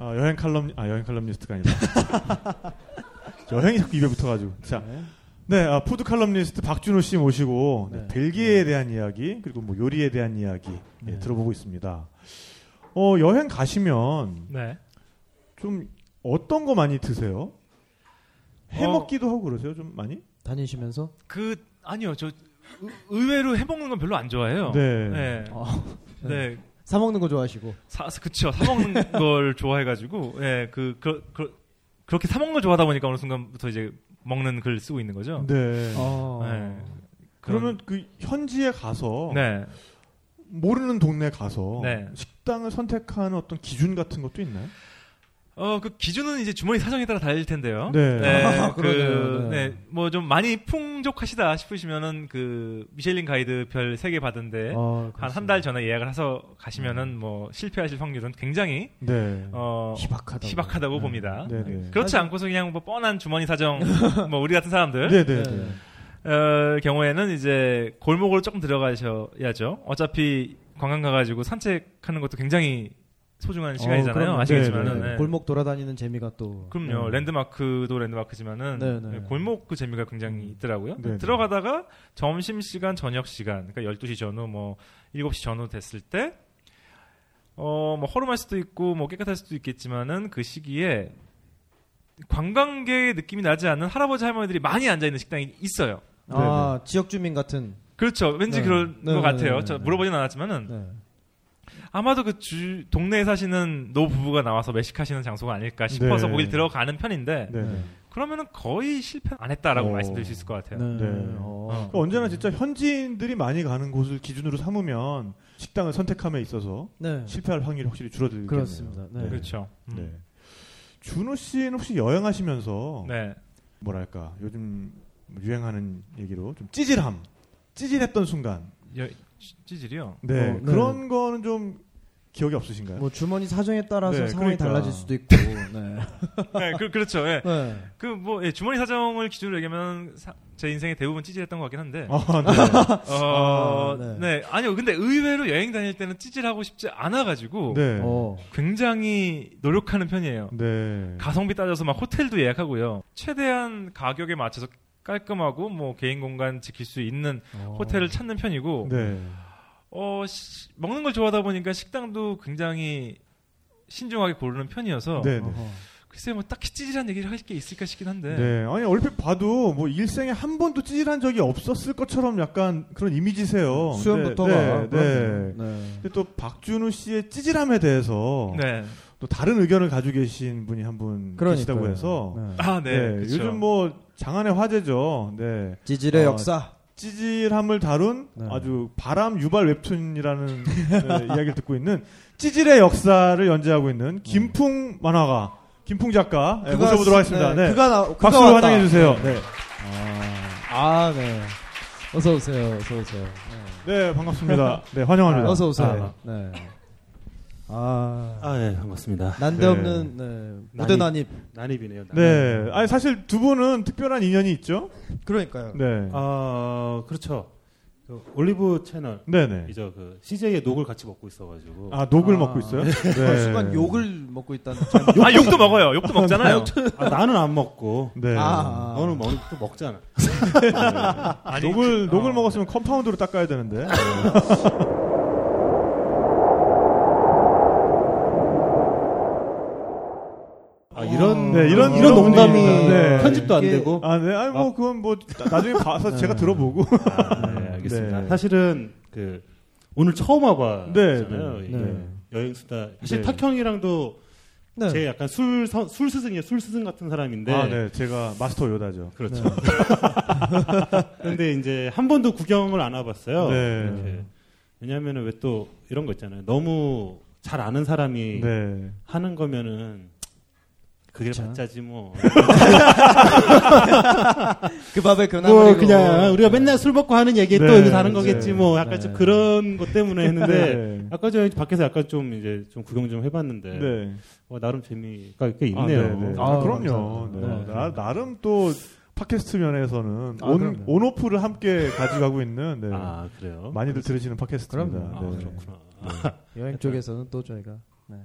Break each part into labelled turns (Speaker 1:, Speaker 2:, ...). Speaker 1: 어, 여행 칼럼 아 여행 칼럼니스트가 아니라 여행이 자꾸 입에 붙어가지고 자, 네, 아, 푸드 칼럼니스트 박준호 씨 모시고 네,
Speaker 2: 네.
Speaker 1: 벨기에에 대한 이야기 그리고 뭐 요리에 대한 이야기 예,
Speaker 2: 네.
Speaker 1: 들어보고 있습니다. 어 여행 가시면
Speaker 2: 네.
Speaker 1: 좀 어떤 거 많이 드세요? 해
Speaker 2: 어.
Speaker 1: 먹기도 하고 그러세요 좀 많이?
Speaker 3: 다니시면서
Speaker 2: 그 아니요 저 의- 의외로 해먹는 건 별로 안 좋아해요.
Speaker 1: 네.
Speaker 2: 네.
Speaker 3: 아,
Speaker 2: 네.
Speaker 3: 사 먹는 거 좋아하시고
Speaker 2: 사 그쵸 사 먹는 걸 좋아해가지고 예그 그, 그, 그렇게 사 먹는 걸 좋아하다 보니까 어느 순간부터 이제 먹는 글 쓰고 있는 거죠.
Speaker 1: 네.
Speaker 3: 어.
Speaker 2: 네.
Speaker 1: 그러면 그 현지에 가서
Speaker 2: 그런- 네.
Speaker 1: 모르는 동네 가서
Speaker 2: 네.
Speaker 1: 식당을 선택하는 어떤 기준 같은 것도 있나요?
Speaker 2: 어 그 기준은 이제 주머니 사정에 따라 달릴 텐데요.
Speaker 1: 네.
Speaker 3: 아,
Speaker 2: 그,
Speaker 3: 그러네요. 네.
Speaker 2: 네, 뭐 좀 많이 풍족하시다 싶으시면은 그 미슐린 가이드 별 3개 받은데
Speaker 3: 아,
Speaker 2: 한 한 달 전에 예약을 해서 가시면은 뭐 실패하실 확률은 굉장히
Speaker 1: 네.
Speaker 2: 어
Speaker 3: 희박하다.
Speaker 2: 희박하다고 봅니다.
Speaker 1: 네, 네.
Speaker 2: 그렇지
Speaker 3: 사실-
Speaker 2: 않고서 그냥 뭐 뻔한 주머니 사정 뭐 우리 같은 사람들
Speaker 1: 네, 네, 네.
Speaker 2: 어, 경우에는 이제 골목으로 조금 들어가셔야죠. 어차피 관광 가가지고 산책하는 것도 굉장히 소중한 시간이잖아요.
Speaker 3: 그럼요.
Speaker 2: 아시겠지만은
Speaker 1: 네, 네.
Speaker 2: 네.
Speaker 3: 골목 돌아다니는 재미가 또
Speaker 2: 그럼요. 랜드마크도 랜드마크지만은
Speaker 3: 네, 음. 네.
Speaker 2: 골목 그 재미가 굉장히 있더라고요.
Speaker 1: 네, 네.
Speaker 2: 들어가다가 점심 시간, 저녁 시간, 그러니까 12시 전후 뭐 7시 전후 됐을 때 어, 뭐 허름할 수도 있고 뭐 깨끗할 수도 있겠지만은 그 시기에 관광객의 느낌이 나지 않는 할아버지 할머니들이 많이 앉아 있는 식당이 있어요.
Speaker 1: 네,
Speaker 3: 아 지역 주민 같은
Speaker 2: 그렇죠. 왠지
Speaker 3: 네.
Speaker 2: 그런
Speaker 3: 네,
Speaker 2: 것
Speaker 3: 네,
Speaker 2: 같아요.
Speaker 3: 네,
Speaker 2: 저
Speaker 3: 네.
Speaker 2: 물어보진 않았지만은
Speaker 3: 네.
Speaker 2: 아마도 그 주 동네에 사시는 노 부부가 나와서 매식하시는 장소가 아닐까 싶어서
Speaker 1: 네.
Speaker 2: 거길 들어가는 편인데
Speaker 1: 네, 네.
Speaker 2: 그러면은 거의 실패 안 했다라고
Speaker 1: 어.
Speaker 2: 말씀드릴 수 있을 것 같아요.
Speaker 1: 네.
Speaker 3: 어.
Speaker 1: 그 언제나 진짜 현지인들이 많이 가는 곳을 기준으로 삼으면 식당을 선택함에 있어서
Speaker 3: 네.
Speaker 1: 실패할 확률이 확실히 줄어들겠네요.
Speaker 3: 그렇습니다. 네.
Speaker 2: 그렇죠. 음.
Speaker 1: 네. 준호 씨는 혹시 여행하시면서
Speaker 2: 네.
Speaker 1: 뭐랄까 요즘 유행하는 얘기로 좀 찌질함, 찌질했던 순간,
Speaker 2: 여- 찌- 찌질이요.
Speaker 1: 네,
Speaker 3: 어, 네.
Speaker 1: 그런 거는 좀 기억이 없으신가요?
Speaker 3: 뭐 주머니 사정에 따라서
Speaker 1: 네,
Speaker 3: 상황이
Speaker 1: 그러니까.
Speaker 3: 달라질 수도 있고. 네.
Speaker 2: 네, 그, 렇죠 예.
Speaker 3: 네.
Speaker 2: 그 뭐 주머니 사정을 기준으로 얘기하면 사- 제 인생의 대부분 찌질했던 것 같긴 한데.
Speaker 1: 아, 네.
Speaker 3: 아,
Speaker 2: 어,
Speaker 3: 네.
Speaker 2: 네. 아니요. 근데 의외로 여행 다닐 때는 찌질하고 싶지 않아 가지고
Speaker 1: 네.
Speaker 3: 어.
Speaker 2: 굉장히 노력하는 편이에요.
Speaker 1: 네.
Speaker 2: 가성비 따져서 막 호텔도 예약하고요. 최대한 가격에 맞춰서 깔끔하고 뭐 개인 공간 지킬 수 있는
Speaker 1: 어.
Speaker 2: 호텔을 찾는 편이고
Speaker 1: 네.
Speaker 2: 어, 시- 먹는 걸 좋아하다 보니까 식당도 굉장히 신중하게 고르는 편이어서
Speaker 1: 네. 네.
Speaker 3: 어허.
Speaker 2: 글쎄 뭐 딱히 찌질한 얘기를 할 게 있을까 싶긴 한데
Speaker 1: 네. 아니 얼핏 봐도 뭐 일생에 한 번도 찌질한 적이 없었을 것처럼 약간 그런 이미지세요.
Speaker 3: 수염부터가.
Speaker 1: 네. 네.
Speaker 3: 그렇군요. 네.
Speaker 1: 근데 또 박준우 씨의 찌질함에 대해서
Speaker 2: 네.
Speaker 1: 또 다른 의견을 가지고 계신 분이 한 분 계시다고
Speaker 3: 그러니까요.
Speaker 1: 해서
Speaker 3: 네.
Speaker 2: 아, 네. 그쵸.
Speaker 1: 요즘 뭐 장안의 화제죠. 네.
Speaker 3: 지질의
Speaker 1: 아,
Speaker 3: 역사.
Speaker 1: 찌질함을 다룬
Speaker 3: 네.
Speaker 1: 아주 바람 유발 웹툰이라는 네, 이야기를 듣고 있는 찌질의 역사를 연재하고 있는 김풍 만화가 김풍 작가 네, 모셔보도록 하겠습니다. 네.
Speaker 3: 그가 나 그가
Speaker 1: 박수로
Speaker 3: 왔다.
Speaker 1: 환영해 주세요. 네.
Speaker 3: 아, 아, 네. 어서 오세요. 어서 오세요. 네.
Speaker 1: 네, 반갑습니다. 네, 환영합니다.
Speaker 3: 아, 어서 오세요. 네. 아,
Speaker 4: 아, 예, 반갑습니다.
Speaker 3: 난데없는 네. 무대 난입.
Speaker 4: 난입이네요. 난입.
Speaker 1: 네, 아니 사실 두 분은 특별한 인연이 있죠.
Speaker 3: 그러니까요.
Speaker 1: 네,
Speaker 4: 아, 그렇죠. 그 올리브 채널
Speaker 1: 네, 네.
Speaker 4: 이제 그 CJ의 녹을 같이 먹고 있어가지고.
Speaker 1: 아 녹을
Speaker 3: 아.
Speaker 1: 먹고 있어요?
Speaker 3: 그
Speaker 1: 네.
Speaker 3: 순간 욕을 먹고 있다는
Speaker 2: 아 욕도 먹어요. 욕도 먹잖아요.
Speaker 4: 아, 나는 안 먹고.
Speaker 1: 네.
Speaker 3: 아, 아.
Speaker 4: 너는 먹, 또 먹잖아.
Speaker 2: 아니,
Speaker 1: 녹을
Speaker 2: 어.
Speaker 1: 녹을 먹었으면 컴파운드로 닦아야 되는데.
Speaker 4: 아, 이런
Speaker 1: 네, 이런-
Speaker 4: 이런
Speaker 1: 이런
Speaker 4: 농담이
Speaker 1: 분위기입니다. 네.
Speaker 4: 편집도 안
Speaker 3: 이게-
Speaker 4: 되고.
Speaker 1: 아, 네. 아니 뭐 그건 뭐 나중에
Speaker 3: 네.
Speaker 1: 봐서 제가 들어보고.
Speaker 4: 아, 네, 알겠습니다.
Speaker 1: 네.
Speaker 4: 사실은 그 오늘 처음 와봤잖아요. 예.
Speaker 1: 네,
Speaker 4: 이게
Speaker 3: 네.
Speaker 4: 여행 수다. 사실
Speaker 1: 네.
Speaker 4: 탁형이랑도
Speaker 3: 네.
Speaker 4: 제 약간 술, 서- 술 스승이에요. 술 스승 같은 사람인데.
Speaker 1: 아, 네. 제가 마스터 요다죠.
Speaker 4: 그렇죠. 네. 그런데 이제 한 번도 구경을 안 와봤어요.
Speaker 1: 네.
Speaker 4: 왜냐하면 왜 예. 또 이런 거 있잖아요. 너무 잘 아는 사람이
Speaker 1: 네.
Speaker 4: 하는 거면은 그게
Speaker 3: 그쵸.
Speaker 4: 맞자지 뭐.
Speaker 3: 그 밥에 그나
Speaker 4: 뭐
Speaker 3: 버리고.
Speaker 4: 그냥 우리가 맨날 술 먹고 하는 얘기 또
Speaker 1: 네,
Speaker 4: 이거 다른
Speaker 1: 네,
Speaker 4: 거겠지 뭐 약간
Speaker 3: 네.
Speaker 4: 좀 그런 것 때문에 했는데
Speaker 1: 네.
Speaker 4: 아까 전에 밖에서 약간 좀 이제 좀 구경 좀 해봤는데
Speaker 1: 네.
Speaker 4: 어, 나름 재미가 꽤
Speaker 1: 아,
Speaker 4: 있네요.
Speaker 1: 네, 네. 아,
Speaker 3: 아,
Speaker 1: 그럼요.
Speaker 3: 감사합니다.
Speaker 1: 네.
Speaker 3: 네.
Speaker 1: 나, 나름 또 팟캐스트 면에서는
Speaker 3: 아,
Speaker 1: 온,
Speaker 3: 그럼요.
Speaker 1: 온오프를 함께 가져가고 있는 네.
Speaker 4: 아, 그래요?
Speaker 1: 많이들 들으시는 팟캐스트입니다.
Speaker 4: 아,
Speaker 3: 그럼요.
Speaker 1: 네.
Speaker 4: 그렇구나.
Speaker 3: 여행 쪽에서는 또 저희가 네.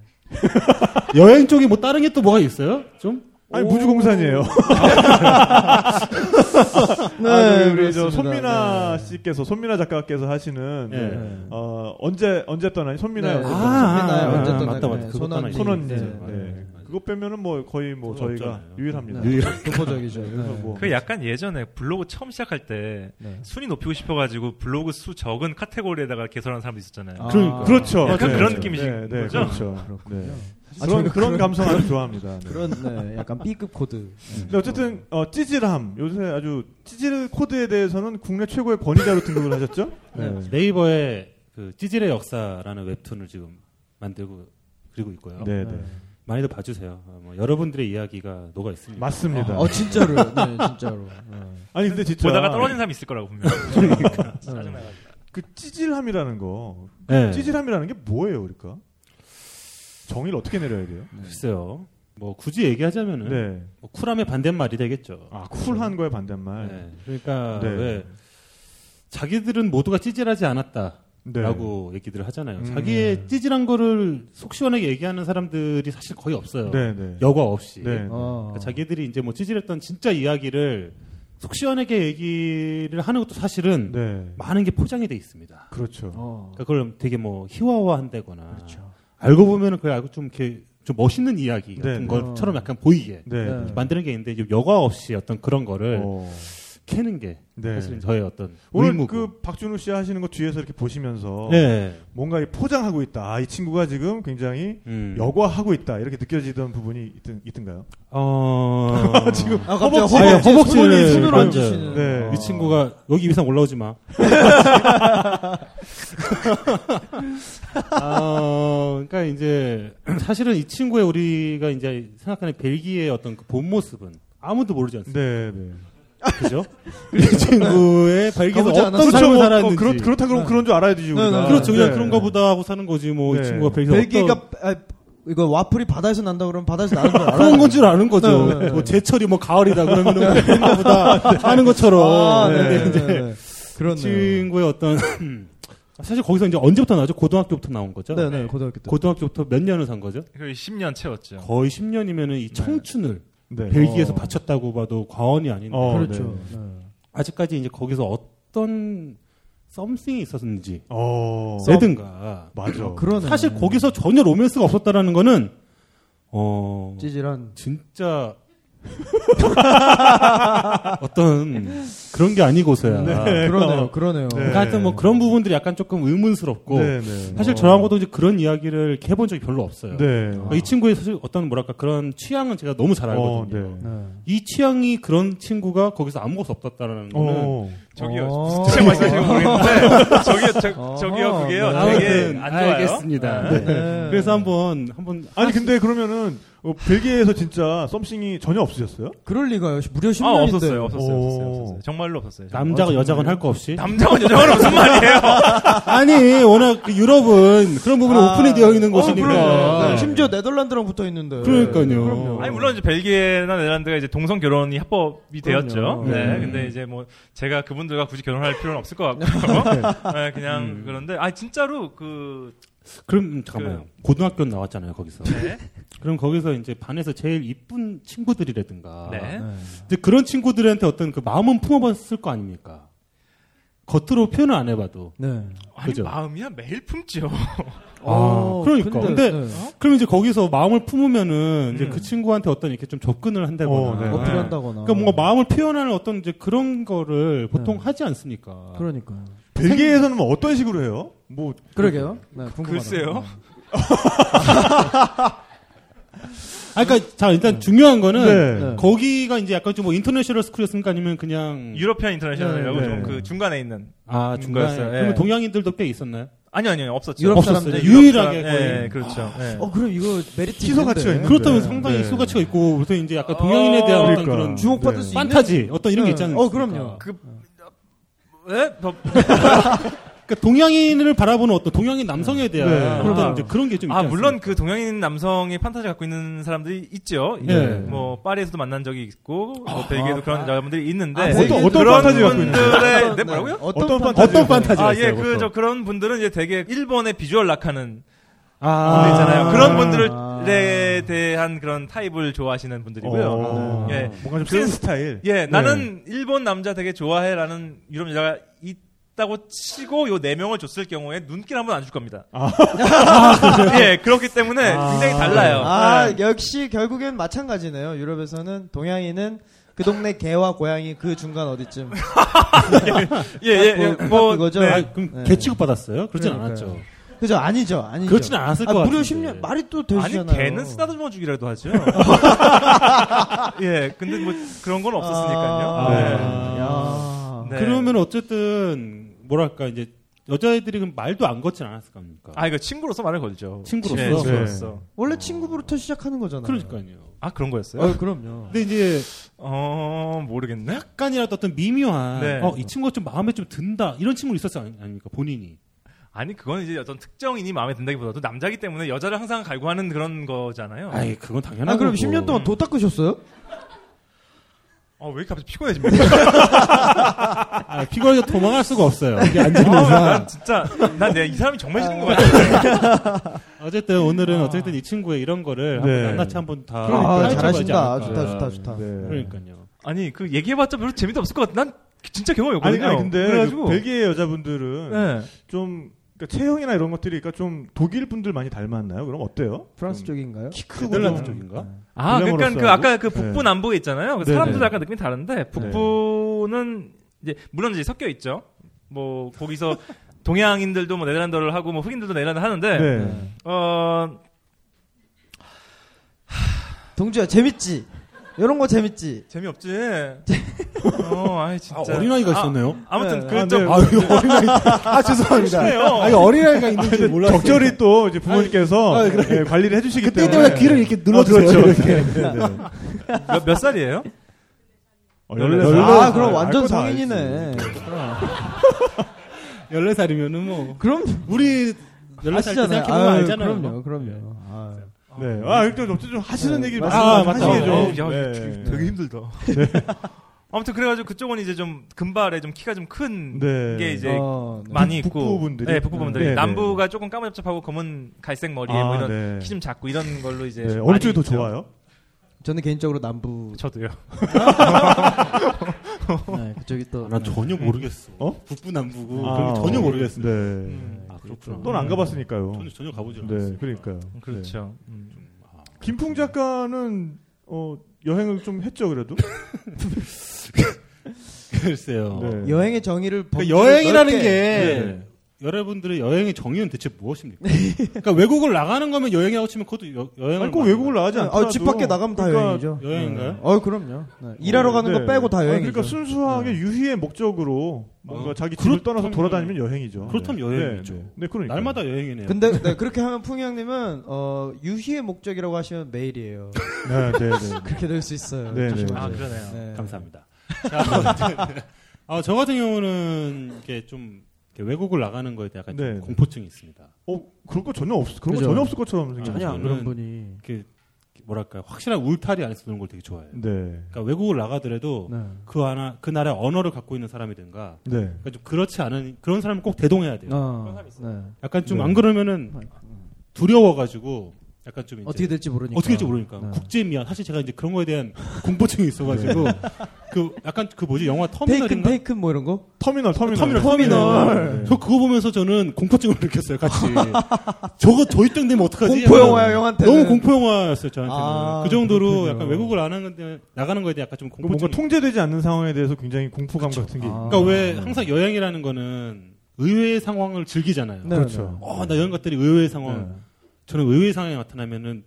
Speaker 4: 여행 쪽이 뭐 다른 게 또 뭐가 있어요? 좀?
Speaker 1: 아니 무주공산이에요.
Speaker 3: 네,
Speaker 1: 아, 저기 우리 저
Speaker 3: 그렇습니다.
Speaker 1: 손민아
Speaker 3: 네.
Speaker 1: 씨께서 손민아 작가께서 하시는
Speaker 4: 네.
Speaker 3: 네.
Speaker 1: 어, 언제 언제 떠나니 손민아
Speaker 3: 네,
Speaker 1: 언제
Speaker 4: 아,
Speaker 1: 떠나니?
Speaker 4: 아,
Speaker 3: 맨날 언제
Speaker 4: 아,
Speaker 3: 떠나-
Speaker 4: 맞다, 맞다.
Speaker 3: 네,
Speaker 4: 그거
Speaker 3: 손언니.
Speaker 4: 떠나지.
Speaker 1: 손언니. 네.
Speaker 3: 네.
Speaker 1: 그거 빼면은 뭐 거의 뭐
Speaker 4: 그건
Speaker 1: 저희가
Speaker 4: 없잖아요.
Speaker 1: 유일합니다.
Speaker 3: 네. 독보적이죠.
Speaker 1: 그래서
Speaker 3: 네.
Speaker 1: 뭐
Speaker 2: 그 약간 예전에 블로그 처음 시작할 때
Speaker 3: 네.
Speaker 2: 순위 높이고 싶어가지고 블로그 수 적은 카테고리에다가 개설한 사람도 있었잖아요.
Speaker 3: 아,
Speaker 1: 그, 그렇죠.
Speaker 2: 약간
Speaker 1: 네.
Speaker 2: 그런
Speaker 1: 네.
Speaker 2: 느낌이신
Speaker 1: 네, 네,
Speaker 2: 거죠?
Speaker 1: 그렇죠. 네.
Speaker 3: 아,
Speaker 1: 그런
Speaker 3: 저는
Speaker 1: 그런
Speaker 3: 그런-
Speaker 1: 감성 아주 좋아합니다. 네.
Speaker 3: 그런 네, 약간 B급 코드.
Speaker 1: 근데 어쨌든 어, 찌질함 요새 아주 찌질 코드에 대해서는 국내 최고의 권위자로 등극을 하셨죠? 네.
Speaker 4: 네. 네이버에 그 찌질의 역사라는 웹툰을 지금 만들고 그리고 있고요.
Speaker 3: 네.
Speaker 1: 네, 네.
Speaker 4: 많이들 봐주세요. 아, 뭐 여러분들의 이야기가 녹아 있습니다.
Speaker 1: 맞습니다.
Speaker 3: 어 진짜로. 네, 진짜로. 네.
Speaker 1: 아니 근데 진짜 그러니까.
Speaker 2: 보다가 떨어진 사람 있을 거라고 분명. 짜증나가지고.
Speaker 1: 그 찌질함이라는 거
Speaker 4: 네.
Speaker 1: 찌질함이라는 게 뭐예요, 그러니까? 정의를 어떻게 내려야 돼요?
Speaker 4: 글쎄요. 뭐 굳이 얘기하자면은
Speaker 1: 네.
Speaker 4: 뭐 쿨함의 반대말이 되겠죠.
Speaker 1: 아, 쿨한 거에 반대말.
Speaker 4: 네. 그러니까
Speaker 1: 네.
Speaker 4: 왜 자기들은 모두가 찌질하지 않았다라고
Speaker 1: 네.
Speaker 4: 얘기들을 하잖아요.
Speaker 1: 음.
Speaker 4: 자기의 찌질한 거를 속 시원하게 얘기하는 사람들이 사실 거의 없어요.
Speaker 1: 네, 네.
Speaker 4: 여과 없이.
Speaker 1: 네.
Speaker 3: 어.
Speaker 4: 그러니까 자기들이 이제 뭐 찌질했던 진짜 이야기를 속 시원하게 얘기를 하는 것도 사실은
Speaker 1: 네.
Speaker 4: 많은 게 포장이 돼 있습니다.
Speaker 1: 그렇죠.
Speaker 3: 어.
Speaker 4: 그러니까 그걸 되게 뭐 희화화한다거나 알고 보면은 그 알고 좀 이렇게 좀 멋있는 이야기
Speaker 1: 네.
Speaker 4: 같은 것처럼 약간 보이게
Speaker 1: 네.
Speaker 3: 네.
Speaker 4: 만드는 게 있는데 이제 여과 없이 어떤 그런 거를
Speaker 1: 어.
Speaker 4: 캐는 게
Speaker 1: 네.
Speaker 4: 네. 사실은 저의 어떤
Speaker 1: 오늘
Speaker 4: 의무고.
Speaker 1: 그 박준우 씨 하시는 거 뒤에서 이렇게 보시면서
Speaker 4: 네.
Speaker 1: 뭔가 이 포장하고 있다. 아, 이 친구가 지금 굉장히
Speaker 4: 음.
Speaker 1: 여과하고 있다. 이렇게 느껴지던 부분이 있던, 있던가요?
Speaker 4: 어
Speaker 1: 지금
Speaker 3: 아, 갑자기
Speaker 1: 허벅지-
Speaker 3: 허벅지에
Speaker 4: 아니, 허벅지를
Speaker 3: 손을- 손으로
Speaker 4: 완전-
Speaker 3: 얹으시는.
Speaker 1: 네.
Speaker 4: 이 친구가 여기 이상 올라오지 마. 아, 그러니까 이제 사실은 이 친구의 우리가 이제 생각하는 벨기에의 어떤 그 본 모습은 아무도 모르지 않습니까?
Speaker 1: 네, 네.
Speaker 4: 뭐, 그죠? 이 친구의 발기에서
Speaker 3: 가보지
Speaker 4: 어떤
Speaker 3: 않았어요.
Speaker 4: 삶을
Speaker 1: 어,
Speaker 4: 살았는지.
Speaker 1: 그렇, 그렇다 그러면 그런 줄 알아야 되지. 우리가.
Speaker 3: 네, 네.
Speaker 4: 그렇죠. 그냥
Speaker 1: 네.
Speaker 4: 그런가 보다 하고 사는 거지. 뭐 이
Speaker 1: 네.
Speaker 4: 친구가 벨기에서 어떤
Speaker 3: 벨기에가 아, 이거 와플이 바다에서 난다 그러면 바다에서 나는 줄 알아.
Speaker 4: 그런 건 줄 아는 거죠.
Speaker 3: 네, 네, 네.
Speaker 4: 뭐 제철이 뭐 가을이다 그러면은 그런가 보다 하는 것처럼.
Speaker 3: 아,
Speaker 4: 네.
Speaker 3: 네, 네,
Speaker 4: 이제
Speaker 3: 네, 네.
Speaker 4: 이
Speaker 3: 그렇네요.
Speaker 4: 친구의 어떤 사실 거기서 이제 언제부터 나왔죠? 고등학교부터 나온 거죠?
Speaker 3: 네, 네, 고등학교 때.
Speaker 4: 고등학교부터 몇 년을 산 거죠?
Speaker 2: 그 10년 채웠죠.
Speaker 1: 어.
Speaker 4: 거의 10년이면은 이 청춘을
Speaker 1: 네.
Speaker 4: 벨기에에서
Speaker 3: 네. 어.
Speaker 4: 바쳤다고 봐도 과언이 아닌데
Speaker 1: 어,
Speaker 3: 그렇죠.
Speaker 1: 네.
Speaker 3: 네.
Speaker 4: 아직까지 이제 거기서 어떤 썸씽이 있었는지
Speaker 1: 어.
Speaker 3: 썸-
Speaker 4: 세든가
Speaker 1: 맞아.
Speaker 3: 어, 그러네.
Speaker 4: 사실 거기서 전혀 로맨스가 없었다라는 거는 어
Speaker 3: 찌질한
Speaker 4: 진짜 어떤 그런 게 아니고서야
Speaker 3: 그러네요. 그러네요.
Speaker 1: 네.
Speaker 4: 그러니까 하여튼 뭐 그런 부분들이 약간 조금 의문스럽고
Speaker 1: 네, 네.
Speaker 4: 사실
Speaker 3: 어.
Speaker 4: 저하고도 이제 그런 이야기를 이렇게 해본 적이 별로 없어요.
Speaker 1: 네.
Speaker 4: 그러니까 이 친구의 사실 어떤 뭐랄까 그런 취향은 제가 너무 잘
Speaker 1: 어,
Speaker 4: 알거든요.
Speaker 1: 네.
Speaker 3: 네.
Speaker 4: 이 취향이 그런 친구가 거기서 아무것도 없었다라는 거는
Speaker 1: 어.
Speaker 2: 저기요.
Speaker 3: 어.
Speaker 2: 무슨 책 말씀하시는 모르겠는데 저기요, 저,
Speaker 3: 어.
Speaker 2: 저기요 그게요.
Speaker 3: 네.
Speaker 2: 되게 안 좋아요.
Speaker 4: 알겠습니다.
Speaker 3: 네.
Speaker 4: 네. 그래서 한번 한번
Speaker 1: 아니 근데 그러면은 어, 벨기에에서 진짜 썸씽이 전혀 없으셨어요?
Speaker 3: 그럴 리가요. 무려 10년인데.
Speaker 2: 아 없었어요, 없었어요, 없었어요,
Speaker 1: 오.
Speaker 2: 없었어요. 정말로 없었어요.
Speaker 4: 남자가
Speaker 3: 어,
Speaker 4: 여자건 할 거 없이
Speaker 2: 남자와 여자와는 무슨 말이에요?
Speaker 4: 아니 워낙 그 유럽은 그런 부분이
Speaker 3: 아.
Speaker 4: 오픈이 되어 있는
Speaker 3: 어,
Speaker 4: 곳이니까
Speaker 3: 그럼요.
Speaker 1: 네.
Speaker 3: 심지어 네덜란드랑 붙어 있는데.
Speaker 4: 그러니까요.
Speaker 2: 아니 뭐 물론 이제 벨기에나 네덜란드가 이제 동성 결혼이 합법이
Speaker 3: 그럼요.
Speaker 2: 되었죠. 네.
Speaker 3: 네.
Speaker 2: 근데 이제 뭐 제가 그분들과 굳이 결혼할 필요는 없을 것 같고 네, 그냥
Speaker 4: 음.
Speaker 2: 그런데 아 진짜로 그
Speaker 4: 그럼 음, 잠깐만요. 고등학교 나왔잖아요 거기서.
Speaker 2: 네.
Speaker 4: 그럼 거기서 이제 반에서 제일 이쁜 친구들이라든가.
Speaker 2: 네.
Speaker 4: 이제 그런 친구들한테 어떤 그 마음은 품어봤을 거 아닙니까? 겉으로 표현을 안 해봐도.
Speaker 3: 네.
Speaker 2: 아니
Speaker 4: 그죠.
Speaker 2: 마음이야 매일 품지요.
Speaker 3: 어,
Speaker 4: 그러니까. 근데
Speaker 3: 네.
Speaker 4: 그럼 이제 거기서 마음을 품으면은 이제
Speaker 2: 음.
Speaker 4: 그 친구한테 어떤 이렇게 좀 접근을 한다거나.
Speaker 1: 어, 네.
Speaker 4: 그러니까
Speaker 3: 어필한다거나.
Speaker 4: 뭔가 마음을 표현하는 어떤 이제 그런 거를 보통 하지 않습니까?
Speaker 3: 그러니까.
Speaker 1: 벨기에에서는 뭐 어떤 식으로 해요? 뭐
Speaker 3: 그러게요. 네, 궁금하다.
Speaker 2: 글쎄요.
Speaker 4: 아, 그러니까 자 일단 중요한 거는
Speaker 1: 네.
Speaker 3: 네.
Speaker 4: 거기가 이제 약간 좀 뭐 인터내셔널 스쿨이었습니까 아니면 그냥
Speaker 2: 유러피안 인터내셔널이라고
Speaker 1: 네,
Speaker 2: 좀
Speaker 1: 네.
Speaker 2: 그 중간에 있는
Speaker 4: 아
Speaker 2: 중간에.
Speaker 4: 중간에 그러면
Speaker 2: 예.
Speaker 4: 동양인들도 꽤 있었나요?
Speaker 2: 아니요, 아니요, 없었죠.
Speaker 3: 유럽
Speaker 4: 없었어요.
Speaker 3: 사람들
Speaker 4: 유일- 유일하게
Speaker 2: 사람-
Speaker 4: 거의.
Speaker 2: 예, 그렇죠. 예.
Speaker 3: 어 그럼 이거 메리트
Speaker 1: 희소
Speaker 3: 있는데.
Speaker 1: 가치가 있는
Speaker 4: 그렇다면
Speaker 1: 네.
Speaker 4: 상당히
Speaker 1: 네.
Speaker 4: 수가치가 있고 그래서 이제 약간 동양인에 대한 어떤
Speaker 1: 그러니까.
Speaker 4: 그런 주-
Speaker 3: 주목받을
Speaker 1: 네.
Speaker 3: 수 있는
Speaker 4: 판타지 어떤 이런 게
Speaker 3: 네.
Speaker 4: 있잖아요.
Speaker 3: 어 그럼요.
Speaker 2: 그 예? 더-
Speaker 4: 그러니까 동양인을 바라보는 어떤 동양인 남성에 대한
Speaker 1: 네.
Speaker 4: 어떤
Speaker 5: 그러니까.
Speaker 2: 그럼요.
Speaker 4: 이제 그런 게 좀 있지
Speaker 2: 아 물론
Speaker 4: 않습니까?
Speaker 2: 그 동양인 남성의 판타지 갖고 있는 사람들이 있죠.
Speaker 4: 예.
Speaker 2: 뭐 파리에서도 만난 적이 있고 뭐 벨기에도 그런 여자분들이 있는데
Speaker 3: 아,
Speaker 1: 어떤- 어떤
Speaker 2: 그런
Speaker 1: 판타지 갖고 있는
Speaker 2: 분들의-
Speaker 3: 거예요?
Speaker 2: 네, 뭐라고요?
Speaker 1: 어떤
Speaker 3: 판-
Speaker 1: 판타지?
Speaker 4: 어떤 판타지?
Speaker 2: 아,
Speaker 4: 있어요,
Speaker 2: 예, 그,
Speaker 4: 그것도.
Speaker 2: 저, 그런 분들은 이제 되게 일본의 비주얼 락하는
Speaker 4: 아,
Speaker 2: 분들 있잖아요. 그런
Speaker 3: 아.
Speaker 4: 네.
Speaker 2: 분들에 대한 그런 타입을 좋아하시는 분들이고요.
Speaker 1: 어,
Speaker 2: 예.
Speaker 1: 뭔가 좀
Speaker 2: 그-
Speaker 1: 센 스타일.
Speaker 2: 예, 나는 일본 남자 되게 좋아해라는 유럽 여자가 있다고 치고 요 네 명을 줬을 경우에 눈길 한 번 안 줄 겁니다. 예, 그렇기 때문에 굉장히 달라요.
Speaker 5: 아,
Speaker 4: 네.
Speaker 2: 예.
Speaker 5: 역시 결국엔 마찬가지네요. 유럽에서는 동양인은 그 동네 개와 고양이 그 중간 어디쯤.
Speaker 2: 예, 예, 예,
Speaker 5: 딱
Speaker 2: 뭐,
Speaker 5: 그거죠.
Speaker 2: 네.
Speaker 4: 아, 그럼
Speaker 5: 네.
Speaker 4: 개 취급 받았어요? 그렇진
Speaker 5: 그러니까요.
Speaker 4: 않았죠.
Speaker 5: 그죠? 아니죠. 아니죠.
Speaker 4: 그렇진 않았을
Speaker 5: 아,
Speaker 4: 것
Speaker 5: 무려
Speaker 4: 같은데.
Speaker 5: 10년 말이 또
Speaker 2: 아니
Speaker 5: 되시잖아요.
Speaker 2: 개는 쓰다듬어 주기라도 하죠. 예, 근데 뭐 그런 건 없었으니까요.
Speaker 5: 아,
Speaker 2: 네.
Speaker 5: 야.
Speaker 2: 네.
Speaker 4: 그러면 어쨌든 뭐랄까 이제 여자애들이 그럼 말도 안 걷진 않았을 겁니까?
Speaker 2: 아 이거 친구로서 말을 걸죠.
Speaker 4: 친구로서?
Speaker 2: 예, 친구로서.
Speaker 5: 원래 친구부터 시작하는 거잖아요.
Speaker 4: 그러니까요.
Speaker 2: 아 그런 거였어요?
Speaker 5: 네. 어, 그럼요.
Speaker 4: 근데 이제
Speaker 2: 어 모르겠네.
Speaker 4: 약간이라도 어떤 미묘한
Speaker 2: 네.
Speaker 4: 어, 이 친구가 좀 마음에 좀 든다 이런 친구 있었어 아니- 아닙니까 본인이
Speaker 2: 아니 그건 이제 어떤 특정인이 마음에 든다기보다도 남자기 때문에 여자를 항상 갈구하는 그런 거잖아요.
Speaker 4: 아이 그건 당연한
Speaker 5: 아, 그럼
Speaker 4: 거고. 뭐.
Speaker 5: 10년 동안 도 닦으셨어요?
Speaker 2: 어, 왜 이렇게 갑자기 피곤해집니까?
Speaker 4: 아, 피곤하게 도망갈 수가 없어요 이게 안
Speaker 2: 어,
Speaker 4: 되는
Speaker 2: 난
Speaker 4: 이상
Speaker 2: 진짜 난 내 이 사람이 정말 싫은 것 같아.
Speaker 4: 어쨌든 오늘은 어쨌든 이 친구의 이런 거를 한번
Speaker 1: 네.
Speaker 4: 낱낱이 한번 다
Speaker 5: 아,
Speaker 4: 파헤쳐봐야지
Speaker 5: 잘하신다.
Speaker 4: 않을까.
Speaker 5: 좋다, 좋다, 좋다.
Speaker 4: 네. 그러니까요
Speaker 2: 아니 그 얘기해봤자 별로 재미도 없을 것 같아. 난 진짜 경험이
Speaker 1: 아니,
Speaker 2: 없거든요. 그러니까
Speaker 1: 아니 근데
Speaker 2: 그래가지고
Speaker 1: 그 벨기에 여자분들은
Speaker 2: 네.
Speaker 1: 좀 그러니까 체형이나 이런 것들이 그러니까 좀 독일 분들 많이 닮았나요? 그럼 어때요?
Speaker 5: 프랑스
Speaker 1: 좀
Speaker 5: 쪽인가요?
Speaker 1: 키 크고
Speaker 4: 네덜란드
Speaker 1: 좀-
Speaker 4: 쪽인가?
Speaker 2: 아, 그러니까
Speaker 1: 분량으로서
Speaker 2: 그 아까 그
Speaker 1: 하고.
Speaker 2: 북부
Speaker 1: 네.
Speaker 2: 남부에 있잖아요. 그
Speaker 1: 네,
Speaker 2: 사람들도
Speaker 1: 네.
Speaker 2: 약간 느낌이 다른데 북부는 이제 물론 이제 섞여 있죠. 뭐 거기서 동양인들도 뭐 네덜란드를 하고 뭐 흑인들도 네덜란드 하는데
Speaker 1: 네.
Speaker 2: 어
Speaker 5: 동주야, 재밌지? 이런 거 재밌지?
Speaker 2: 재미없지. 어, 아이
Speaker 4: 아,
Speaker 2: 진짜.
Speaker 4: 어린아이가
Speaker 2: 아,
Speaker 4: 있었네요
Speaker 5: 네.
Speaker 2: 아무튼
Speaker 1: 아,
Speaker 2: 그좀
Speaker 1: 네.
Speaker 4: 아, 이거 어린아이 아 죄송합니다
Speaker 2: 그래요.
Speaker 4: 아, 이거 어린아이가 있는지 몰랐어요
Speaker 1: 적절히 또 이제 부모님께서 예, 관리를 해주시기
Speaker 6: 그때
Speaker 1: 때문에
Speaker 6: 때마다 귀를
Speaker 4: 아,
Speaker 6: 이렇게
Speaker 1: 어,
Speaker 6: 눌러주세요.
Speaker 1: 그렇죠.
Speaker 6: 이렇게.
Speaker 1: 네, 네, 네.
Speaker 2: 몇, 몇 살이에요?
Speaker 1: 어, 열네 살.
Speaker 5: 아, 그럼
Speaker 1: 알고
Speaker 5: 완전
Speaker 1: 다 알지.
Speaker 5: 성인이네.
Speaker 4: 14살이면은 뭐
Speaker 5: 그럼,
Speaker 4: 우리 14살 때
Speaker 5: 아시잖아요.
Speaker 4: 생각해보면
Speaker 5: 아유,
Speaker 4: 알잖아요
Speaker 5: 그럼요, 그럼요. 아.
Speaker 1: 네. 아, 일단 어쨌든 좀 하시는
Speaker 5: 네,
Speaker 1: 얘기
Speaker 5: 맞습니다.
Speaker 1: 말씀
Speaker 4: 아,
Speaker 1: 하시게
Speaker 2: 어우,
Speaker 1: 좀.
Speaker 2: 야,
Speaker 1: 네.
Speaker 2: 되게 힘들다. 아무튼 그래가지고 그쪽은 이제 좀 금발에 좀 키가 좀 큰
Speaker 1: 네.
Speaker 2: 게 이제
Speaker 5: 어, 네.
Speaker 2: 많이
Speaker 1: 북-
Speaker 2: 있고
Speaker 1: 북부분들이?
Speaker 2: 네, 북부분들이
Speaker 1: 네, 네.
Speaker 2: 남부가 조금 까무잡잡하고 검은 갈색 머리에 뭐
Speaker 1: 아,
Speaker 2: 이런
Speaker 1: 네.
Speaker 2: 키 좀 작고 이런 걸로 이제
Speaker 1: 네,
Speaker 2: 많이
Speaker 1: 어느 쪽이 더
Speaker 2: 있죠.
Speaker 1: 좋아요?
Speaker 5: 저는 개인적으로 남부
Speaker 2: 저도요.
Speaker 5: 네, 그쪽이 또
Speaker 4: 아, 나 전혀 모르겠어
Speaker 1: 어?
Speaker 4: 북부 남부고
Speaker 1: 아,
Speaker 4: 음, 그런 게 전혀 모르겠어
Speaker 1: 네.
Speaker 2: 음.
Speaker 4: 아 그렇구나
Speaker 1: 또는 안 가봤으니까요.
Speaker 4: 전혀 전혀 가보지 않았어요
Speaker 1: 네, 그러니까요. 네.
Speaker 2: 그렇죠. 음.
Speaker 1: 김풍 작가는 어, 여행을 좀 했죠, 그래도?
Speaker 4: 글쎄요
Speaker 1: 네.
Speaker 5: 여행의 정의를
Speaker 4: 그
Speaker 5: 범주를
Speaker 4: 어, 여행이라는
Speaker 5: 넓게-
Speaker 4: 게
Speaker 1: 네.
Speaker 4: 여러분들의 여행의 정의는 대체 무엇입니까? 그러니까 외국을 나가는 거면 여행이라고 치면 그것도 여, 여행을
Speaker 1: 아니, 꼭
Speaker 4: 말하는
Speaker 1: 외국을 나가지 않더라도
Speaker 5: 아, 집 밖에 나가면 다
Speaker 1: 그러니까
Speaker 5: 여행이죠.
Speaker 4: 여행인가요?
Speaker 5: 네. 어, 그럼요. 네. 일하러 가는
Speaker 1: 네.
Speaker 5: 거 빼고 다
Speaker 1: 아니,
Speaker 5: 여행이죠. 어.
Speaker 1: 그러니까 순수하게 유희의 목적으로 뭔가
Speaker 4: 어.
Speaker 1: 자기 집을
Speaker 4: 그렇다면-
Speaker 1: 떠나서 돌아다니면 여행이죠.
Speaker 4: 그렇다면
Speaker 1: 네.
Speaker 4: 여행이죠.
Speaker 1: 네, 네. 네, 그러니까.
Speaker 4: 날마다 여행이네요.
Speaker 5: 근데 네, 그렇게 하면 풍이 형님은 어, 유희의 목적이라고 하시면 메일이에요.
Speaker 1: 네, 네, 네.
Speaker 5: 그렇게 될 수 있어요.
Speaker 1: 네, 네.
Speaker 2: 아
Speaker 5: 조심하세요.
Speaker 2: 그러네요.
Speaker 5: 네.
Speaker 4: 감사합니다. 자, 아무튼, 아, 저 같은 경우는 이게 좀 이렇게 외국을 나가는 거에 대한 약간 좀
Speaker 1: 네.
Speaker 4: 공포증이 있습니다.
Speaker 1: 어, 그럴 거 전혀 없, 그런 거
Speaker 5: 그죠.
Speaker 1: 전혀 없을 것처럼 생겼어요.
Speaker 4: 전혀
Speaker 5: 그런
Speaker 4: 저는-
Speaker 5: 분이
Speaker 4: 이렇게 뭐랄까 요 확실한 울타리 안에서 노는 걸 되게 좋아해요.
Speaker 1: 네.
Speaker 4: 그러니까 외국을 나가더라도
Speaker 5: 네.
Speaker 4: 그 하나 그 나라의 언어를 갖고 있는 사람이든가
Speaker 1: 네.
Speaker 4: 그러니까 좀 그렇지 않은 그런 사람을 꼭 대동해야 돼요.
Speaker 5: 어, 네.
Speaker 4: 약간 좀
Speaker 1: 네.
Speaker 4: 안 그러면은 두려워가지고 약간 좀 이제
Speaker 5: 어떻게 될지 모르니까.
Speaker 4: 어떻게 될지 모르니까
Speaker 5: 네.
Speaker 4: 국제 미안 사실 제가 이제 그런 거에 대한 공포증이 있어가지고 그 약간 그 뭐지 영화
Speaker 5: 테이큰
Speaker 4: 터미널인가
Speaker 5: 테이큰 뭐 이런 거?
Speaker 1: 터미널, 터미널.
Speaker 4: 터미널,
Speaker 5: 터미널.
Speaker 1: 네.
Speaker 4: 저 그거 보면서 저는 공포증을 느꼈어요 같이 저거 저희 땡 되면 어떡하지
Speaker 5: 공포
Speaker 4: 약간
Speaker 5: 영화야, 형한테는.
Speaker 4: 너무 공포 영화였어요 저한테는
Speaker 5: 아,
Speaker 4: 그 정도로
Speaker 5: 그렇군요.
Speaker 4: 약간 외국을 안 하는 데 나가는 거에 대한 약간 좀
Speaker 1: 그러니까 뭔가
Speaker 4: 공포증
Speaker 1: 통제되지 않는 상황에 대해서 굉장히 공포감 같은 게.
Speaker 5: 아.
Speaker 1: 있-
Speaker 4: 그러니까 왜 항상 여행이라는 거는 의외의 상황을 즐기잖아요
Speaker 5: 네,
Speaker 1: 그렇죠. 네.
Speaker 4: 어 나 이런 것들이 의외의 상황 저는 의외의 상황이 나타나면은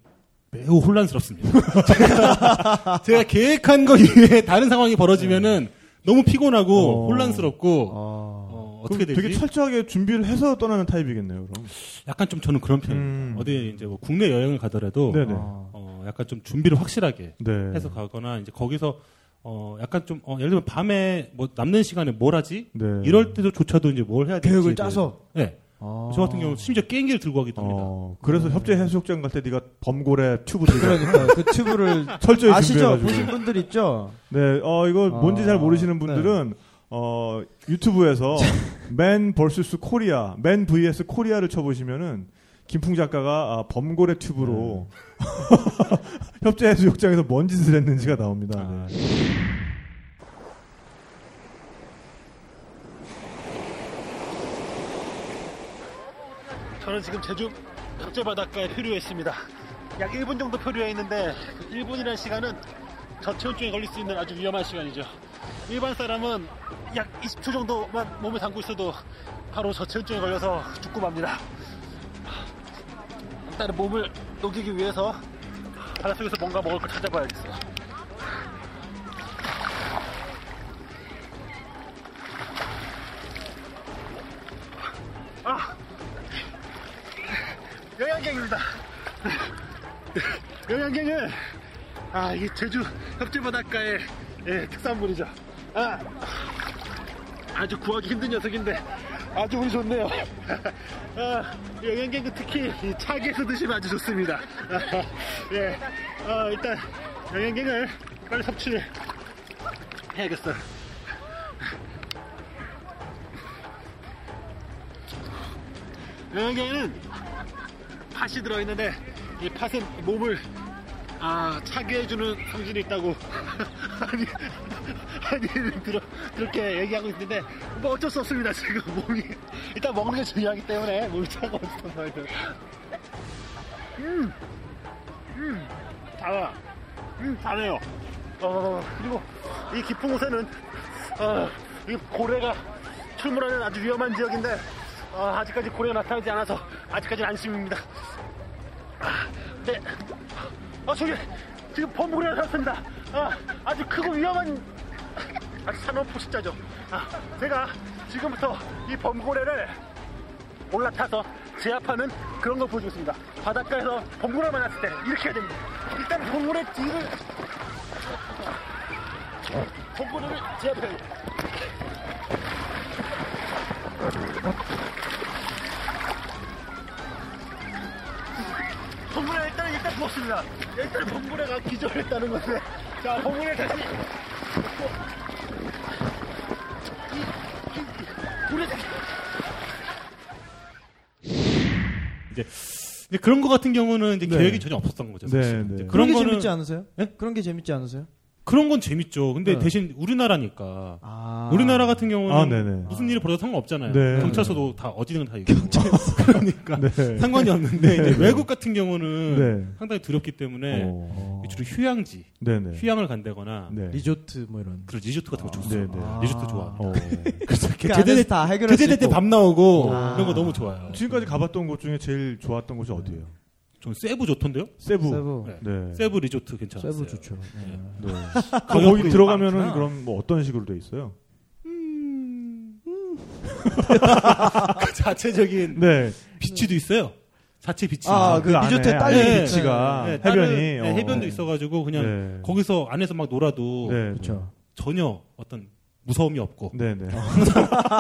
Speaker 4: 매우 혼란스럽습니다. 제가, 제가 계획한 거 이외에 다른 상황이 벌어지면은 너무 피곤하고
Speaker 5: 네. 어.
Speaker 4: 혼란스럽고
Speaker 5: 어.
Speaker 4: 어, 어, 어떻게
Speaker 1: 그럼
Speaker 4: 되지?
Speaker 1: 되게 철저하게 준비를 해서 떠나는 타입이겠네요. 그럼.
Speaker 4: 약간 좀 저는 그런 편이에요.
Speaker 1: 음.
Speaker 4: 어디 이제 뭐 국내 여행을 가더라도
Speaker 1: 네네.
Speaker 4: 어, 약간 좀 준비를 확실하게
Speaker 1: 네.
Speaker 4: 해서 가거나 이제 거기서 어, 약간 좀 어, 예를 들면 밤에 뭐 남는 시간에 뭘 하지?
Speaker 1: 네.
Speaker 4: 이럴 때조차도 이제 뭘 해야 될지
Speaker 5: 계획을 짜서? 아.
Speaker 4: 네. 저 같은 경우 는 심지어 게임기를 들고 가기도 합니다. 네.
Speaker 1: 어, 그래서 협재 해수욕장 갈 때 네가 범고래 튜브 들고
Speaker 5: 그러니까 그 튜브를
Speaker 1: 철저히
Speaker 5: 아시죠?
Speaker 1: 준비해가지고.
Speaker 5: 보신 분들 있죠?
Speaker 1: 네, 어 이거 뭔지 잘 모르시는
Speaker 5: 네.
Speaker 1: 분들은 어 유튜브에서 맨 vs 코리아, 맨 vs 코리아를 쳐보시면은 김풍 작가가 아, 범고래 튜브로 협재 해수욕장에서 뭔 짓을 했는지가 나옵니다. 네.
Speaker 6: 저는 지금 제주 적재 바닷가에 표류했습니다. 약 1분 정도 표류해 있는데 1분이라는 시간은 저체온증에 걸릴 수 있는 아주 위험한 시간이죠. 일반 사람은 약 20초 정도만 몸에 담고 있어도 바로 저체온증에 걸려서 죽고 맙니다. 일단은 몸을 녹이기 위해서 바닷속에서 뭔가 먹을 걸 찾아봐야겠어요. 영양갱입니다. 영양갱은 아 이게 제주 협재바닷가의 예, 특산물이죠. 아 아주 구하기 힘든 녀석인데 아주 운이 좋네요. 아, 영양갱은 특히 이 차게에서 드시면 아주 좋습니다. 아, 예, 아, 일단 영양갱을 빨리 섭취를 해야겠어요. 영양갱은 팥이 들어있는데 이 팥은 몸을 아 차게 해주는 성질이 있다고 아니 아니 들어, 그렇게 얘기하고 있는데 뭐 어쩔 수 없습니다 지금 몸이 일단 먹는 게 중요하기 때문에 몸이 차가웠단 말이에요 음, 음음 달아 음 달아요 어 그리고 이 깊은 곳에는 어이 고래가 출몰하는 아주 위험한 지역인데 어, 아직까지 고래가 나타나지 않아서 아직까지는 안심입니다. 아, 네. 아 저기 지금 범고래가 나왔습니다. 아 아주 크고 위험한 아주 산업 포식자죠. 아 제가 지금부터 이 범고래를 올라타서 제압하는 그런 걸 보여주겠습니다. 바닷가에서 범고래 만났을 때 이렇게 해야 됩니다. 일단 범고래 뒤를 범고래를 제압해야 돼요. 범고래 일단 일단 부었습니다. 일단 범고래가 기절했다는 건데, 자 범고래 다시 우리
Speaker 4: 이제 근데 그런 거 같은 경우는 이제
Speaker 1: 네.
Speaker 4: 계획이 전혀 없었던 거죠.
Speaker 1: 네,
Speaker 4: 사실.
Speaker 1: 네.
Speaker 4: 이제
Speaker 5: 그런
Speaker 4: 그런
Speaker 5: 게
Speaker 4: 거는
Speaker 5: 재밌지 않으세요?
Speaker 4: 예?
Speaker 5: 그런 게 재밌지 않으세요?
Speaker 4: 그런 건 재밌죠. 근데
Speaker 5: 네.
Speaker 4: 대신 우리나라니까
Speaker 5: 아.
Speaker 4: 우리나라 같은 경우는
Speaker 1: 아, 네네.
Speaker 4: 무슨 일이 벌어도 상관없잖아요.
Speaker 1: 네.
Speaker 4: 경찰서도 다 어디든 다 있고. 그러니까 상관이 없는데 이제 외국 같은 경우는
Speaker 1: 네.
Speaker 4: 상당히 두렵기 때문에
Speaker 1: 어.
Speaker 4: 주로 휴양지,
Speaker 1: 네네.
Speaker 4: 휴양을 간다거나
Speaker 1: 네.
Speaker 5: 리조트 뭐 이런.
Speaker 4: 그리고 리조트 같은 거 좋습니다.
Speaker 1: 네, 네.
Speaker 4: 리조트 좋아.
Speaker 1: 어.
Speaker 4: 그래서
Speaker 5: 그
Speaker 4: 그러니까 제대
Speaker 5: 안에서 다 해결할 수
Speaker 4: 제대
Speaker 5: 있고.
Speaker 4: 때밤 나오고
Speaker 5: 아.
Speaker 4: 이런 거 너무 좋아요.
Speaker 1: 지금까지 가봤던 곳 중에 제일 좋았던 곳이 어디예요?
Speaker 4: 전 세부 좋던데요?
Speaker 1: 세부.
Speaker 5: 세부.
Speaker 4: 네.
Speaker 1: 네.
Speaker 4: 세부 리조트 괜찮았어요.
Speaker 5: 세부 좋죠. 네.
Speaker 1: 네. 그럼
Speaker 4: 광역
Speaker 1: 거기
Speaker 4: 프로그램
Speaker 1: 들어가면은
Speaker 4: 많구나.
Speaker 1: 그럼 뭐 어떤 식으로 돼 있어요?
Speaker 4: 그 자체적인
Speaker 1: 네.
Speaker 4: 비치도 있어요. 자체 비치.
Speaker 5: 아, 그
Speaker 1: 그
Speaker 5: 리조트에
Speaker 1: 안에
Speaker 5: 딸린
Speaker 4: 네.
Speaker 1: 위치가
Speaker 4: 네, 다른-
Speaker 1: 해변이
Speaker 4: 네,
Speaker 1: 어.
Speaker 4: 해변도 있어가지고 그냥
Speaker 1: 네.
Speaker 4: 거기서 안에서 막 놀아도
Speaker 1: 네.
Speaker 5: 그렇죠.
Speaker 4: 전혀 어떤 무서움이 없고
Speaker 1: 네, 네.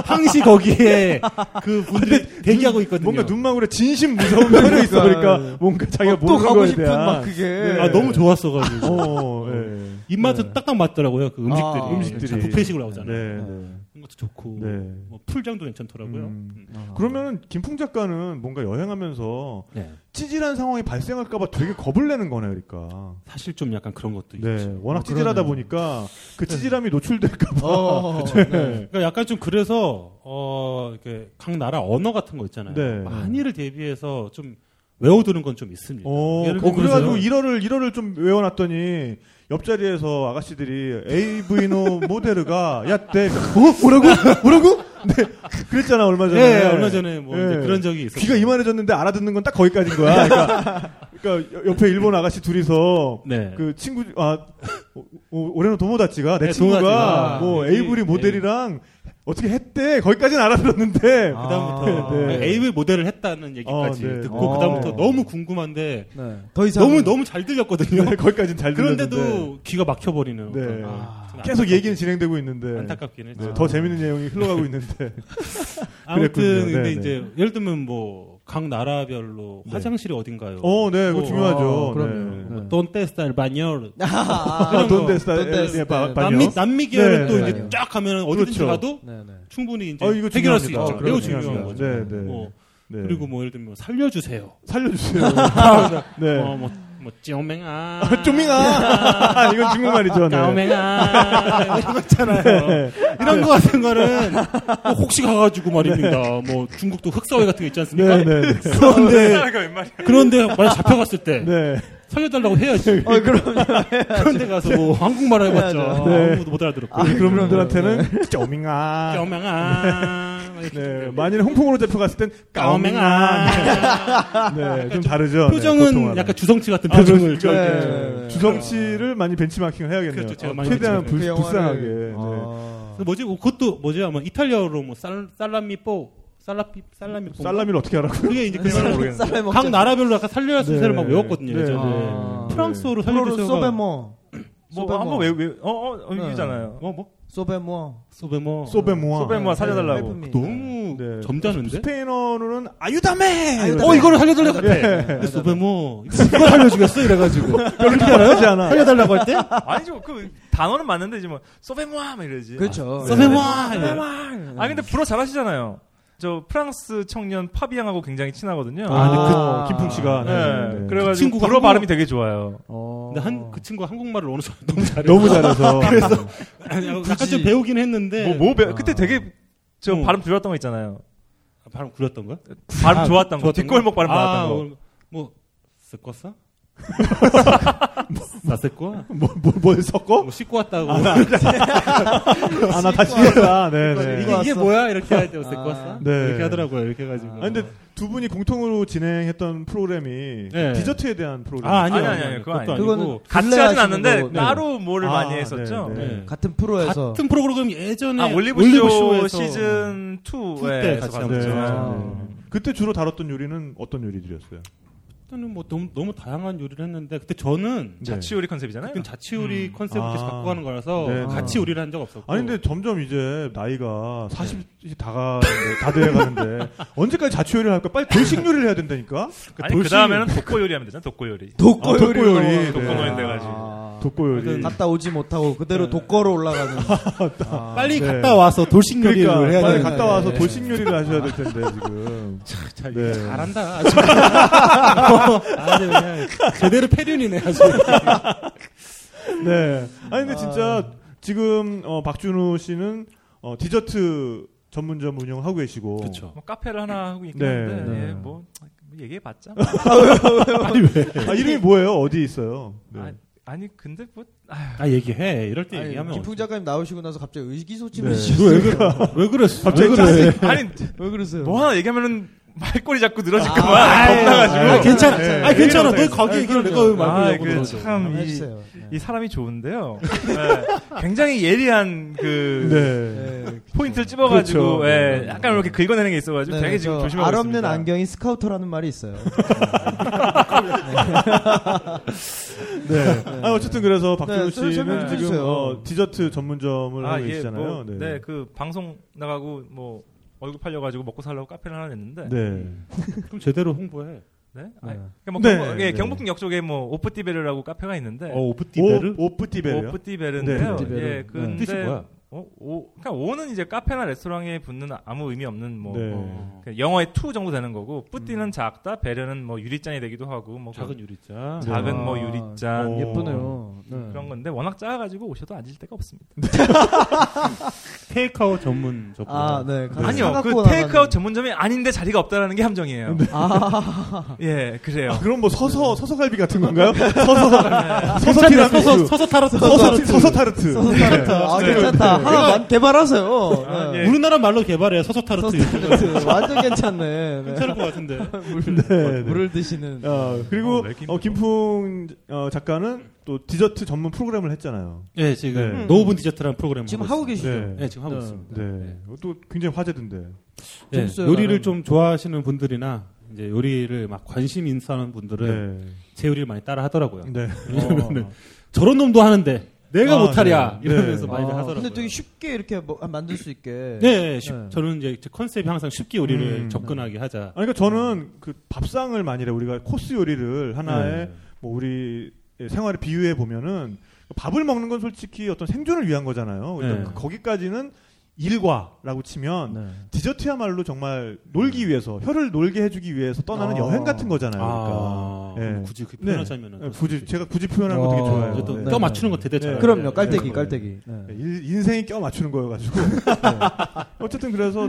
Speaker 4: 항시 거기에 그 분들이 대기하고 있거든요.
Speaker 1: 뭔가 눈망울에 진심 무서운 표현이 있어. 그러니까 뭔가 자기가
Speaker 5: 또
Speaker 1: 모르는
Speaker 5: 가고
Speaker 1: 거에
Speaker 5: 싶은
Speaker 1: 대한
Speaker 5: 막 그게.
Speaker 1: 네.
Speaker 4: 아 너무 좋았어가지고
Speaker 1: 어, 예.
Speaker 4: 입맛에 딱딱 맞더라고요. 그 음식들이
Speaker 5: 아,
Speaker 1: 음식들이.
Speaker 4: 다 부페식으로 나오잖아요.
Speaker 1: 네, 네.
Speaker 4: 그런 것도 좋고
Speaker 1: 네.
Speaker 4: 뭐 풀장도 괜찮더라고요.
Speaker 1: 음.
Speaker 4: 음.
Speaker 5: 네.
Speaker 1: 그러면은 김풍 작가는 뭔가 여행하면서
Speaker 4: 네.
Speaker 1: 찌질한 상황이 발생할까봐 되게 겁을 내는 거네, 그러니까.
Speaker 4: 사실 좀 약간 그런 것도
Speaker 1: 네,
Speaker 4: 있죠.
Speaker 1: 워낙
Speaker 5: 어,
Speaker 1: 찌질하다
Speaker 5: 그러네요.
Speaker 1: 보니까 그 찌질함이 노출될까봐.
Speaker 5: 어, 네.
Speaker 4: 그러니까 약간 좀 그래서 어 이렇게 각 나라 언어 같은 거 있잖아요.
Speaker 1: 네.
Speaker 4: 많이를 대비해서 좀 외워두는 건 좀 있습니다.
Speaker 1: 어,
Speaker 4: 예를
Speaker 1: 어,
Speaker 4: 들면
Speaker 1: 그래가지고 1월을, 1월을 좀 외워놨더니, 옆자리에서 아가씨들이 AV노 모델가, 야, 내, 어? 뭐라고? 뭐라고? 네, 그랬잖아, 얼마 전에.
Speaker 4: 네, 얼마 전에 뭐 이제
Speaker 1: 예.
Speaker 4: 그런 적이 있었어요.
Speaker 1: 귀가 이만해졌는데 알아듣는 건 딱 거기까지인 거야. 그러니까, 그러니까 옆에 일본 아가씨 둘이서,
Speaker 4: 네.
Speaker 1: 그 친구, 아, 오- 오- 올해는 도모다치가, 내
Speaker 4: 네,
Speaker 1: 친구가
Speaker 4: 도모다치가.
Speaker 1: 뭐
Speaker 4: 네,
Speaker 1: AV
Speaker 4: 네.
Speaker 1: 모델이랑 어떻게 했대 거기까지는 알아들었는데
Speaker 3: 아.
Speaker 4: 그다음부터
Speaker 1: 네.
Speaker 4: AV 모델을 했다는 얘기까지
Speaker 1: 아, 네.
Speaker 4: 듣고
Speaker 1: 아.
Speaker 4: 그다음부터 너무 궁금한데
Speaker 3: 네.
Speaker 5: 더 이상
Speaker 4: 너무 너무 잘 들렸거든요.
Speaker 1: 네, 거기까지는 잘 들렸는데
Speaker 4: 그런데도 귀가 막혀버리는.
Speaker 1: 네.
Speaker 4: 어떤-
Speaker 5: 아.
Speaker 4: 좀
Speaker 1: 계속
Speaker 4: 안타깝게-
Speaker 1: 얘기는 진행되고 있는데
Speaker 4: 안타깝긴 했죠.
Speaker 1: 네, 더 재밌는 내용이 흘러가고 있는데
Speaker 4: 아무튼
Speaker 1: 그랬군요.
Speaker 4: 근데
Speaker 1: 네,
Speaker 4: 이제 예를 들면 뭐 각 나라별로
Speaker 1: 네.
Speaker 4: 화장실이 어딘가요?
Speaker 1: 어, 네, 그거
Speaker 4: 또
Speaker 1: 중요하죠.
Speaker 3: 아, 그럼요. 네.
Speaker 4: 돈테 스타일 바녀
Speaker 5: 아,
Speaker 4: 그런 거.
Speaker 1: 돈데 스타일,
Speaker 5: 돈데스
Speaker 1: 예, 바-
Speaker 5: 스타일.
Speaker 1: 바녀.
Speaker 4: 남미 남미 계열에
Speaker 1: 네,
Speaker 4: 또
Speaker 3: 네.
Speaker 4: 이제 쫙 가면은 어디든지
Speaker 1: 그렇죠.
Speaker 4: 가도
Speaker 3: 네네.
Speaker 4: 충분히 이제
Speaker 1: 어, 이거
Speaker 4: 해결할 수 있죠.
Speaker 1: 중요합니다.
Speaker 4: 매우
Speaker 1: 그럼요,
Speaker 4: 어, 중요한
Speaker 1: 중요합니다.
Speaker 4: 거죠.
Speaker 1: 네, 네.
Speaker 4: 뭐,
Speaker 1: 네.
Speaker 4: 그리고 뭐 예를 들면 뭐 살려주세요.
Speaker 1: 살려주세요. 네.
Speaker 4: 어, 뭐, 뭐 쪼맹아.
Speaker 1: 쪼밍아! 이건 중국말이죠. 네.
Speaker 4: 까오맹아. 뭐 이런 거 있잖아요. 이런 거 같은 거는 뭐 혹시 가가지고 말입니다. 뭐 중국도 흑사회 같은 거 있지 않습니까?
Speaker 1: 네, 네, 네.
Speaker 4: 그런데,
Speaker 2: 웬 말이야?
Speaker 4: 그런데 만약 잡혀갔을 때
Speaker 1: 네.
Speaker 4: 살려달라고 해야지.
Speaker 5: 어, 그럼요.
Speaker 4: 그런데 가서 뭐 한국말 해봤자
Speaker 1: 네.
Speaker 4: 아무도 못 알아들었고.
Speaker 1: 아, 그런
Speaker 4: 네.
Speaker 1: 분들한테는 쪼밍아.
Speaker 4: 까오맹아. 막 이렇게
Speaker 1: 네. 만일 홍콩으로 잡혀갔을 땐 까오맹아.
Speaker 4: 까오맹아.
Speaker 1: 네, 좀 다르죠.
Speaker 4: 그렇죠. 표정은
Speaker 1: 보통하고는.
Speaker 4: 약간 주성치 같은
Speaker 1: 아,
Speaker 4: 표정을.
Speaker 1: 그렇죠.
Speaker 4: 좀 이렇게
Speaker 1: 네.
Speaker 5: 네.
Speaker 1: 주성치를 많이 벤치마킹을 해야겠네요.
Speaker 4: 그렇죠. 제가
Speaker 1: 어,
Speaker 4: 많이
Speaker 1: 최대한 불,
Speaker 4: 벤치마킹을
Speaker 5: 영화를-
Speaker 1: 불쌍하게. 네.
Speaker 5: 아.
Speaker 4: 그래서 뭐지? 그것도 뭐지? 아마 이탈리아어로 뭐 살, 살라미뽀, 살라피, 살라미뽀.
Speaker 1: 살라미를 어떻게 하라고요?
Speaker 4: 그게 이제
Speaker 1: 그냥
Speaker 4: 그냥
Speaker 1: 모르겠는데.
Speaker 5: 쌀 먹자.
Speaker 4: 각 나라별로 약간 살려야 순서를 막 외웠거든요.
Speaker 1: 네,
Speaker 4: 예전에.
Speaker 1: 네.
Speaker 3: 아.
Speaker 4: 프랑스어로
Speaker 5: 프로로
Speaker 4: 살려주세요.
Speaker 5: 소베모.
Speaker 2: 뭐
Speaker 5: 소베모.
Speaker 2: 한번 왜왜어어 이기잖아요.
Speaker 4: 뭐 뭐?
Speaker 5: 소베모.
Speaker 4: 소베모.
Speaker 1: 소베모아.
Speaker 2: 소베모아 살려달라고.
Speaker 4: 너무
Speaker 1: 네.
Speaker 4: 점잖은데?
Speaker 1: 스페인어로는 아유다메!
Speaker 5: 아유다메.
Speaker 4: 어 이거를 살려달라고 같아.
Speaker 1: 예.
Speaker 4: 근데 소베모. 이걸 살려주겠어? 이래가지고.
Speaker 1: 별로 나쁘지 않아.
Speaker 4: 살려달라고 할 때?
Speaker 2: 아니죠. 그 단어는 맞는데 이제 뭐 서베모아 막 이러지.
Speaker 5: 그렇죠.
Speaker 4: 네. 소베모.
Speaker 2: 아 근데 불어 잘하시잖아요. 저 프랑스 청년 파비앙하고 굉장히 친하거든요.
Speaker 1: 아, 근데 그,
Speaker 5: 아.
Speaker 1: 김풍 씨가.
Speaker 2: 네.
Speaker 1: 네.
Speaker 2: 그래가지고
Speaker 4: 친구가
Speaker 2: 불어
Speaker 4: 한국-
Speaker 2: 발음이 되게 좋아요.
Speaker 5: 어.
Speaker 4: 근데 한, 그 친구가 한국말을 어느 순간 너무 잘해.
Speaker 1: 너무 잘해서.
Speaker 4: 약간 좀 배우긴 했는데.
Speaker 2: 뭐, 뭐, 배- 그때 되게 저
Speaker 4: 음.
Speaker 2: 발음 좋았던 거 있잖아요.
Speaker 4: 아, 발음 구렸던 거야?
Speaker 2: 발음
Speaker 4: 아,
Speaker 2: 좋았던 거.
Speaker 4: 좋았던
Speaker 2: 뒷골목 발음
Speaker 4: 아,
Speaker 2: 나왔던 거.
Speaker 4: 뭐, 뭐, 섞었어? 나 섞고?
Speaker 1: 뭐, 뭐, 뭘 섞어?
Speaker 4: 뭐 씻고 왔다고.
Speaker 1: 아, 나 다시 했다. 네, 네.
Speaker 4: 이게, 이게
Speaker 5: 왔어.
Speaker 4: 뭐야? 이렇게 할 때 섞고 왔어?
Speaker 1: 네.
Speaker 4: 이렇게 하더라고요. 이렇게 해가지고.
Speaker 1: 아, 근데 두 분이 공통으로 진행했던 프로그램이
Speaker 4: 네.
Speaker 1: 디저트에 대한 프로그램.
Speaker 4: 아, 아니요.
Speaker 2: 아니, 아니, 아니, 그거
Speaker 4: 그것도
Speaker 2: 아니에요.
Speaker 4: 아니고.
Speaker 2: 같이
Speaker 5: 근래
Speaker 2: 하진
Speaker 5: 하시는
Speaker 2: 않는데 네.
Speaker 5: 거고. 네.
Speaker 2: 따로 뭐를
Speaker 1: 아,
Speaker 2: 많이 했었죠.
Speaker 1: 네,
Speaker 4: 네.
Speaker 5: 같은 프로에서
Speaker 4: 같은 프로그램 예전에
Speaker 2: 아 올리브쇼
Speaker 4: 네. 올리브쇼에서
Speaker 2: 시즌
Speaker 4: 때
Speaker 2: 2에
Speaker 4: 같이
Speaker 1: 네.
Speaker 5: 아.
Speaker 4: 그렇죠.
Speaker 1: 네. 그때 주로 다뤘던 요리는 어떤 요리들이었어요?
Speaker 4: 그때는 뭐 너무, 너무 다양한 요리를 했는데 그때 저는
Speaker 2: 자취 요리 컨셉이잖아요.
Speaker 4: 네. 그건 자취 요리
Speaker 2: 음.
Speaker 4: 컨셉을 계속
Speaker 1: 아.
Speaker 4: 갖고 가는 거라서
Speaker 1: 네, 네.
Speaker 4: 같이 요리를 한 적 없었고.
Speaker 1: 아니, 근데 점점 이제 나이가 40이 다가, 다 돼가는데, 언제까지 자취요리를 할까? 빨리 돌식 요리를 해야 된다니까?
Speaker 2: 아니
Speaker 4: 돌싱-
Speaker 2: 그 다음에는 독고 요리 하면 되잖아. 독고 요리.
Speaker 1: 아,
Speaker 5: 독거요리. 아.
Speaker 1: 독거요리. 네.
Speaker 2: 독거노인 돼가지고.
Speaker 1: 독고요리.
Speaker 5: 갔다 오지 못하고 그대로 독거로 올라가는. 아,
Speaker 4: 빨리
Speaker 1: 네.
Speaker 4: 갔다 와서 돌식 요리를
Speaker 1: 그러니까,
Speaker 4: 해야
Speaker 1: 빨리
Speaker 4: 되는데.
Speaker 1: 갔다 와서
Speaker 5: 네.
Speaker 1: 돌식 요리를 하셔야 될 텐데, 지금.
Speaker 4: 잘,
Speaker 1: 네.
Speaker 4: 잘한다. 아주. 어, 아주 그냥 제대로 패륜이네 아주.
Speaker 1: 네. 아니 근데 진짜 지금 어, 박준우 씨는 어, 디저트 전문점 운영을 하고 계시고.
Speaker 4: 그렇죠.
Speaker 2: 뭐 카페를 하나 하고 있긴
Speaker 1: 네,
Speaker 2: 한데
Speaker 1: 네.
Speaker 2: 예, 뭐 얘기해봤자.
Speaker 1: 아니 왜? 아, 이름이 뭐예요? 어디 있어요? 네.
Speaker 2: 아, 아니 근데 뭐
Speaker 4: 아 얘기해. 이럴 때
Speaker 5: 아니,
Speaker 4: 얘기하면.
Speaker 5: 김풍 작가님 나오시고 나서 갑자기 의기소침이
Speaker 1: 네.
Speaker 4: 왜 그래? 왜 그랬어?
Speaker 1: 갑자기 짜증.
Speaker 2: 아니
Speaker 5: 왜 그러세요?
Speaker 2: 뭐 하나 얘기하면은 말꼬리 자꾸 늘어질까봐
Speaker 4: 아,
Speaker 2: 겁나가지고.
Speaker 4: 아, 괜찮아.
Speaker 1: 네.
Speaker 4: 아, 괜찮아.
Speaker 2: 네.
Speaker 4: 너 거기 얘기를 내가 왜
Speaker 2: 아,
Speaker 4: 말고
Speaker 2: 그
Speaker 4: 그러지?
Speaker 2: 참,
Speaker 5: 한번
Speaker 2: 이,
Speaker 5: 해주세요. 네.
Speaker 2: 이 사람이 좋은데요. 네, 굉장히 예리한 그
Speaker 1: 네.
Speaker 5: 네.
Speaker 2: 포인트를 찝어가지고,
Speaker 1: 그렇죠.
Speaker 2: 예, 약간 이렇게 긁어내는 게 있어가지고
Speaker 5: 네,
Speaker 2: 되게 지금
Speaker 5: 저
Speaker 2: 조심하고
Speaker 5: 알없는
Speaker 2: 있습니다.
Speaker 5: 안경이 스카우터라는 말이 있어요.
Speaker 1: 네. 아니, 어쨌든 그래서
Speaker 5: 네,
Speaker 1: 박준우
Speaker 5: 설- 설명
Speaker 1: 씨는
Speaker 5: 좀
Speaker 1: 지금
Speaker 5: 해주세요.
Speaker 1: 어, 디저트 전문점을
Speaker 2: 아,
Speaker 1: 하고
Speaker 2: 예,
Speaker 1: 계시잖아요.
Speaker 2: 뭐,
Speaker 1: 네.
Speaker 2: 네. 그 방송 나가고 뭐 얼굴 팔려가지고 먹고 살라고 카페를 하나 냈는데, 네,
Speaker 1: 네.
Speaker 4: 그럼 제대로 홍보해.
Speaker 2: 아니,
Speaker 5: 네.
Speaker 2: 그러니까 뭐
Speaker 1: 네,
Speaker 2: 경북, 예,
Speaker 1: 네.
Speaker 2: 경북역 쪽에 뭐 오프티베르라고 카페가 있는데,
Speaker 4: 어, 오프티베르?
Speaker 1: 오- 오프티베르요?
Speaker 2: 오프티베르인데요.
Speaker 1: 네,
Speaker 3: 오프티베르.
Speaker 2: 예, 근데
Speaker 4: 뜻이 뭐야?
Speaker 2: 어, 오, 그러니까 오는 이제 카페나 레스토랑에 붙는 아무 의미 없는 뭐
Speaker 1: 네. 음.
Speaker 4: 어.
Speaker 2: 그 영어의 투 정도 되는 거고 뿌띠는 작다 배려는 뭐 유리잔이 되기도 하고
Speaker 1: 어.
Speaker 2: 뭐
Speaker 4: 작은 유리잔.
Speaker 2: 그
Speaker 1: 네.
Speaker 2: 작은
Speaker 5: 아.
Speaker 2: 뭐 유리잔
Speaker 1: 오.
Speaker 5: 예쁘네요.
Speaker 2: 그런 건데 워낙 작아가지고 오셔도 앉을 데가 없습니다.
Speaker 4: 테이크아웃 전문 저거.
Speaker 5: 아, 네. 가서
Speaker 2: 아니요 그
Speaker 5: 사갖고
Speaker 2: 테이크아웃
Speaker 5: 나가는-
Speaker 2: 전문점이 아닌데 자리가 없다라는 게 함정이에요. 예 그래요.
Speaker 1: 아, 그럼 뭐 서서 서서 갈비 같은 건가요? 서서 서서
Speaker 4: 괜찮네.
Speaker 1: 티라미수.
Speaker 4: 서서 서서 타러
Speaker 1: 서서 티- 서서 타르트.
Speaker 5: 서서 타르트. 아,
Speaker 1: 네.
Speaker 5: 괜찮다. 하나 만- 개발하세요.
Speaker 2: 아,
Speaker 5: 네.
Speaker 2: 예.
Speaker 4: 우리나라 말로 개발해요. 서서 타르트. 이런 거.
Speaker 5: 소스타르트. 완전 괜찮네. 네.
Speaker 4: 괜찮을 것 같은데.
Speaker 5: 물,
Speaker 1: 네, 네.
Speaker 5: 물을 드시는.
Speaker 1: 어, 그리고
Speaker 2: 어, 왜 이렇게
Speaker 1: 어, 김풍 어, 작가는 또 디저트 전문 프로그램을 했잖아요.
Speaker 4: 예, 지금
Speaker 1: 네.
Speaker 4: 노우분 디저트라는 프로그램
Speaker 5: 지금 하고
Speaker 4: 있습니다.
Speaker 5: 계시죠?
Speaker 1: 네.
Speaker 4: 네, 지금 하고
Speaker 5: 어.
Speaker 4: 있습니다.
Speaker 1: 네. 또 굉장히 화제던데.
Speaker 4: 예,
Speaker 5: 재밌어요, 나름.
Speaker 4: 요리를 좀 좋아하시는 분들이나 이제 요리를 막 관심 인사하는 분들은
Speaker 1: 네.
Speaker 4: 제 요리를 많이 따라 하더라고요.
Speaker 1: 네.
Speaker 4: 왜냐면은 저런 놈도 하는데 내가
Speaker 1: 아,
Speaker 4: 못하랴
Speaker 1: 네.
Speaker 4: 이러면서
Speaker 1: 네.
Speaker 4: 많이
Speaker 5: 아,
Speaker 4: 하더라고요.
Speaker 5: 근데 되게 쉽게 이렇게 뭐- 아, 만들 수 있게.
Speaker 4: 네, 쉽-
Speaker 5: 네.
Speaker 4: 저는 이제 제 컨셉이 항상 쉽게 요리를
Speaker 1: 음.
Speaker 4: 접근하게 하자.
Speaker 1: 아니, 그러니까 저는 그 밥상을 만일에 우리가 코스 요리를 하나의
Speaker 4: 네.
Speaker 1: 뭐 우리 생활에 비유해 보면은 밥을 먹는 건 솔직히 어떤 생존을 위한 거잖아요. 그러니까
Speaker 4: 네.
Speaker 1: 그- 거기까지는 일과라고 치면
Speaker 5: 네.
Speaker 1: 디저트야말로 정말
Speaker 2: 음.
Speaker 1: 놀기 위해서 혀를 놀게 해주기 위해서 떠나는
Speaker 5: 아.
Speaker 1: 여행 같은 거잖아요. 그러니까.
Speaker 4: 아, 그럼
Speaker 1: 예.
Speaker 4: 굳이 그
Speaker 1: 네.
Speaker 4: 표현하자면은
Speaker 1: 네,
Speaker 4: 그렇습니다.
Speaker 1: 굳이
Speaker 2: 그렇죠.
Speaker 1: 제가 굳이 표현하는 거
Speaker 5: 아,
Speaker 1: 되게 좋아해요.
Speaker 4: 이제 또
Speaker 5: 네.
Speaker 4: 껴 맞추는 거 대대잖아요.
Speaker 5: 그럼요. 깔때기,
Speaker 1: 네.
Speaker 5: 깔때기. 네.
Speaker 1: 일- 인생이 껴 맞추는 거여가지고 네. 어쨌든 그래서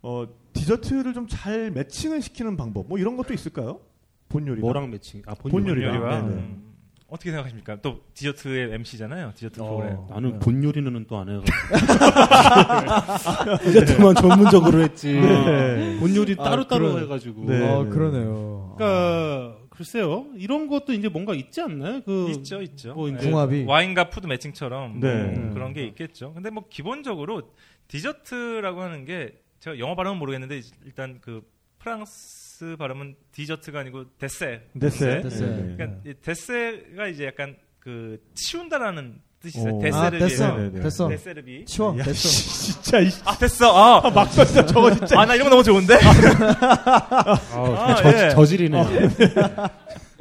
Speaker 1: 어, 디저트를 좀 잘 매칭을 시키는 방법 뭐 이런 것도 있을까요? 본 요리
Speaker 4: 뭐랑 매칭? 아,
Speaker 1: 네.
Speaker 4: 본,
Speaker 1: 본
Speaker 4: 요리.
Speaker 1: 요리랑.
Speaker 2: 요리와
Speaker 1: 네, 네.
Speaker 2: 음, 어떻게 생각하십니까? 또 디저트의 MC잖아요. 디저트 프로그램.
Speaker 4: 나는
Speaker 5: 네.
Speaker 4: 본 요리는 또 안 해가지고 디저트만 전문적으로 했지.
Speaker 2: 음.
Speaker 1: 네.
Speaker 4: 본 요리
Speaker 5: 아,
Speaker 4: 따로 따로
Speaker 5: 그러네.
Speaker 4: 해가지고.
Speaker 1: 네.
Speaker 5: 어, 그러네요.
Speaker 4: 그러니까 글쎄요 이런 것도 이제 뭔가 있지 않나요? 그
Speaker 2: 있죠, 있죠.
Speaker 4: 뭐 이제
Speaker 5: 궁합이.
Speaker 2: 와인과 푸드 매칭처럼
Speaker 1: 네.
Speaker 2: 뭐
Speaker 1: 음.
Speaker 2: 그런 게 있겠죠. 근데 뭐 기본적으로 디저트라고 하는 게 제가 영어 발음은 모르겠는데 일단 그 프랑스 발음은 디저트가 아니고 데세.
Speaker 1: 데세.
Speaker 5: 데세.
Speaker 1: 네.
Speaker 2: 그러니까 이 데세가 이제 약간 그 치운다라는
Speaker 1: 오.
Speaker 2: 뜻이죠.
Speaker 5: 아,
Speaker 2: 데세르비.
Speaker 5: 됐어.
Speaker 1: 네, 네, 네.
Speaker 5: 됐어.
Speaker 2: 데세르비.
Speaker 5: 치워.
Speaker 1: 야,
Speaker 5: 됐어.
Speaker 1: 씨, 진짜 이 씨.
Speaker 2: 아 됐어. 아, 막 썼어. 저거 진짜. 아 나 이런 거 너무 좋은데. 아, 예.
Speaker 4: 저질이네.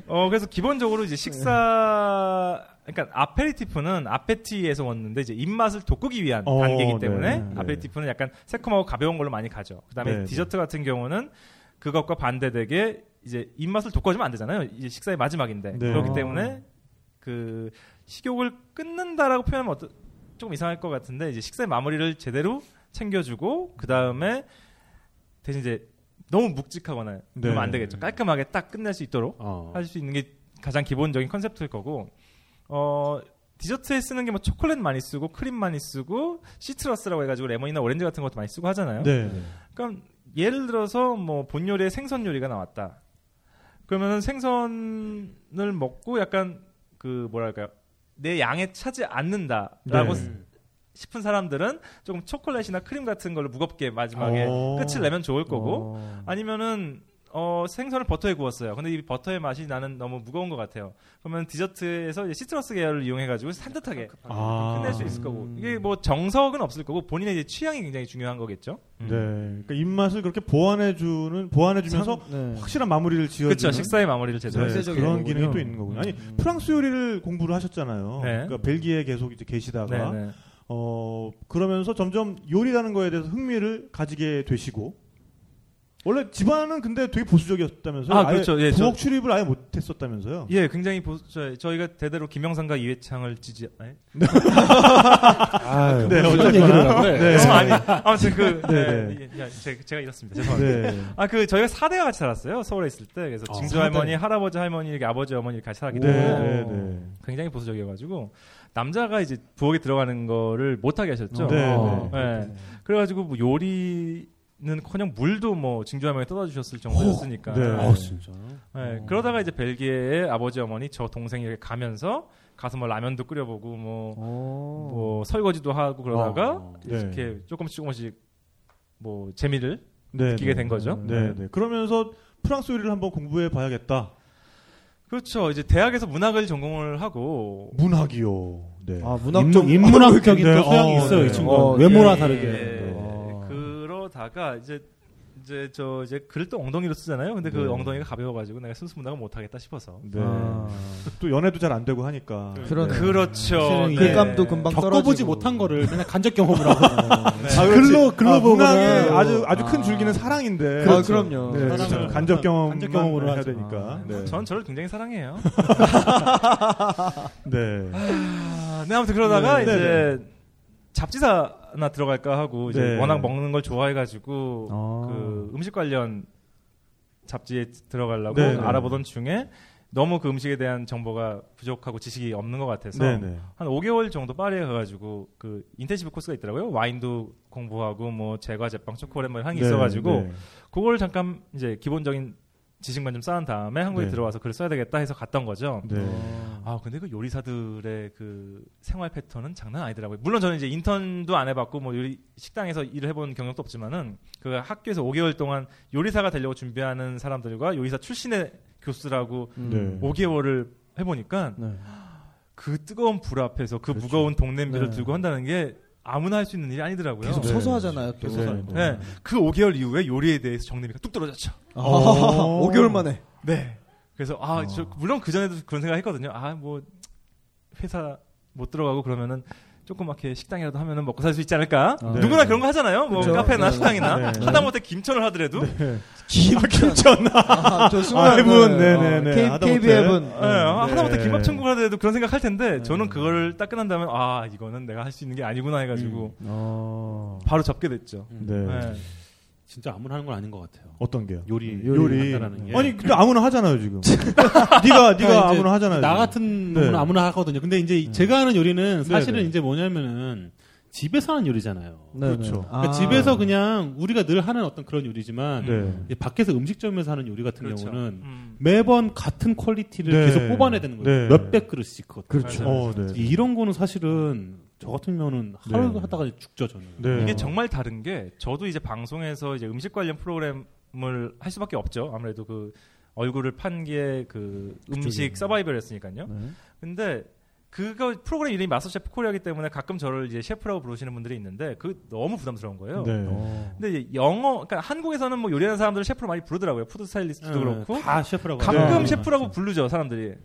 Speaker 2: 어 그래서 기본적으로 이제 식사 그러니까 아페리티프는 아페티에서 왔는데 이제 입맛을 돋구기 위한
Speaker 1: 어,
Speaker 2: 단계이기
Speaker 1: 네,
Speaker 2: 때문에
Speaker 1: 네.
Speaker 2: 아페리티프는 약간 새콤하고 가벼운 걸로 많이 가죠. 그다음에
Speaker 1: 네,
Speaker 2: 디저트 같은 경우는 그것과 반대되게 이제 입맛을 돋궈주면 안 되잖아요. 이제 식사의 마지막인데
Speaker 1: 네.
Speaker 2: 그렇기
Speaker 1: 아.
Speaker 2: 때문에 그 식욕을 끊는다라고 표현하면 어떠, 조금 이상할 것 같은데 이제 식사의 마무리를 제대로 챙겨주고 그 다음에 대신 이제 너무 묵직하거나
Speaker 1: 네.
Speaker 2: 그러면 안 되겠죠. 깔끔하게 딱 끝낼 수 있도록
Speaker 4: 어.
Speaker 2: 할 수 있는 게 가장 기본적인 컨셉트일 거고 어 디저트에 쓰는 게 뭐 초콜릿 많이 쓰고 크림 많이 쓰고 시트러스라고 해가지고 레몬이나 오렌지 같은 것도 많이 쓰고 하잖아요.
Speaker 1: 네.
Speaker 2: 그럼 예를 들어서 뭐 본 요리에 생선 요리가 나왔다. 그러면은 생선을 먹고 약간 그 뭐랄까요 내 양에 차지 않는다라고
Speaker 1: 네.
Speaker 2: 싶은 사람들은 조금 초콜릿이나 크림 같은 걸로 무겁게 마지막에
Speaker 1: 어.
Speaker 2: 끝을 내면 좋을 거고
Speaker 5: 어.
Speaker 2: 아니면은 어, 생선을 버터에 구웠어요. 근데 이 버터의 맛이 나는 너무 무거운 것 같아요. 그러면 디저트에서 이제 시트러스 계열을 이용해가지고 산뜻하게
Speaker 1: 아.
Speaker 2: 끝낼 수 있을 거고 이게 뭐 정석은 없을 거고 본인의 이제 취향이 굉장히 중요한 거겠죠. 음.
Speaker 1: 네. 그러니까 입맛을 그렇게 보완해 주는 보완해 주면서
Speaker 5: 네.
Speaker 1: 확실한 마무리를 지어
Speaker 2: 그렇죠.
Speaker 1: 주는
Speaker 2: 식사의 마무리를 제대로.
Speaker 1: 네,
Speaker 2: 해서.
Speaker 5: 전세적인
Speaker 1: 그런
Speaker 5: 거군요.
Speaker 1: 기능이 또 있는 거군요. 아니
Speaker 5: 음.
Speaker 1: 프랑스 요리를 공부를 하셨잖아요.
Speaker 2: 네.
Speaker 1: 그러니까 벨기에 계속 이제 계시다가
Speaker 2: 네, 네.
Speaker 1: 어 그러면서 점점 요리라는 거에 대해서 흥미를 가지게 되시고 원래 집안은 근데 되게 보수적이었다면서요?
Speaker 2: 아,
Speaker 1: 아예
Speaker 2: 그렇죠. 예,
Speaker 1: 부엌 출입을 아예 못했었다면서요?
Speaker 2: 예, 굉장히 보, 저, 저희가 대대로 김영삼과 이회창을 지지. 아니,
Speaker 4: 아,
Speaker 1: 네,
Speaker 4: 그런
Speaker 1: 어쨌거나.
Speaker 4: 얘기를 하라고 그래.
Speaker 1: 네.
Speaker 2: 어, 아니 아무튼 그
Speaker 1: 네,
Speaker 2: 네, 예, 제, 제가 이렇습니다. 죄송합니다.
Speaker 1: 네.
Speaker 2: 아 그 저희가 사대와 같이 살았어요 서울에 있을 때 그래서
Speaker 4: 아,
Speaker 2: 증조
Speaker 5: 사대.
Speaker 2: 할머니 할아버지 할머니 이렇게 아버지 어머니 이렇게 같이
Speaker 1: 네,
Speaker 2: 살았기 때문에
Speaker 1: 네, 네.
Speaker 2: 굉장히 보수적이어가지고 남자가 이제 부엌에 들어가는 거를 못하게 하셨죠.
Speaker 1: 네,
Speaker 4: 어.
Speaker 1: 네.
Speaker 2: 예. 그래가지고 뭐 요리는커녕 물도 뭐 증조할머니 떠다 주셨을 정도였으니까.
Speaker 1: 네.
Speaker 4: 아, 진짜.
Speaker 2: 예, 그러다가 이제 벨기에에 아버지 어머니 저 동생이 이렇게 가면서 가서 뭐 라면도 끓여보고 뭐,
Speaker 5: 어.
Speaker 2: 뭐 설거지도 하고 그러다가
Speaker 4: 어.
Speaker 1: 네.
Speaker 2: 이렇게 조금씩 조금씩 뭐 재미를
Speaker 1: 네,
Speaker 2: 느끼게
Speaker 1: 네.
Speaker 2: 된 거죠.
Speaker 1: 네, 네. 그러면서 프랑스 요리를 한번 공부해 봐야겠다.
Speaker 2: 그렇죠. 이제 대학에서 문학을 전공을 하고
Speaker 1: 문학이요. 네.
Speaker 5: 아, 문학 좀
Speaker 4: 인문, 인문학적인
Speaker 1: 네,
Speaker 4: 또 소양이
Speaker 1: 어,
Speaker 4: 있어요
Speaker 1: 네.
Speaker 4: 이 친구.
Speaker 5: 어,
Speaker 4: 는 외모랑
Speaker 2: 예,
Speaker 4: 다르게.
Speaker 2: 예.
Speaker 5: 어.
Speaker 2: 그러다가 이제 이제 저 이제 글을 또 엉덩이로 쓰잖아요. 근데 그
Speaker 1: 네.
Speaker 2: 엉덩이가 가벼워가지고 내가 순수 문학을 못하겠다 싶어서.
Speaker 1: 네.
Speaker 5: 아.
Speaker 1: 또 연애도 잘 안 되고 하니까.
Speaker 5: 그러네.
Speaker 1: 네.
Speaker 2: 그렇죠.
Speaker 4: 사실은 네.
Speaker 5: 글감도 금방
Speaker 4: 겪어보지
Speaker 5: 떨어지고.
Speaker 4: 못한 거를 맨날 간접 경험을 하고.
Speaker 2: 네.
Speaker 1: 아, 그렇지.
Speaker 4: 글로 글로
Speaker 1: 아,
Speaker 4: 보고.
Speaker 1: 문학의 아주 아주
Speaker 5: 아.
Speaker 1: 큰 줄기는 사랑인데.
Speaker 5: 아, 그럼요.
Speaker 1: 네,
Speaker 4: 사랑을
Speaker 1: 그렇죠.
Speaker 4: 하죠.
Speaker 1: 간접 경험
Speaker 4: 간접 경험으로
Speaker 1: 해야
Speaker 4: 하죠.
Speaker 1: 되니까.
Speaker 5: 아,
Speaker 1: 네.
Speaker 2: 전 저를 굉장히 사랑해요.
Speaker 1: 네.
Speaker 2: 아, 네 아무튼 그러다가
Speaker 1: 네,
Speaker 2: 이제
Speaker 1: 네,
Speaker 2: 잡지사나 들어갈까 하고 이제
Speaker 1: 네.
Speaker 2: 워낙 먹는 걸 좋아해가지고
Speaker 5: 아.
Speaker 2: 그 음식 관련 잡지에 들어가려고
Speaker 1: 어. 네, 네.
Speaker 2: 알아보던 중에 너무 그 음식에 대한 정보가 부족하고 지식이 없는 것 같아서
Speaker 1: 네네.
Speaker 2: 한 5개월 정도 파리에 가가지고 그 인텐시브 코스가 있더라고요. 와인도 공부하고 뭐 제과 제빵 초콜릿 뭐 향이 있어가지고
Speaker 1: 네, 네.
Speaker 2: 그걸 잠깐 이제 기본적인 지식만 좀 쌓은 다음에 한국에
Speaker 1: 네.
Speaker 2: 들어와서 글을 써야 되겠다 해서 갔던 거죠.
Speaker 1: 네.
Speaker 2: 아 근데 그 요리사들의 그 생활 패턴은 장난 아니더라고요. 물론 저는 이제 인턴도 안 해봤고 뭐 요리 식당에서 일을 해본 경력도 없지만은 그 학교에서 5개월 동안 요리사가 되려고 준비하는 사람들과 요리사 출신의 교수라고
Speaker 5: 음.
Speaker 1: 네.
Speaker 2: 5개월을 해보니까
Speaker 3: 네.
Speaker 2: 그 뜨거운 불 앞에서 그
Speaker 1: 그렇죠.
Speaker 2: 무거운 동냄비를
Speaker 3: 네.
Speaker 2: 들고 한다는 게 아무나 할 수 있는 일이 아니더라고요.
Speaker 5: 계속
Speaker 1: 네.
Speaker 5: 소소하잖아요. 또.
Speaker 1: 계속 소소하죠.
Speaker 2: 네. 그 5개월 이후에 요리에 대해서 정냄비가 뚝 떨어졌죠.
Speaker 5: 아,
Speaker 1: 어.
Speaker 5: 5개월 만에.
Speaker 2: 네. 그래서 아, 저 물론 그 전에도 그런 생각했거든요. 아, 뭐 회사 못 들어가고 그러면은 조그맣게 식당이라도 하면은 먹고 살 수 있지 않을까?
Speaker 3: 아,
Speaker 2: 누구나
Speaker 1: 네.
Speaker 2: 그런 거 하잖아요. 뭐
Speaker 5: 그렇죠.
Speaker 2: 카페나
Speaker 5: 네.
Speaker 2: 식당이나
Speaker 1: 네.
Speaker 2: 하다못해 김천을 하더라도 네.
Speaker 1: 김천
Speaker 5: 아, 저 순간
Speaker 1: 이분,
Speaker 5: 그,
Speaker 1: 네네네.
Speaker 5: 어, K,
Speaker 1: 하다못해.
Speaker 5: KB의 분.
Speaker 2: 아, 하다못해
Speaker 1: 네.
Speaker 2: 김밥 천국을 하더라도 그런 생각할 텐데 저는 그걸 딱 끝난다면 아 이거는 내가 할 수 있는 게 아니구나 해가지고
Speaker 1: 어.
Speaker 2: 바로 접게 됐죠.
Speaker 1: 네.
Speaker 2: 네.
Speaker 4: 진짜 아무나 하는 건 아닌 것 같아요.
Speaker 1: 어떤 게요?
Speaker 4: 요리
Speaker 1: 요리.
Speaker 4: 한다라는 게.
Speaker 1: 아니 근데 아무나 하잖아요 지금. 네가 네가
Speaker 4: 그러니까 이제
Speaker 1: 아무나 하잖아요.
Speaker 4: 나
Speaker 1: 지금.
Speaker 4: 같은
Speaker 1: 네.
Speaker 4: 분은 아무나 하거든요. 근데 이제 제가 하는 요리는 사실은
Speaker 1: 네.
Speaker 4: 이제 뭐냐면은 집에서 하는 요리잖아요.
Speaker 5: 네, 네.
Speaker 1: 그렇죠.
Speaker 5: 아.
Speaker 4: 그러니까 집에서 그냥 우리가 늘 하는 어떤 그런 요리지만
Speaker 1: 네.
Speaker 4: 이제 밖에서 음식점에서 하는 요리 같은
Speaker 2: 그렇죠.
Speaker 4: 경우는
Speaker 2: 음.
Speaker 4: 매번 같은 퀄리티를
Speaker 1: 네.
Speaker 4: 계속 뽑아내야 되는
Speaker 1: 네.
Speaker 4: 거예요. 몇백 그릇씩 그거.
Speaker 2: 그렇죠.
Speaker 1: 어, 네.
Speaker 4: 이런 거는 사실은 저 같은 경우는 하루
Speaker 1: 네.
Speaker 4: 하다가 죽죠 저는.
Speaker 1: 네.
Speaker 2: 이게 정말 다른 게 저도 이제 방송에서 이제 음식 관련 프로그램을 할 수밖에 없죠. 아무래도 그 얼굴을 판 게 그 음식 서바이벌이었으니까요.
Speaker 3: 네.
Speaker 2: 근데 그거 프로그램 이름이 마스터 셰프 코리아기 때문에 가끔 저를 이제 셰프라고 부르시는 분들이 있는데 그 너무 부담스러운 거예요.
Speaker 1: 네.
Speaker 4: 어.
Speaker 2: 근데 이제 영어 그러니까 한국에서는 뭐 요리하는 사람들을 셰프로 많이 부르더라고요. 푸드 스타일리스트도
Speaker 4: 네,
Speaker 2: 그렇고
Speaker 4: 다 셰프라고.
Speaker 1: 네.
Speaker 2: 가끔
Speaker 4: 하죠.
Speaker 2: 셰프라고 부르죠, 사람들이.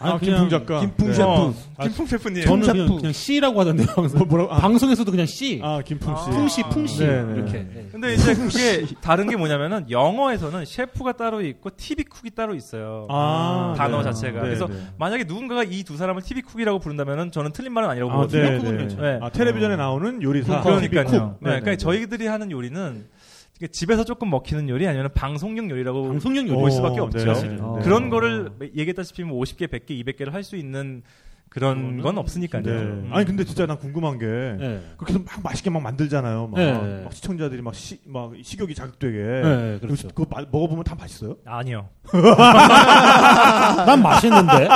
Speaker 1: 아,
Speaker 4: 아니,
Speaker 1: 김풍
Speaker 4: 어, 그냥
Speaker 1: 작가.
Speaker 5: 김풍
Speaker 1: 네.
Speaker 5: 셰프.
Speaker 1: 어,
Speaker 2: 어, 김풍 셰프님.
Speaker 4: 저는 그냥,
Speaker 5: 셰프.
Speaker 4: 그냥 C라고 하던데요.
Speaker 1: 뭐, 뭐라고? 아,
Speaker 4: 방송에서도 그냥 C.
Speaker 1: 아 김풍 씨.
Speaker 4: 풍씨, 풍씨.
Speaker 1: 네, 네.
Speaker 4: 이렇게.
Speaker 2: 근데 이제 그게 다른 게 뭐냐면은 영어에서는 셰프가 따로 있고 TV 쿡이 따로 있어요.
Speaker 1: 아,
Speaker 2: 단어
Speaker 1: 네.
Speaker 2: 자체가.
Speaker 1: 네,
Speaker 2: 그래서
Speaker 1: 네.
Speaker 2: 만약에 누군가가 이 두 사람을 TV 쿡이라고 부른다면은 저는 틀린 말은 아니라고
Speaker 1: 아,
Speaker 2: 보거든요.
Speaker 1: 네,
Speaker 4: 그분은
Speaker 1: 네.
Speaker 2: 괜찮아요.
Speaker 1: 아, 텔레비전에 나오는 요리사.
Speaker 2: 그러니까요.
Speaker 1: 쿡.
Speaker 2: 네, 그러니까 저희들이 하는 요리는 이게 집에서 조금 먹히는 요리 아니면 방송용 요리라고
Speaker 4: 방송용 아.
Speaker 1: 어,
Speaker 4: 요리일 수밖에 없죠.
Speaker 1: 네.
Speaker 4: 사실은.
Speaker 1: 네.
Speaker 2: 그런 거를 얘기했다시피 뭐 50개, 100개, 200개를 할 수 있는 그런 건 없으니까요.
Speaker 1: 네.
Speaker 2: 음.
Speaker 4: 그
Speaker 1: 아니 근데 진짜 난 궁금한 게
Speaker 4: 네.
Speaker 1: 그렇게 해서 막 맛있게 막 만들잖아요. 막,
Speaker 4: 네.
Speaker 1: 막 시청자들이 막, 시, 막 식욕이 자극되게.
Speaker 4: 네,
Speaker 1: 그거
Speaker 4: 그렇죠.
Speaker 1: 그거 마- 먹어보면 다 맛있어요?
Speaker 2: 아니요.
Speaker 4: 난 맛있는데.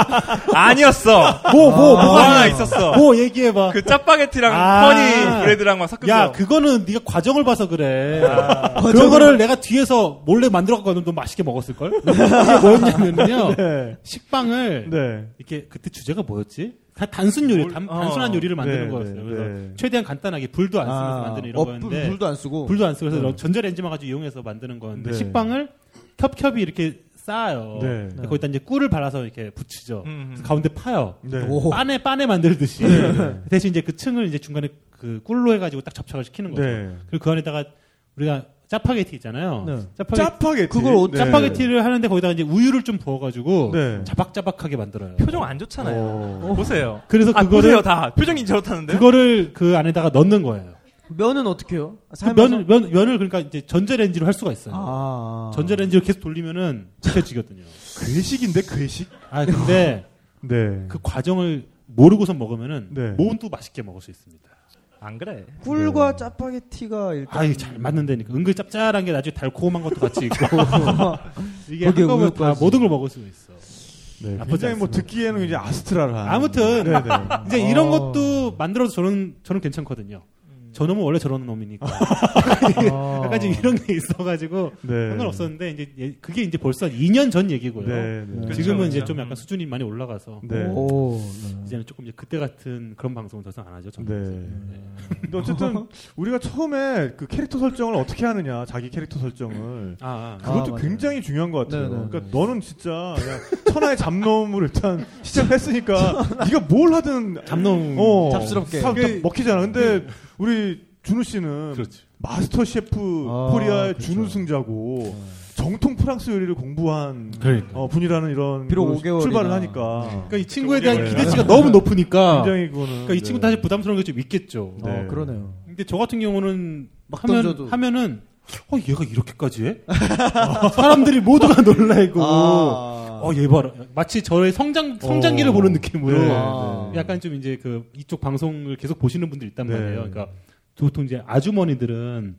Speaker 2: 아니었어.
Speaker 4: 뭐, 뭐,
Speaker 2: 뭐 하나 있었어.
Speaker 4: 뭐 얘기해봐.
Speaker 2: 그 짜파게티랑
Speaker 4: 아.
Speaker 2: 허니 브레드랑 막 섞은
Speaker 4: 야,
Speaker 2: 거. 아.
Speaker 4: 그거는 네가 과정을 봐서 그래. 그런 거를 내가 뒤에서 몰래 만들어 갖고 너 맛있게 먹었을 걸. 이게 뭐였냐면요.
Speaker 1: 네.
Speaker 4: 식빵을
Speaker 1: 네.
Speaker 4: 이렇게 그때 주제가 뭐였지? 다 단순 요리, 단,
Speaker 2: 어.
Speaker 4: 단순한 요리를 만드는
Speaker 1: 네,
Speaker 4: 거였어요.
Speaker 1: 네,
Speaker 4: 그래서
Speaker 1: 네.
Speaker 4: 최대한 간단하게 불도 안 쓰면서 만드는 이런
Speaker 5: 어, 불-
Speaker 4: 거였는데
Speaker 5: 불도 안 쓰고.
Speaker 4: 불도 안 쓰고 그래서 전자레인지만 가지고 이용해서 만드는 건데
Speaker 1: 네.
Speaker 4: 식빵을 겹겹이 이렇게 쌓아요.
Speaker 1: 네.
Speaker 4: 근데 거기다 이제 꿀을 발라서 이렇게 붙이죠.
Speaker 2: 음,
Speaker 4: 그래서
Speaker 2: 음.
Speaker 4: 가운데 파요.
Speaker 1: 네.
Speaker 5: 오.
Speaker 4: 빠네 아, 빠네 만들듯이 대신 이제 그 층을 이제 중간에 그 꿀로 해가지고 딱 접착을 시키는 거죠.
Speaker 1: 네.
Speaker 4: 그리고 그 안에다가 우리가 짜파게티 있잖아요.
Speaker 5: 네.
Speaker 4: 짜파게티
Speaker 1: 짜파게티.
Speaker 4: 그걸 오-
Speaker 1: 네.
Speaker 4: 짜파게티를 하는데 거기다가 이제 우유를 좀 부어가지고
Speaker 1: 네.
Speaker 4: 자박자박하게 만들어요.
Speaker 2: 표정 안 좋잖아요.
Speaker 1: 어.
Speaker 2: 보세요.
Speaker 4: 그 그래서
Speaker 2: 아,
Speaker 4: 그거를
Speaker 2: 보세요 다 표정이 저렇다는데.
Speaker 4: 그거를 그 안에다가 넣는 거예요.
Speaker 5: 면은 어떻게 해요?
Speaker 4: 그 면, 면, 면을 그러니까 이제 전자레인지로 할 수가 있어요.
Speaker 5: 아.
Speaker 4: 전자레인지로 계속 돌리면은 지켜지거든요.
Speaker 1: 괴식인데 괴식?
Speaker 4: 아 근데
Speaker 1: 네.
Speaker 4: 그 과정을 모르고서 먹으면은
Speaker 1: 네.
Speaker 4: 몸도 맛있게 먹을 수 있습니다.
Speaker 2: 안 그래.
Speaker 5: 꿀과 짜파게티가 일단
Speaker 4: 아유 잘 맞는다니까 은근 짭짤한 게 나중에 달콤한 것도 같이 있고
Speaker 5: 뭐
Speaker 4: 이게
Speaker 5: 거기에
Speaker 4: 한꺼번에 다
Speaker 5: 우유까지.
Speaker 4: 모든 걸 먹을 수 있어.
Speaker 1: 네,
Speaker 4: 나쁘지
Speaker 1: 굉장히 뭐 듣기에는 이제 아스트랄한.
Speaker 4: 아무튼
Speaker 1: 네네.
Speaker 4: 이제 이런
Speaker 5: 어.
Speaker 4: 것도 만들어서 저는 저는 괜찮거든요. 저놈은 원래 저런 놈이니까
Speaker 5: 아.
Speaker 4: 약간 좀 이런 게 있어가지고
Speaker 1: 네.
Speaker 4: 상관없었는데 이제 예- 그게 이제 벌써 2년 전 얘기고요.
Speaker 1: 네. 네.
Speaker 4: 지금은
Speaker 2: 그렇죠,
Speaker 4: 이제
Speaker 2: 그렇죠.
Speaker 4: 좀 약간 수준이 많이 올라가서
Speaker 1: 네.
Speaker 5: 오. 네.
Speaker 4: 이제는 조금 이제 그때 같은 그런 방송은 더 이상 안 하죠. 저는.
Speaker 1: 네. 근데 어쨌든 우리가 처음에 그 캐릭터 설정을 어떻게 하느냐, 자기 캐릭터 설정을
Speaker 4: 아, 아.
Speaker 1: 그것도
Speaker 5: 아, 맞아요.
Speaker 1: 굉장히 중요한 것 같아요.
Speaker 5: 네, 네,
Speaker 1: 그러니까 너는 진짜 그냥 천하의 잡놈을 일단 시작했으니까 네가 뭘 하든
Speaker 4: 잡놈
Speaker 1: 어,
Speaker 5: 잡스럽게.
Speaker 1: 다- 다
Speaker 4: 그-
Speaker 1: 먹히잖아. 근데 우리 준우 씨는
Speaker 4: 그렇죠.
Speaker 1: 마스터 셰프
Speaker 5: 아,
Speaker 1: 코리아의
Speaker 5: 그렇죠.
Speaker 1: 준우승자고 정통 프랑스 요리를 공부한
Speaker 4: 네. 그러니까.
Speaker 1: 어, 분이라는 이런
Speaker 5: 비록
Speaker 1: 걸
Speaker 5: 5개월이나.
Speaker 1: 출발을 하니까
Speaker 4: 그러니까 이 친구에 대한
Speaker 1: 네.
Speaker 4: 기대치가 너무 높으니까
Speaker 1: 굉장히 그거는
Speaker 4: 그러니까 이 친구
Speaker 1: 네.
Speaker 4: 사실 부담스러운 게 좀 있겠죠.
Speaker 1: 네.
Speaker 5: 어, 그러네요.
Speaker 4: 근데 저 같은 경우는 막
Speaker 5: 던져도.
Speaker 4: 하면 하면은 어 얘가 이렇게까지 해? 사람들이 모두가 놀라고
Speaker 5: 아.
Speaker 4: 어, 얘 봐라. 마치 저의 성장 성장기를
Speaker 1: 어.
Speaker 4: 보는 느낌으로
Speaker 1: 네,
Speaker 5: 아.
Speaker 1: 네.
Speaker 4: 약간 좀 이제 그 이쪽 방송을 계속 보시는 분들 있단
Speaker 1: 네.
Speaker 4: 말이에요. 그러니까 보통 이제 아주머니들은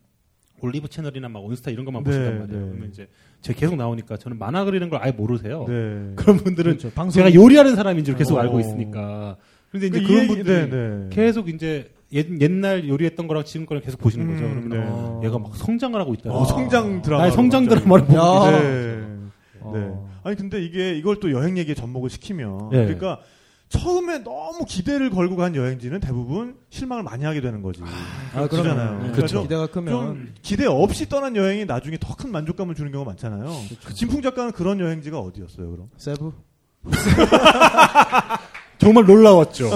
Speaker 4: 올리브 채널이나 막 온스타 이런 것만
Speaker 1: 네,
Speaker 4: 보신단 말이에요.
Speaker 1: 네.
Speaker 4: 그러면 이제 제가 계속 나오니까 저는 만화 그리는 걸 아예 모르세요.
Speaker 1: 네.
Speaker 4: 어. 그런 분들은
Speaker 5: 그렇죠. 방송
Speaker 4: 제가 요리하는 사람인 줄 계속
Speaker 1: 어.
Speaker 4: 알고 있으니까. 근데 이제
Speaker 1: 그
Speaker 4: 그런
Speaker 1: 이해- 네,
Speaker 4: 분들이
Speaker 1: 네.
Speaker 4: 계속 이제 옛, 옛날 요리했던 거랑 지금 거랑 계속 보시는 거죠.
Speaker 1: 음,
Speaker 4: 그러면 어,
Speaker 1: 네.
Speaker 4: 얘가 막 성장을 하고 있다.
Speaker 1: 어, 성장 드라마.
Speaker 4: 나의 성장 드라마를 보고
Speaker 5: 야.
Speaker 4: 있다.
Speaker 1: 네.
Speaker 5: 어.
Speaker 1: 네. 아니 근데 이게 이걸 또 여행 얘기에 접목을 시키면
Speaker 4: 네.
Speaker 1: 그러니까 처음에 너무 기대를 걸고 간 여행지는 대부분 실망을 많이 하게 되는 거지.
Speaker 5: 아,
Speaker 1: 그러잖아요.
Speaker 5: 그럼요. 네.
Speaker 1: 그렇죠.
Speaker 5: 좀 기대가 크면
Speaker 1: 좀 기대 없이 떠난 여행이 나중에 더 큰 만족감을 주는 경우가 많잖아요. 그 진풍 작가는 그런 여행지가 어디였어요, 그럼?
Speaker 5: 세부.
Speaker 7: 정말 놀라웠죠.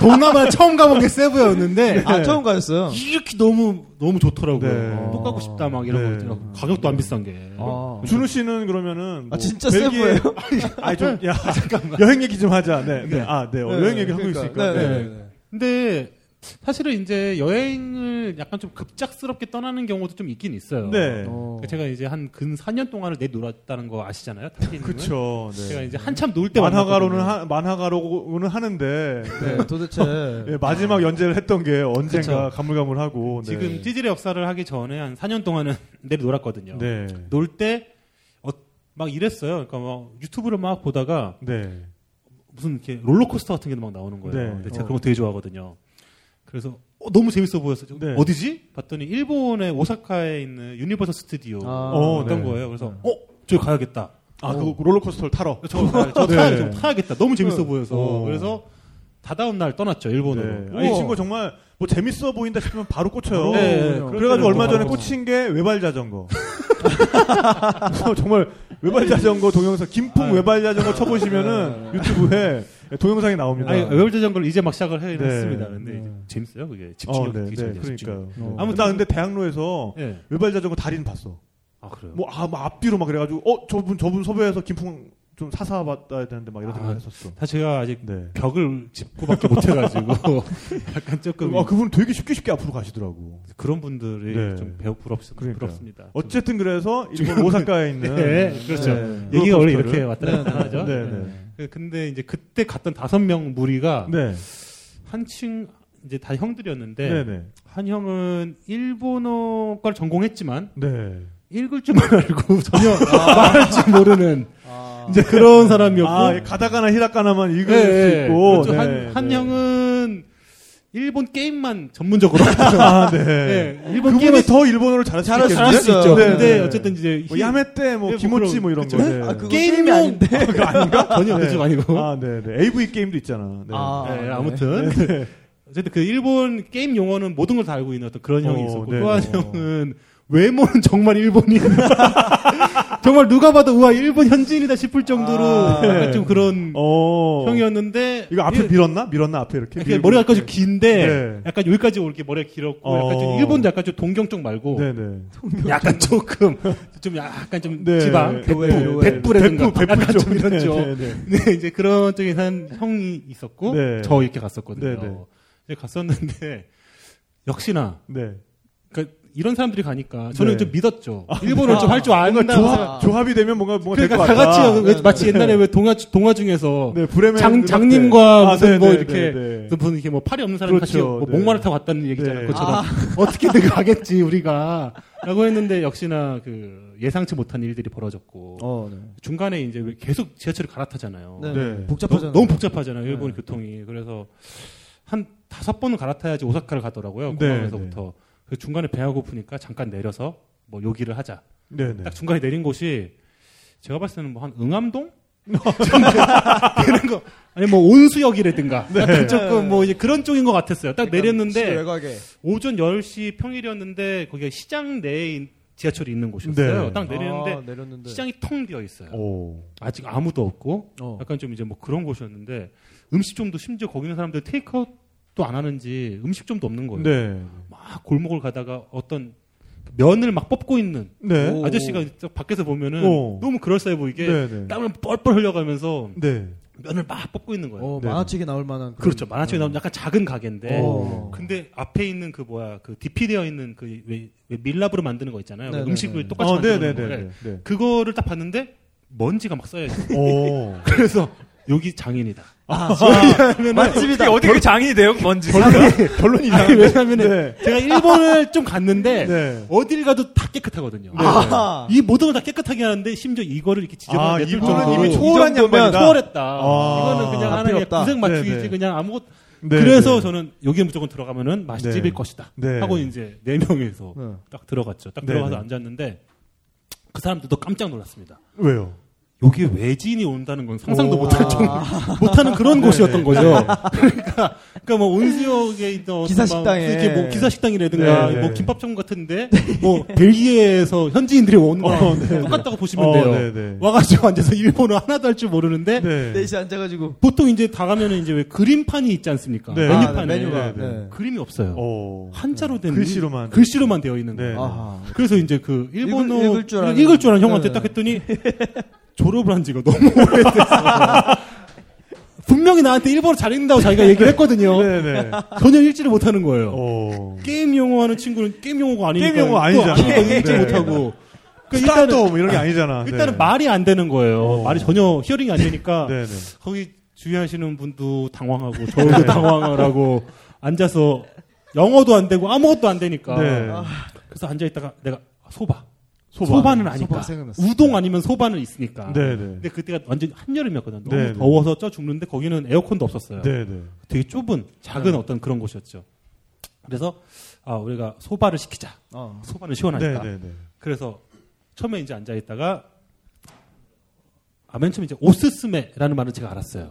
Speaker 7: 동남아 처음 가본 게 세부였는데
Speaker 5: 아 처음 가였어요.
Speaker 7: 이렇게 너무 너무 좋더라고요.
Speaker 4: 어,
Speaker 1: 네.
Speaker 4: 뭐
Speaker 7: 또 가고 싶다 막 이런
Speaker 1: 네.
Speaker 7: 거 있더라고. 가격도 안 비싼 게.
Speaker 5: 아.
Speaker 1: 준우 씨는 그러면은 뭐
Speaker 5: 아, 진짜
Speaker 1: 벨기에-
Speaker 5: 세부예요?
Speaker 1: 아니 좀 야, 여행 얘기 좀 하자. 네. 네. 아, 네. 어, 여행 얘기 하고
Speaker 5: 그러니까.
Speaker 1: 있으니까.
Speaker 5: 네,
Speaker 1: 네.
Speaker 5: 네, 네.
Speaker 4: 근데 사실은 이제 여행을 약간 좀 급작스럽게 떠나는 경우도 좀 있긴 아, 있어요. 그러니까
Speaker 1: 네.
Speaker 5: 어.
Speaker 4: 제가 이제 한 근 4년 동안을 내놀았다는 거 아시잖아요. 타키님은.
Speaker 1: 그렇죠. 네.
Speaker 4: 제가 이제 한참 놀 때
Speaker 1: 만화가로는
Speaker 4: 만났거든요.
Speaker 1: 하, 만화가로는 하는데
Speaker 5: 네, 도대체
Speaker 1: 예, 마지막 연재를 했던 게 언젠가 가물가물하고 네.
Speaker 4: 지금 찌질의 역사를 하기 전에 한 4년 동안은 내 놀았거든요.
Speaker 1: 네.
Speaker 4: 놀 때 어, 막 이랬어요. 그러니까 막 유튜브를 막 보다가
Speaker 1: 네.
Speaker 4: 무슨 이렇게 롤러코스터 같은 게 막 나오는 거예요.
Speaker 1: 네.
Speaker 4: 근데 제가
Speaker 1: 어.
Speaker 4: 그런 거 되게 좋아하거든요. 그래서 어, 너무 재밌어 보였어요. 저
Speaker 1: 네.
Speaker 4: 어디지? 봤더니 일본의 오사카에 있는 유니버설 스튜디오
Speaker 5: 아.
Speaker 1: 어,
Speaker 4: 어떤
Speaker 1: 네.
Speaker 4: 거예요. 그래서 어, 저기 가야겠다.
Speaker 1: 아, 그 롤러코스터를 타러.
Speaker 4: 어. 저, 가야- 저
Speaker 1: 네.
Speaker 4: 타야, 좀 타야겠다. 너무 재밌어
Speaker 1: 네.
Speaker 4: 보여서.
Speaker 1: 어.
Speaker 4: 그래서 다다음 날 떠났죠,
Speaker 1: 네.
Speaker 4: 일본으로.
Speaker 1: 아, 이 친구 정말 뭐 재밌어 보인다 싶으면 바로 꽂혀요.
Speaker 4: 네, 네.
Speaker 1: 그래가지고 그래가지고 얼마 전에
Speaker 4: 바로
Speaker 1: 꽂힌 게 외발 자전거. 그래서 정말 외발 자전거 동영상 김풍 외발 자전거 쳐보시면은 유튜브에 동영상이 나옵니다.
Speaker 4: 네.
Speaker 1: 어,
Speaker 4: 아니, 웹자전거를 이제 막 시작을 해
Speaker 1: 네.
Speaker 4: 했습니다. 근데 이제
Speaker 5: 네.
Speaker 4: 재밌어요, 그게.
Speaker 1: 어,
Speaker 4: 집중력
Speaker 1: 네,
Speaker 4: 되게 잘
Speaker 1: 네,
Speaker 4: 돼요, 집중력.
Speaker 1: 그러니까요.
Speaker 5: 어.
Speaker 1: 아무튼 나 근데 대학로에서
Speaker 4: 예.
Speaker 1: 외발 자전거 달인 봤어.
Speaker 4: 아, 그래요?
Speaker 1: 뭐, 아, 막 앞뒤로 막 그래가지고, 어, 저분, 저분 섭외해서 김풍 좀 사사 받아야 되는데 막 이런
Speaker 4: 아.
Speaker 1: 생각을 했었어.
Speaker 4: 사실 제가 아직
Speaker 1: 네.
Speaker 4: 벽을 짚고밖에 못해가지고 약간 조금
Speaker 1: 아, 그분 은 되게 쉽게 쉽게 앞으로 가시더라고.
Speaker 4: 그런 분들이
Speaker 1: 네.
Speaker 4: 좀 배우 부럽,
Speaker 1: 그러니까요.
Speaker 4: 부럽습니다.
Speaker 1: 어쨌든 그래서 일본 오사카에 있는
Speaker 4: 네, 그렇죠.
Speaker 5: 네.
Speaker 4: 얘기가 원래
Speaker 1: 롤러코스터를-
Speaker 4: 이렇게 왔다 갔다 하죠.
Speaker 1: 네, 네.
Speaker 4: 그- 근데 이제 그때 갔던 다섯 명 무리가
Speaker 1: 네.
Speaker 4: 한층 이제 다 형들이었는데
Speaker 1: 네, 네.
Speaker 4: 한 형은 일본어과를 전공했지만
Speaker 1: 네.
Speaker 4: 읽을 줄만 알고 전혀 말할 줄 모르는 이제 그런 사람이었고
Speaker 1: 아, 예, 가다가나 히라가나만 읽을
Speaker 4: 네,
Speaker 1: 수
Speaker 4: 네.
Speaker 1: 있고.
Speaker 4: 그렇죠.
Speaker 1: 네,
Speaker 4: 한, 한
Speaker 1: 네.
Speaker 4: 형은 일본 게임만 전문적으로
Speaker 1: 아, 네.
Speaker 4: 네, 일본
Speaker 1: 그분이
Speaker 4: 게임을
Speaker 1: 더 일본어를 잘할 수
Speaker 5: 잘할 수
Speaker 1: 있겠는데?
Speaker 5: 있어요.
Speaker 1: 네,
Speaker 4: 근데
Speaker 1: 네.
Speaker 4: 어쨌든 이제
Speaker 1: 뭐 야메 때뭐
Speaker 4: 네, 뭐
Speaker 1: 김오찌 뭐 이런 거. 네.
Speaker 5: 아, 그거
Speaker 4: 게임용-
Speaker 5: 게임이 아닌데.
Speaker 1: 그거 아닌가?
Speaker 4: 전혀
Speaker 1: 네.
Speaker 4: 그쪽 아니고
Speaker 1: 아, 네, 네. AV 게임도 있잖아. 네.
Speaker 5: 아.
Speaker 4: 네,
Speaker 5: 네.
Speaker 4: 아무튼 어쨌든 그 일본 게임 용어는 모든 걸 다 알고 있는 어떤 그런 형이
Speaker 1: 어,
Speaker 4: 있었고
Speaker 1: 네.
Speaker 4: 또
Speaker 1: 어.
Speaker 4: 한 형은 외모는 정말 일본인 정말 누가 봐도 우와 일본 현지인이다 싶을 정도로
Speaker 5: 아,
Speaker 4: 약간
Speaker 1: 네.
Speaker 4: 좀 그런
Speaker 1: 어.
Speaker 4: 형이었는데
Speaker 1: 이거 앞에
Speaker 4: 일-
Speaker 1: 밀었나? 밀었나 앞에 이렇게?
Speaker 4: 약간
Speaker 1: 밀고
Speaker 4: 머리가 아주
Speaker 1: 이렇게.
Speaker 4: 긴데
Speaker 1: 네.
Speaker 4: 약간 여기까지 올게 머리가 길었고 약간 좀
Speaker 1: 어.
Speaker 4: 일본도 약간 좀 동경 쪽 말고
Speaker 1: 네네.
Speaker 4: 약간 조금 좀 약간 좀
Speaker 1: 네.
Speaker 4: 지방
Speaker 1: 네, 네, 네.
Speaker 4: 백부라든가
Speaker 1: 백부, 백부
Speaker 4: 약간
Speaker 1: 쪽.
Speaker 4: 좀 이런
Speaker 1: 네,
Speaker 4: 쪽
Speaker 1: 네, 네.
Speaker 4: 네, 이제 그런 쪽에 한 형이 있었고
Speaker 1: 네.
Speaker 4: 저 이렇게 갔었거든요.
Speaker 1: 네, 네.
Speaker 4: 이제 갔었는데 역시나
Speaker 1: 네.
Speaker 4: 그러니까 이런 사람들이 가니까 저는
Speaker 1: 네.
Speaker 4: 좀 믿었죠. 일본어 좀할 줄 아는
Speaker 1: 조합,
Speaker 4: 사람.
Speaker 5: 아.
Speaker 1: 조합이 되면 뭔가, 뭔가 될
Speaker 4: 그러니까
Speaker 1: 것
Speaker 4: 다
Speaker 1: 같다.
Speaker 4: 같이 왜-
Speaker 5: 네,
Speaker 4: 마치
Speaker 5: 네.
Speaker 4: 옛날에 왜 동화 동화 중에서
Speaker 1: 네, 브레멘.
Speaker 4: 장
Speaker 1: 음악
Speaker 4: 장님과
Speaker 1: 때.
Speaker 4: 무슨
Speaker 1: 네,
Speaker 4: 뭐
Speaker 1: 네,
Speaker 4: 이렇게
Speaker 1: 네, 네.
Speaker 4: 무슨 이렇게 뭐 팔이 없는 사람 같이
Speaker 1: 그렇죠.
Speaker 4: 뭐
Speaker 1: 네.
Speaker 4: 목마를 타고 왔다는 얘기잖아요.
Speaker 1: 네.
Speaker 4: 그처럼 어떻게든 가겠지 우리가라고 했는데 역시나 그 예상치 못한 일들이 벌어졌고
Speaker 5: 어, 네.
Speaker 4: 중간에 이제 왜 계속 지하철을 갈아타잖아요.
Speaker 5: 네.
Speaker 1: 네.
Speaker 5: 복잡하잖아요.
Speaker 4: 어. 너무 복잡하잖아요. 일본
Speaker 5: 네.
Speaker 4: 교통이. 그래서 한 다섯 번은 갈아타야지 오사카를 가더라고요.
Speaker 1: 네,
Speaker 4: 공항에서부터. 그래서 중간에 배가 고프니까 잠깐 내려서 뭐 요기를 하자.
Speaker 1: 네네.
Speaker 4: 딱 중간에 내린 곳이 제가 봤을 때는 뭐 한 응암동? 그런 거 아니 뭐 온수역이라든가
Speaker 5: 네.
Speaker 4: 약간 조금 뭐 이제 그런 쪽인 것 같았어요. 딱
Speaker 5: 시내
Speaker 4: 내렸는데
Speaker 5: 그러니까 외곽에
Speaker 4: 오전 10시 평일이었는데 거기가 시장 내에 지하철이 있는 곳이었어요.
Speaker 1: 네.
Speaker 4: 딱 내렸는데
Speaker 5: 아, 내렸는데
Speaker 4: 시장이 텅 비어 있어요.
Speaker 1: 오.
Speaker 4: 아직 아무도 없고
Speaker 5: 어.
Speaker 4: 약간 좀 이제 뭐 그런 곳이었는데 음식점도 심지어 거기 있는 사람들 테이크아웃도 안 하는지 음식점도 없는 거예요.
Speaker 1: 네.
Speaker 4: 막 골목을 가다가 어떤 면을 막 뽑고 있는
Speaker 1: 네.
Speaker 5: 오.
Speaker 4: 아저씨가 딱 밖에서 보면은
Speaker 1: 오.
Speaker 4: 너무 그럴싸해 보이게
Speaker 1: 네네.
Speaker 4: 땀을 뻘뻘 흘려가면서
Speaker 1: 네.
Speaker 4: 면을 막 뽑고 있는 거예요.
Speaker 5: 어,
Speaker 1: 네.
Speaker 5: 만화책에 나올
Speaker 1: 음.
Speaker 5: 만한 그런- 어. 아,
Speaker 4: 그렇죠. 네. 만화책에 나오는 약간 작은 가게인데
Speaker 1: 오.
Speaker 4: 근데 앞에 있는 그 뭐야 그 디피되어 있는 그 왜 밀랍으로 만드는 거 있잖아요.
Speaker 5: 네네네.
Speaker 4: 음식을 똑같이
Speaker 1: 어,
Speaker 4: 만드는
Speaker 1: 네네네.
Speaker 4: 거예요.
Speaker 1: 네. 네.
Speaker 4: 그거를 딱 봤는데 먼지가 막 써요.
Speaker 1: 오.
Speaker 4: 그래서 여기 장인이다.
Speaker 2: 맛집이다. 어디 그 장인이 돼요? 뭔지.
Speaker 1: 결론 이
Speaker 4: 아니, 왜냐면은
Speaker 1: 네.
Speaker 4: 제가 일본을 좀 갔는데
Speaker 1: 네.
Speaker 4: 어딜 가도 다 깨끗하거든요.
Speaker 5: 아.
Speaker 4: 이 모든 걸 다 깨끗하게 하는데 심지어 이거를 이렇게
Speaker 1: 아,
Speaker 4: 지저분하게 아,
Speaker 1: 이분은 이미
Speaker 4: 정도로
Speaker 1: 초월한
Speaker 4: 이 정도면
Speaker 1: 양반이다.
Speaker 4: 초월했다.
Speaker 1: 아.
Speaker 4: 이거는 그냥
Speaker 5: 아,
Speaker 4: 하나
Speaker 5: 필요
Speaker 4: 그냥
Speaker 5: 없다.
Speaker 4: 고생
Speaker 1: 네, 네.
Speaker 4: 맞추기지 그냥 아무것.
Speaker 1: 네,
Speaker 4: 그래서
Speaker 1: 네.
Speaker 4: 저는 여기 무조건 들어가면은 맛집일
Speaker 1: 네.
Speaker 4: 것이다.
Speaker 1: 네.
Speaker 4: 하고 이제 네 명에서
Speaker 1: 네.
Speaker 4: 딱 들어갔죠. 딱
Speaker 1: 네,
Speaker 4: 들어가서
Speaker 1: 네.
Speaker 4: 앉았는데 그 사람들도 깜짝 놀랐습니다.
Speaker 1: 왜요?
Speaker 4: 여기 외지인이 온다는 건 상상도
Speaker 1: 오.
Speaker 4: 못할 정도 못하는 그런
Speaker 1: 네,
Speaker 4: 곳이었던
Speaker 1: 네.
Speaker 4: 거죠. 그러니까 그러니까 뭐 온수역에 있던
Speaker 5: 기사
Speaker 4: 어떤
Speaker 5: 식당에.
Speaker 4: 막 이렇게 뭐 기사 식당이라든가
Speaker 1: 네, 네.
Speaker 4: 뭐 김밥점 같은데 뭐 벨기에에서 현지인들이 오는 거랑 똑같다고 보시면
Speaker 1: 어,
Speaker 4: 돼요.
Speaker 1: 네, 네.
Speaker 4: 와가지고 앉아서 일본어 하나도 할 줄 모르는데
Speaker 1: 네.
Speaker 5: 넷이 앉아가지고
Speaker 4: 보통 이제 다 가면 이제 왜 그림판이 있지 않습니까?
Speaker 1: 네.
Speaker 5: 아,
Speaker 4: 메뉴판에
Speaker 5: 네,
Speaker 1: 네,
Speaker 5: 메뉴가
Speaker 1: 네.
Speaker 5: 네.
Speaker 4: 그림이 없어요.
Speaker 1: 오.
Speaker 4: 한자로 된
Speaker 1: 글씨로만.
Speaker 4: 글씨로만 되어 있는
Speaker 1: 네.
Speaker 4: 거예요.
Speaker 5: 아하.
Speaker 4: 그래서 이제 그 일본어
Speaker 5: 읽을- 읽을 줄 아는-
Speaker 4: 읽을 줄 아는 형한테
Speaker 5: 네.
Speaker 4: 딱 했더니 졸업을 한 지가 너무 오래됐어. 분명히 나한테 일본어 잘 읽는다고 자기가 얘기를 했거든요.
Speaker 1: 네, 네.
Speaker 4: 전혀 읽지를 못하는 거예요.
Speaker 1: 오.
Speaker 4: 게임 용어 하는 친구는 게임 용어가 아니니까
Speaker 1: 게임 용어
Speaker 4: 또
Speaker 1: 아니잖아요.
Speaker 4: 아니니까 읽지
Speaker 1: 네.
Speaker 4: 못하고 그러니까
Speaker 1: 일단은 뭐 이런 게 아니잖아.
Speaker 4: 일단은
Speaker 1: 네.
Speaker 4: 말이 안 되는 거예요.
Speaker 1: 어.
Speaker 4: 말이 전혀 히어링이 안 되니까
Speaker 1: 네, 네.
Speaker 4: 거기 주의하시는 분도 당황하고 저도 당황을 하고 앉아서 영어도 안 되고 그러니까. 아무것도 안 되니까
Speaker 1: 네.
Speaker 4: 그래서 앉아 있다가 내가 소바
Speaker 1: 소바.
Speaker 4: 소바는 아니까
Speaker 5: 소바 생각났어.
Speaker 4: 우동 아니면 소바는 있으니까
Speaker 1: 네, 네.
Speaker 4: 근데 그때가 완전 한여름이었거든 너무
Speaker 1: 네, 네.
Speaker 4: 더워서 쪄 죽는데 거기는 에어컨도 없었어요
Speaker 1: 네, 네.
Speaker 4: 되게 좁은 작은 어떤 그런 곳이었죠 그래서 아 우리가 소바를 시키자
Speaker 5: 어.
Speaker 4: 소바는
Speaker 1: 네,
Speaker 4: 시원하니까
Speaker 1: 네, 네.
Speaker 4: 그래서 처음에 이제 앉아 있다가 아, 맨 처음에 이제 오스스메라는 말을 제가 알았어요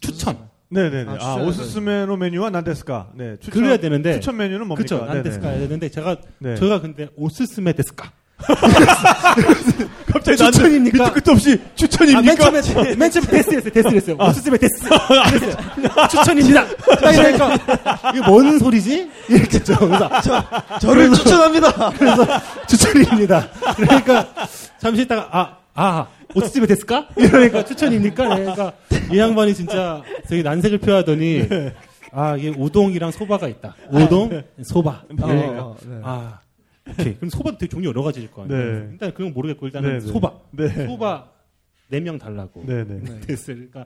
Speaker 4: 추천
Speaker 1: 네, 네, 네.
Speaker 5: 아,
Speaker 1: 아,
Speaker 5: 추천해야
Speaker 1: 오스스메노 메뉴와 난데스카. 네. 추천.
Speaker 4: 그래야 되는데
Speaker 1: 추천 메뉴는 뭡니까? 네,
Speaker 4: 그쵸
Speaker 1: 네.
Speaker 4: 안 데스카 해야 되는데 제가
Speaker 1: 네.
Speaker 4: 저희가 근데 오스스메 데스까
Speaker 1: 갑자기 나한테
Speaker 4: 추천입니까?
Speaker 1: 밑도 끝도 없이
Speaker 4: 아, 맨
Speaker 1: 추천입니까? 아.
Speaker 4: 처음에 맨 처음에 데스했어요. 데스했어요. 오스스메 데스. 그랬어요. 추천입니다. 딱 이러니까 이게 뭔 소리지? 이랬겠죠. 그래서
Speaker 5: 저를 추천합니다.
Speaker 4: 그래서 추천입니다. 그러니까 잠시 있다가 아, 아, 오스집에 됐을까? 이러니까 추천입니까? 그러니까 이 양반이 진짜 되게 난색을 표하더니 아, 이게 우동이랑 소바가 있다. 우동, 소바. 이러니까
Speaker 5: 어, 네.
Speaker 4: 아, 오케이. 그럼 소바도 되게 종류 여러 가지일 거 아니에요.
Speaker 1: 네.
Speaker 4: 일단 그건 모르겠고 일단은
Speaker 1: 네, 네.
Speaker 4: 소바.
Speaker 1: 네.
Speaker 4: 소바 네 명 달라고.
Speaker 1: 네, 네.
Speaker 4: 됐어요. 그러니까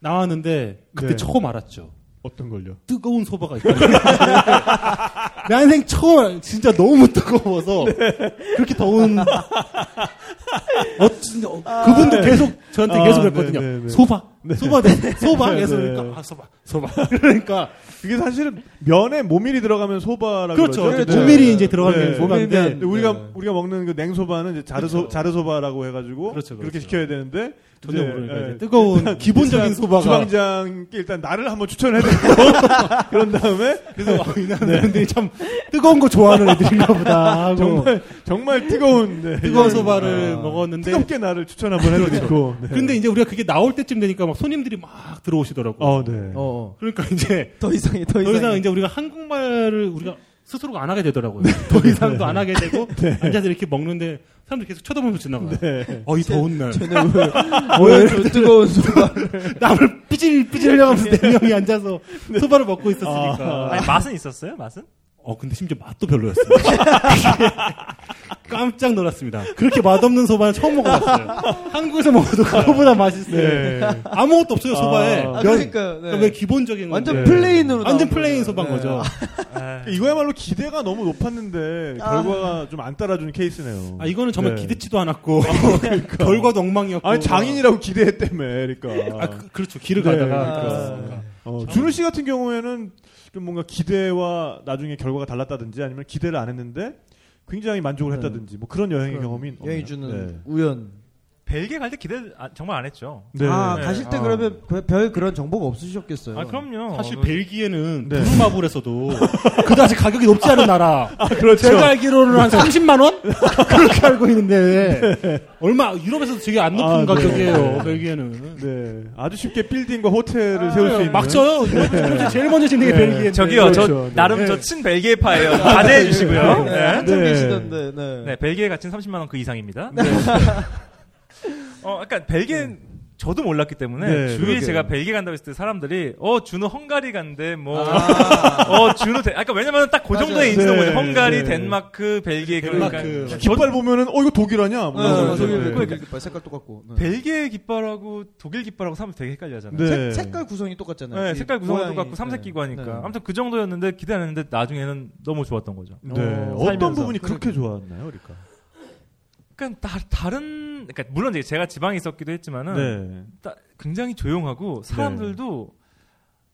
Speaker 4: 나왔는데 그때
Speaker 1: 네.
Speaker 4: 처음 알았죠.
Speaker 1: 어떤 걸요?
Speaker 4: 뜨거운 소바가 있다. 내 인생 처음 알- 진짜 너무 뜨거워서 그렇게 더운 어찌- 어, 그분도 계속 저한테
Speaker 1: 아,
Speaker 4: 계속 그랬거든요.
Speaker 1: 네, 네, 네.
Speaker 4: 소바, 소바, 네. 소바. 그래서
Speaker 1: 네.
Speaker 4: 그러니까 아, 소바, 소바. 그러니까
Speaker 1: 그게 사실은 면에 모밀이 들어가면 소바라고
Speaker 4: 그렇죠.
Speaker 1: 그러죠. 네.
Speaker 4: 그렇죠. 모밀이 이제 들어가게 되는 소바인데
Speaker 1: 근데 우리가
Speaker 5: 네.
Speaker 1: 우리가 먹는 그 냉소바는 이제 자르소
Speaker 4: 그렇죠.
Speaker 1: 자르소바라고 해가지고
Speaker 4: 그렇죠,
Speaker 1: 그렇게
Speaker 4: 그렇죠.
Speaker 1: 시켜야 되는데
Speaker 4: 전혀
Speaker 1: 이제,
Speaker 4: 모르니까
Speaker 1: 예,
Speaker 4: 이제 뜨거운 기본적인
Speaker 1: 일단
Speaker 4: 소바가
Speaker 1: 주방장께 일단 나를 한번 추천해 드리고 그런 다음에
Speaker 4: 그래서 아, 이 남자들이 참 뜨거운 거 좋아하는 애들인가 보다 하고
Speaker 1: 네. 정말 정말 뜨거운 네,
Speaker 4: 뜨거운
Speaker 1: 이런,
Speaker 4: 소바를
Speaker 1: 아,
Speaker 4: 먹었는데
Speaker 1: 뜨겁게 나를 추천 한번 해드리고 네.
Speaker 4: 근데 이제 우리가 그게 나올 때쯤 되니까 막 손님들이 막 들어오시더라고. 요
Speaker 1: 어, 네.
Speaker 5: 어, 어.
Speaker 4: 그러니까 이제
Speaker 5: 더 이상해, 더
Speaker 4: 더
Speaker 5: 이상해.
Speaker 4: 이상 이제 우리가 한국말을 우리가 스스로가 안 하게 되더라고요. 더 이상도 안 하게 되고 앉아서 이렇게 먹는데 사람들이 계속 쳐다보면서 지나가요.
Speaker 1: 네.
Speaker 4: 어이 더운 날
Speaker 5: 쟤는 왜, 왜 이렇게 아, 뜨거운 소바를.
Speaker 4: 남을 삐질삐질 흘려가면서 네 명이 앉아서 소바를 먹고 있었으니까.
Speaker 2: 어. 아니, 맛은 있었어요? 맛은?
Speaker 4: 어 근데 심지어 맛도 별로였어요. 깜짝 놀랐습니다. 그렇게 맛없는 소바는 처음 먹어봤어요. 한국에서 먹어도 그거보다 맛있어요.
Speaker 1: 네.
Speaker 4: 아무것도 없어요 소바에.
Speaker 1: 아,
Speaker 5: 아,
Speaker 4: 면-
Speaker 5: 그러니까. 네.
Speaker 4: 그러니까 왜 기본적인
Speaker 5: 완전
Speaker 4: 건데.
Speaker 5: 플레인으로. 나온
Speaker 4: 완전 플레인
Speaker 5: 거예요.
Speaker 4: 소바인
Speaker 5: 네.
Speaker 4: 거죠.
Speaker 1: 그러니까 이거야말로 기대가 너무 높았는데
Speaker 5: 아.
Speaker 1: 결과가 좀 안 따라주는 케이스네요.
Speaker 4: 아 이거는 정말
Speaker 1: 네.
Speaker 4: 기대치도 않았고 결과도 엉망이었고
Speaker 1: 아니 장인이라고 기대했다며 그러니까.
Speaker 4: 뭐, 아, 그, 그렇죠 길을
Speaker 1: 네,
Speaker 4: 가다가
Speaker 1: 그렇습니다.
Speaker 4: 아,
Speaker 1: 어, 준우 씨 같은 경우에는 좀 뭔가 기대와 나중에 결과가 달랐다든지 아니면 기대를 안 했는데 굉장히 만족을 했다든지 뭐 그런 여행의
Speaker 5: 그런
Speaker 1: 경험이
Speaker 5: 여행이
Speaker 1: 없나요?
Speaker 5: 주는
Speaker 1: 네.
Speaker 5: 우연.
Speaker 2: 벨기에 갈 때 기대 아, 정말 안 했죠.
Speaker 1: 네.
Speaker 5: 아,
Speaker 2: 네.
Speaker 5: 가실 때
Speaker 2: 아.
Speaker 5: 그러면 그- 별 그런 정보가 없으셨겠어요.
Speaker 2: 아, 그럼요.
Speaker 4: 사실
Speaker 2: 그-
Speaker 4: 벨기에는
Speaker 1: 네.
Speaker 4: 두루마블에서도 그다지 가격이 높지 않은 나라
Speaker 1: 그렇죠.
Speaker 4: 제가 알기로는 한 30만 원 그렇게 알고 있는데 얼마 유럽에서도 되게 안 높은
Speaker 1: 아, 네.
Speaker 4: 가격이에요
Speaker 1: 네.
Speaker 4: 벨기에는
Speaker 1: 네. 아주 쉽게 빌딩과 호텔을 세울 수 있는
Speaker 4: 네. 막 쳐요 유럽 중에서 제일 먼저 짓는 게 벨기에
Speaker 2: 저기요,
Speaker 1: 그렇죠.
Speaker 2: 저 나름
Speaker 4: 네.
Speaker 2: 저 친 벨기에파예요. 자제해 주시고요.
Speaker 5: 네,
Speaker 2: 네.
Speaker 5: 한참
Speaker 1: 네.
Speaker 5: 계시던데, 네.
Speaker 2: 네, 벨기에 가치는 30만 원 그 이상입니다. 어, 약간 벨기에 저도 몰랐기 때문에
Speaker 1: 네,
Speaker 2: 주위에
Speaker 1: 그러게요.
Speaker 2: 제가 벨기에 간다고 했을 때 사람들이 어 준우 헝가리 간대 뭐
Speaker 5: 아.
Speaker 2: 어 준우 데... 아까 왜냐면 딱 그 정도의
Speaker 5: 맞아요.
Speaker 2: 인지도
Speaker 1: 네,
Speaker 2: 거죠. 헝가리,
Speaker 1: 네.
Speaker 2: 덴마크, 벨기에 그러니까
Speaker 4: 덴마크.
Speaker 1: 깃발 보면은 어 이거 독일 아니야? 뭐 이러면서.
Speaker 5: 독일
Speaker 1: 네.
Speaker 5: 독일 깃발 색깔 똑같고 네.
Speaker 2: 벨기에 깃발하고 독일 깃발하고 사람 되게 헷갈려하잖아요.
Speaker 1: 네.
Speaker 5: 색- 색깔 구성이 똑같잖아요.
Speaker 2: 네,
Speaker 5: 이
Speaker 2: 색깔 구성도
Speaker 5: 모양이.
Speaker 2: 같고 삼색기고 하니까
Speaker 5: 네.
Speaker 2: 아무튼 그 정도였는데 기대 안 했는데 나중에는 너무 좋았던 거죠.
Speaker 1: 네.
Speaker 2: 어,
Speaker 1: 어떤
Speaker 2: 살면서.
Speaker 1: 부분이 그렇게 좋았나요, 그러니까?
Speaker 2: 그러니까 다, 다른 그러니까 물론 이제 제가 지방에 있었기도 했지만은
Speaker 1: 네.
Speaker 2: 따- 굉장히 조용하고 사람들도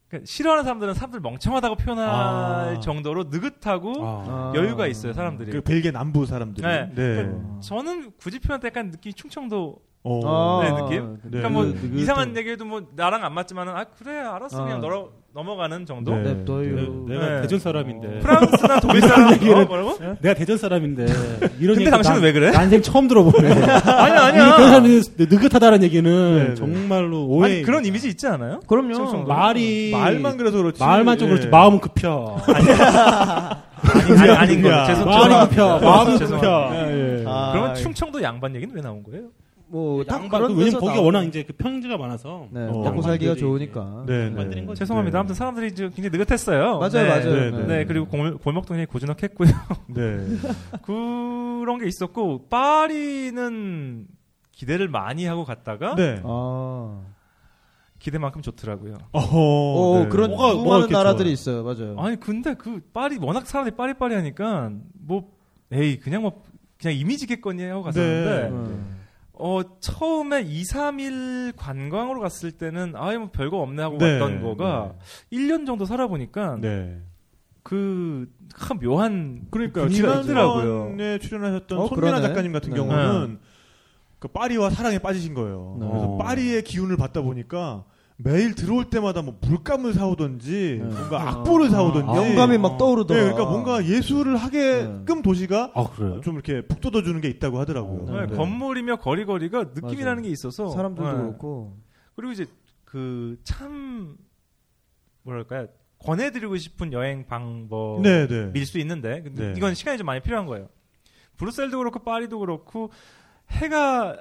Speaker 2: 그러니까 싫어하는 사람들은 사람들 멍청하다고 표현할
Speaker 1: 아.
Speaker 2: 정도로 느긋하고
Speaker 5: 아.
Speaker 2: 여유가 있어요 사람들이.
Speaker 1: 그 벨기에 남부 사람들이.
Speaker 2: 네.
Speaker 1: 네.
Speaker 2: 저는 굳이 표현할 때 약간 느낌이 충청도
Speaker 1: 어.
Speaker 5: 아.
Speaker 2: 네, 느낌?
Speaker 1: 네.
Speaker 2: 그러니까 뭐
Speaker 1: 네.
Speaker 4: 느긋-
Speaker 2: 이상한 얘기도 뭐 나랑 안 맞지만은 아 그래 알았어
Speaker 5: 아.
Speaker 2: 그냥 널어, 넘어가는 정도.
Speaker 1: 네.
Speaker 3: 냅둬요.
Speaker 4: 내가
Speaker 2: 네.
Speaker 4: 대전 사람인데.
Speaker 2: 프랑스나 독일 사람 어,
Speaker 4: 얘기를-
Speaker 2: 뭐라고?
Speaker 4: 내가 대전 사람인데 이런
Speaker 2: 근데
Speaker 4: 얘기
Speaker 2: 당신은
Speaker 4: 난-
Speaker 2: 왜 그래?
Speaker 4: 난생 처음 들어보네.
Speaker 2: 아니야
Speaker 4: 그런
Speaker 2: 아니야.
Speaker 4: 사람이 느긋하다는 얘기는
Speaker 1: 네, 네.
Speaker 4: 정말로 오해.
Speaker 2: 아니 그런 이미지 있지 않아요?
Speaker 5: 그럼요.
Speaker 4: 말이
Speaker 1: 말만 그래서 그렇지. 네.
Speaker 4: 말만 좀 그렇지 마음은 급혀.
Speaker 2: 아니, 아니 아닌 거예요.
Speaker 1: 그냥.
Speaker 2: 죄송
Speaker 4: 마음이 급혀.
Speaker 2: 죄송합니다.
Speaker 4: 마음이
Speaker 2: 죄송합니다.
Speaker 4: 급혀. 예.
Speaker 5: 아,
Speaker 2: 그러면 충청도 양반 얘기는 왜 나온 거예요?
Speaker 5: 뭐
Speaker 4: 양반
Speaker 5: 다 그런
Speaker 4: 그 왜냐면
Speaker 5: 데서
Speaker 4: 거기가
Speaker 5: 나온-
Speaker 4: 워낙 이제 그 평지가 많아서
Speaker 5: 네,
Speaker 1: 어.
Speaker 5: 먹고 살기가
Speaker 4: 양반들이-
Speaker 5: 좋으니까.
Speaker 1: 네, 네.
Speaker 4: 만드는 거죠.
Speaker 2: 죄송합니다. 아무튼 사람들이 이제 굉장히 느긋했어요.
Speaker 5: 맞아요,
Speaker 2: 네.
Speaker 5: 맞아요.
Speaker 1: 네,
Speaker 5: 네.
Speaker 2: 네,
Speaker 1: 네.
Speaker 2: 그리고 골, 골목도 굉장히 고즈넉했고요.
Speaker 1: 네.
Speaker 2: 그런 게 있었고 파리는 기대를 많이 하고 갔다가
Speaker 1: 네.
Speaker 5: 아.
Speaker 2: 기대만큼 좋더라고요.
Speaker 1: 어허.
Speaker 5: 오,
Speaker 1: 네.
Speaker 5: 그런
Speaker 4: 뭐가- 뭐가
Speaker 5: 수많은
Speaker 4: 이렇게
Speaker 5: 나라들이 있어요. 맞아요.
Speaker 2: 아니 근데 그 파리 워낙 사람들이 빠리빠리 하니까 뭐 에이 그냥 뭐 그냥 이미지겠거니 하고 갔었는데
Speaker 5: 음.
Speaker 2: 어 처음에 2, 3일 관광으로 갔을 때는 아예 뭐 별거 없네 하고
Speaker 1: 네.
Speaker 2: 갔던 거가 1년 정도 살아보니까
Speaker 1: 네.
Speaker 2: 그 참 묘한
Speaker 1: 그러니까
Speaker 2: 분위기가 있더라고요.
Speaker 1: 지난번에 출연하셨던
Speaker 5: 어,
Speaker 1: 손민아
Speaker 5: 그러네.
Speaker 1: 작가님 같은
Speaker 5: 네.
Speaker 1: 경우는 그 파리와 사랑에 빠지신 거예요.
Speaker 5: 네.
Speaker 1: 그래서
Speaker 5: 어.
Speaker 1: 파리의 기운을 받다 보니까 매일 들어올 때마다 뭐 물감을 사오던지
Speaker 5: 네.
Speaker 1: 뭔가 악보를 사오던지
Speaker 4: 아,
Speaker 5: 영감이 막
Speaker 1: 네,
Speaker 5: 떠오르더라.
Speaker 1: 그러니까 뭔가 예술을 하게끔 도시가
Speaker 4: 아 그래요?
Speaker 1: 좀 이렇게 북돋워 주는 게 있다고 하더라고요.
Speaker 2: 네,
Speaker 5: 네.
Speaker 2: 건물이며 거리거리가 느낌이라는
Speaker 5: 맞아요.
Speaker 2: 게 있어서
Speaker 5: 사람들도
Speaker 2: 네.
Speaker 5: 그렇고.
Speaker 2: 그리고 이제 그 참 뭐랄까요 권해드리고 싶은 여행 방법일
Speaker 1: 네, 네.
Speaker 2: 수 있는데 근데
Speaker 1: 네.
Speaker 2: 이건 시간이 좀 많이 필요한 거예요. 브루셀도 그렇고 파리도 그렇고 해가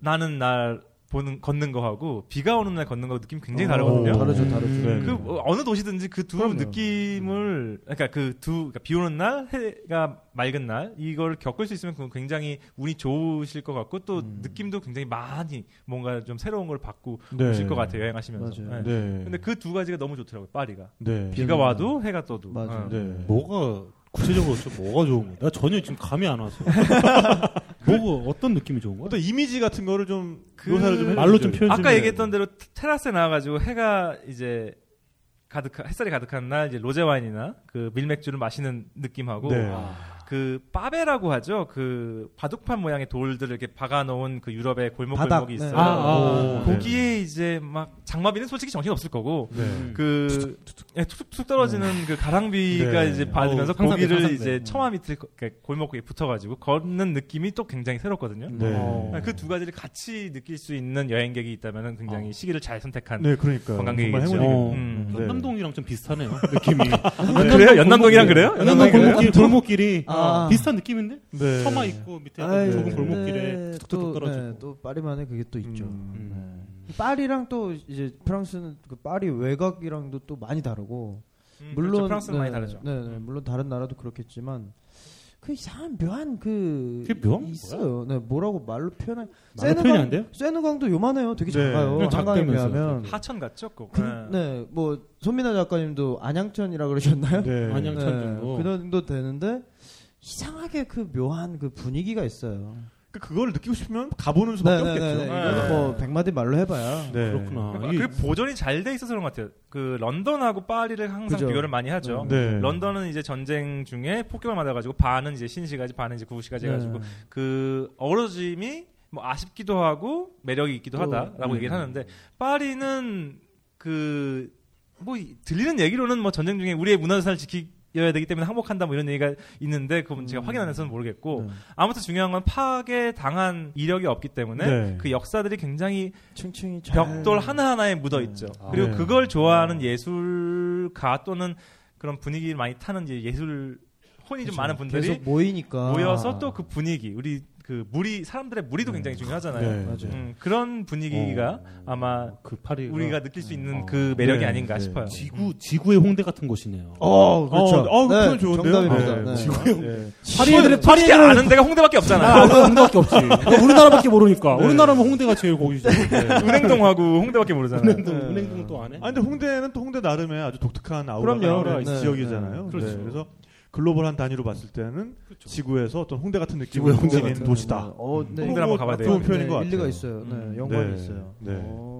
Speaker 2: 나는 날 보는 걷는 거하고 비가 오는 날 걷는 거 느낌
Speaker 5: 어.
Speaker 2: 굉장히 다르거든요.
Speaker 1: 오,
Speaker 5: 다르죠, 다르죠.
Speaker 1: 네.
Speaker 2: 그 어, 어느 도시든지 그 두
Speaker 5: 음. 그럼요. 음.
Speaker 2: 느낌을 그러니까 그 두 비 오는 날 해가 맑은 날 이걸 겪을 수 있으면 그건 굉장히 운이 좋으실 것 같고 또
Speaker 5: 음.
Speaker 2: 느낌도 굉장히 많이 뭔가 좀 새로운 걸 받고
Speaker 1: 네.
Speaker 2: 오실 것 같아요 여행하시면서.
Speaker 5: 맞아요.
Speaker 2: 네.
Speaker 1: 네.
Speaker 2: 근데 그 두 가지가 너무 좋더라고요 파리가
Speaker 1: 네.
Speaker 2: 비가 와도 해가 떠도.
Speaker 5: 맞아요.
Speaker 2: 어.
Speaker 1: 네.
Speaker 4: 뭐가 구체적으로 좀 뭐가 좋은 거야? 나 전혀 지금 감이 안 와서. 뭐가 어떤 느낌이 좋은 거야?
Speaker 1: 어떤 이미지 같은 거를 좀
Speaker 2: 그-
Speaker 1: 묘사를 좀 해주시죠.
Speaker 4: 말로 좀 표현 좀.
Speaker 2: 아까
Speaker 4: 해.
Speaker 2: 얘기했던 대로 테- 테라스에 나와가지고 해가 이제 가득 햇살이 가득한 날 이제 로제 와인이나 그 밀맥주를 마시는 느낌하고
Speaker 1: 네.
Speaker 2: 그 빠베라고 하죠. 그 바둑판 모양의 돌들을 이렇게 박아놓은 그 유럽의 골목
Speaker 5: 바닥.
Speaker 2: 골목이
Speaker 5: 네.
Speaker 2: 있어요.
Speaker 4: 아, 아, 아.
Speaker 1: 네.
Speaker 2: 거기에 이제 막 장마비는 솔직히 정신 없을 거고
Speaker 1: 네.
Speaker 4: 음.
Speaker 2: 그 예, 툭툭 떨어지는 그 가랑비가
Speaker 1: 네.
Speaker 2: 이제 받으면서
Speaker 4: 어우, 상상돼,
Speaker 2: 거기를
Speaker 4: 상상돼.
Speaker 2: 이제 처마 밑에 거- 그러니까 골목에 붙어가지고 걷는 느낌이 또 굉장히 새롭거든요.
Speaker 1: 네.
Speaker 4: 어.
Speaker 2: 그 두 가지를 같이 느낄 수 있는 여행객이 있다면 굉장히 시기를 잘 선택한
Speaker 1: 네, 그러니까
Speaker 2: 관광객이겠죠.
Speaker 1: 정말 행운이겠네요.
Speaker 4: 어,
Speaker 2: 음.
Speaker 4: 연남동이랑 좀 비슷하네요. 느낌이.
Speaker 2: 그래요? 연남동이랑 그래요?
Speaker 4: 연남동 골목길 골목길이
Speaker 5: 아.
Speaker 4: 비슷한 느낌인데?
Speaker 1: 네.
Speaker 4: 처마 있고 밑에 약간
Speaker 5: 아이,
Speaker 4: 좁은
Speaker 1: 네.
Speaker 4: 골목길에 툭툭툭
Speaker 5: 또,
Speaker 4: 떨어지고.
Speaker 5: 네, 또 파리만의 그게 또 있죠.
Speaker 1: 음.
Speaker 5: 파리랑 또 이제 프랑스는 그 파리 외곽이랑도 또 많이 다르고
Speaker 2: 음,
Speaker 5: 물론
Speaker 2: 그렇죠. 프랑스는 많이
Speaker 5: 네,
Speaker 2: 다르죠.
Speaker 5: 네, 네, 물론 다른 나라도 그렇겠지만 그 이상한 묘한 그
Speaker 4: 그게 묘한
Speaker 5: 있어요. 네, 뭐라고 말로 표현할
Speaker 4: 말로 표현이 안 돼요?
Speaker 5: 세느강도 요만해요. 되게
Speaker 1: 네.
Speaker 5: 작아요.
Speaker 4: 그냥
Speaker 5: 한강에
Speaker 4: 작다면서요.
Speaker 5: 비하면
Speaker 2: 하천 같죠, 그.
Speaker 5: 네, 뭐 손민아 작가님도 안양천이라 그러셨나요?
Speaker 1: 네.
Speaker 4: 안양- 안양천 정도.
Speaker 5: 그 정도 되는데 이상하게 그 묘한 그 분위기가 있어요. 네,
Speaker 1: 그- 그걸 느끼고 싶으면 가보는 수밖에 없겠죠.
Speaker 5: 이거는 뭐 백마디 말로 해봐야.
Speaker 1: 네.
Speaker 4: 그렇구나.
Speaker 5: 아,
Speaker 2: 그
Speaker 4: 이게
Speaker 2: 보존이 잘 돼 있어서 그런 것 같아요. 그 런던하고 파리를 항상
Speaker 5: 그죠. 음.
Speaker 2: 비교를 많이 하죠.
Speaker 1: 네.
Speaker 2: 런던은 이제 전쟁 중에 폭격을 맞아가지고 반은 이제 신시가지, 반은 이제 구시가지 해가지고
Speaker 5: 네.
Speaker 2: 그 어우러짐이 뭐 아쉽기도 하고 매력이 있기도
Speaker 5: 또, 네.
Speaker 2: 하다라고 얘기를 하는데 파리는 그 뭐 들리는 얘기로는 뭐 전쟁 중에 우리의 문화유산을 지키여야 되기 때문에 항복한다 뭐 이런 얘기가 있는데 그건 제가 확인 안 해서는 모르겠고
Speaker 5: 음. 네.
Speaker 2: 아무튼 중요한 건 파괴 당한 이력이 없기 때문에
Speaker 1: 네.
Speaker 2: 그 역사들이 굉장히
Speaker 5: 층층이 잘-
Speaker 2: 벽돌 하나하나에 묻어 있죠. 그리고
Speaker 1: 아. 네.
Speaker 2: 그걸 좋아하는 예술가 또는 그런 분위기를 많이 타는 이제 예술 혼이 좀 많은 분들이
Speaker 1: 아.
Speaker 5: 계속 모이니까
Speaker 2: 모여서 또 그 분위기 우리 그 무리 사람들의 무리도 굉장히 중요하잖아요.
Speaker 1: 네. 어.
Speaker 4: 맞아요.
Speaker 2: 음, 그런 분위기가 아마
Speaker 4: 그 파리 음.
Speaker 2: 우리가 느낄 수 있는 그 매력이
Speaker 1: 네.
Speaker 2: 아닌가 싶어요.
Speaker 4: 지구 지구의 홍대 같은 곳이네요. 어.
Speaker 5: 어, 그렇죠.
Speaker 1: 어, 어, 그건 좋은데요?
Speaker 5: 정답입니다.
Speaker 1: 네.
Speaker 5: 네.
Speaker 4: 파리에
Speaker 2: 파리에 아는 데가 홍대밖에 없잖아.
Speaker 4: 홍대밖에 없지. 우리나라밖에 모르니까. 우리나라면 홍대가 제일 거기죠.
Speaker 2: 네. 은행동하고 홍대밖에 모르잖아.
Speaker 4: 은행동
Speaker 5: 네.
Speaker 4: 은행동 또 안 해?
Speaker 1: 네. 아 근데 홍대는 또 홍대 나름의 아주 독특한
Speaker 5: 그럼요.
Speaker 1: 아우라가 있는
Speaker 5: 네,
Speaker 1: 지역이잖아요.
Speaker 4: 네. 그렇죠.
Speaker 1: 그래서 글로벌한 단위로 봤을 때는 지구에서 어떤 홍대 같은 느낌을
Speaker 4: 지구의 홍대
Speaker 1: 지닌
Speaker 4: 같은
Speaker 1: 도시다.
Speaker 5: 어, 네.
Speaker 2: 홍대를 한번 가봐야 돼요.
Speaker 1: 좋은 표현인 것 같아요.
Speaker 5: 일리가 있어요. 네, 연관이
Speaker 1: 네.
Speaker 5: 있어요.
Speaker 1: 네.
Speaker 5: 오.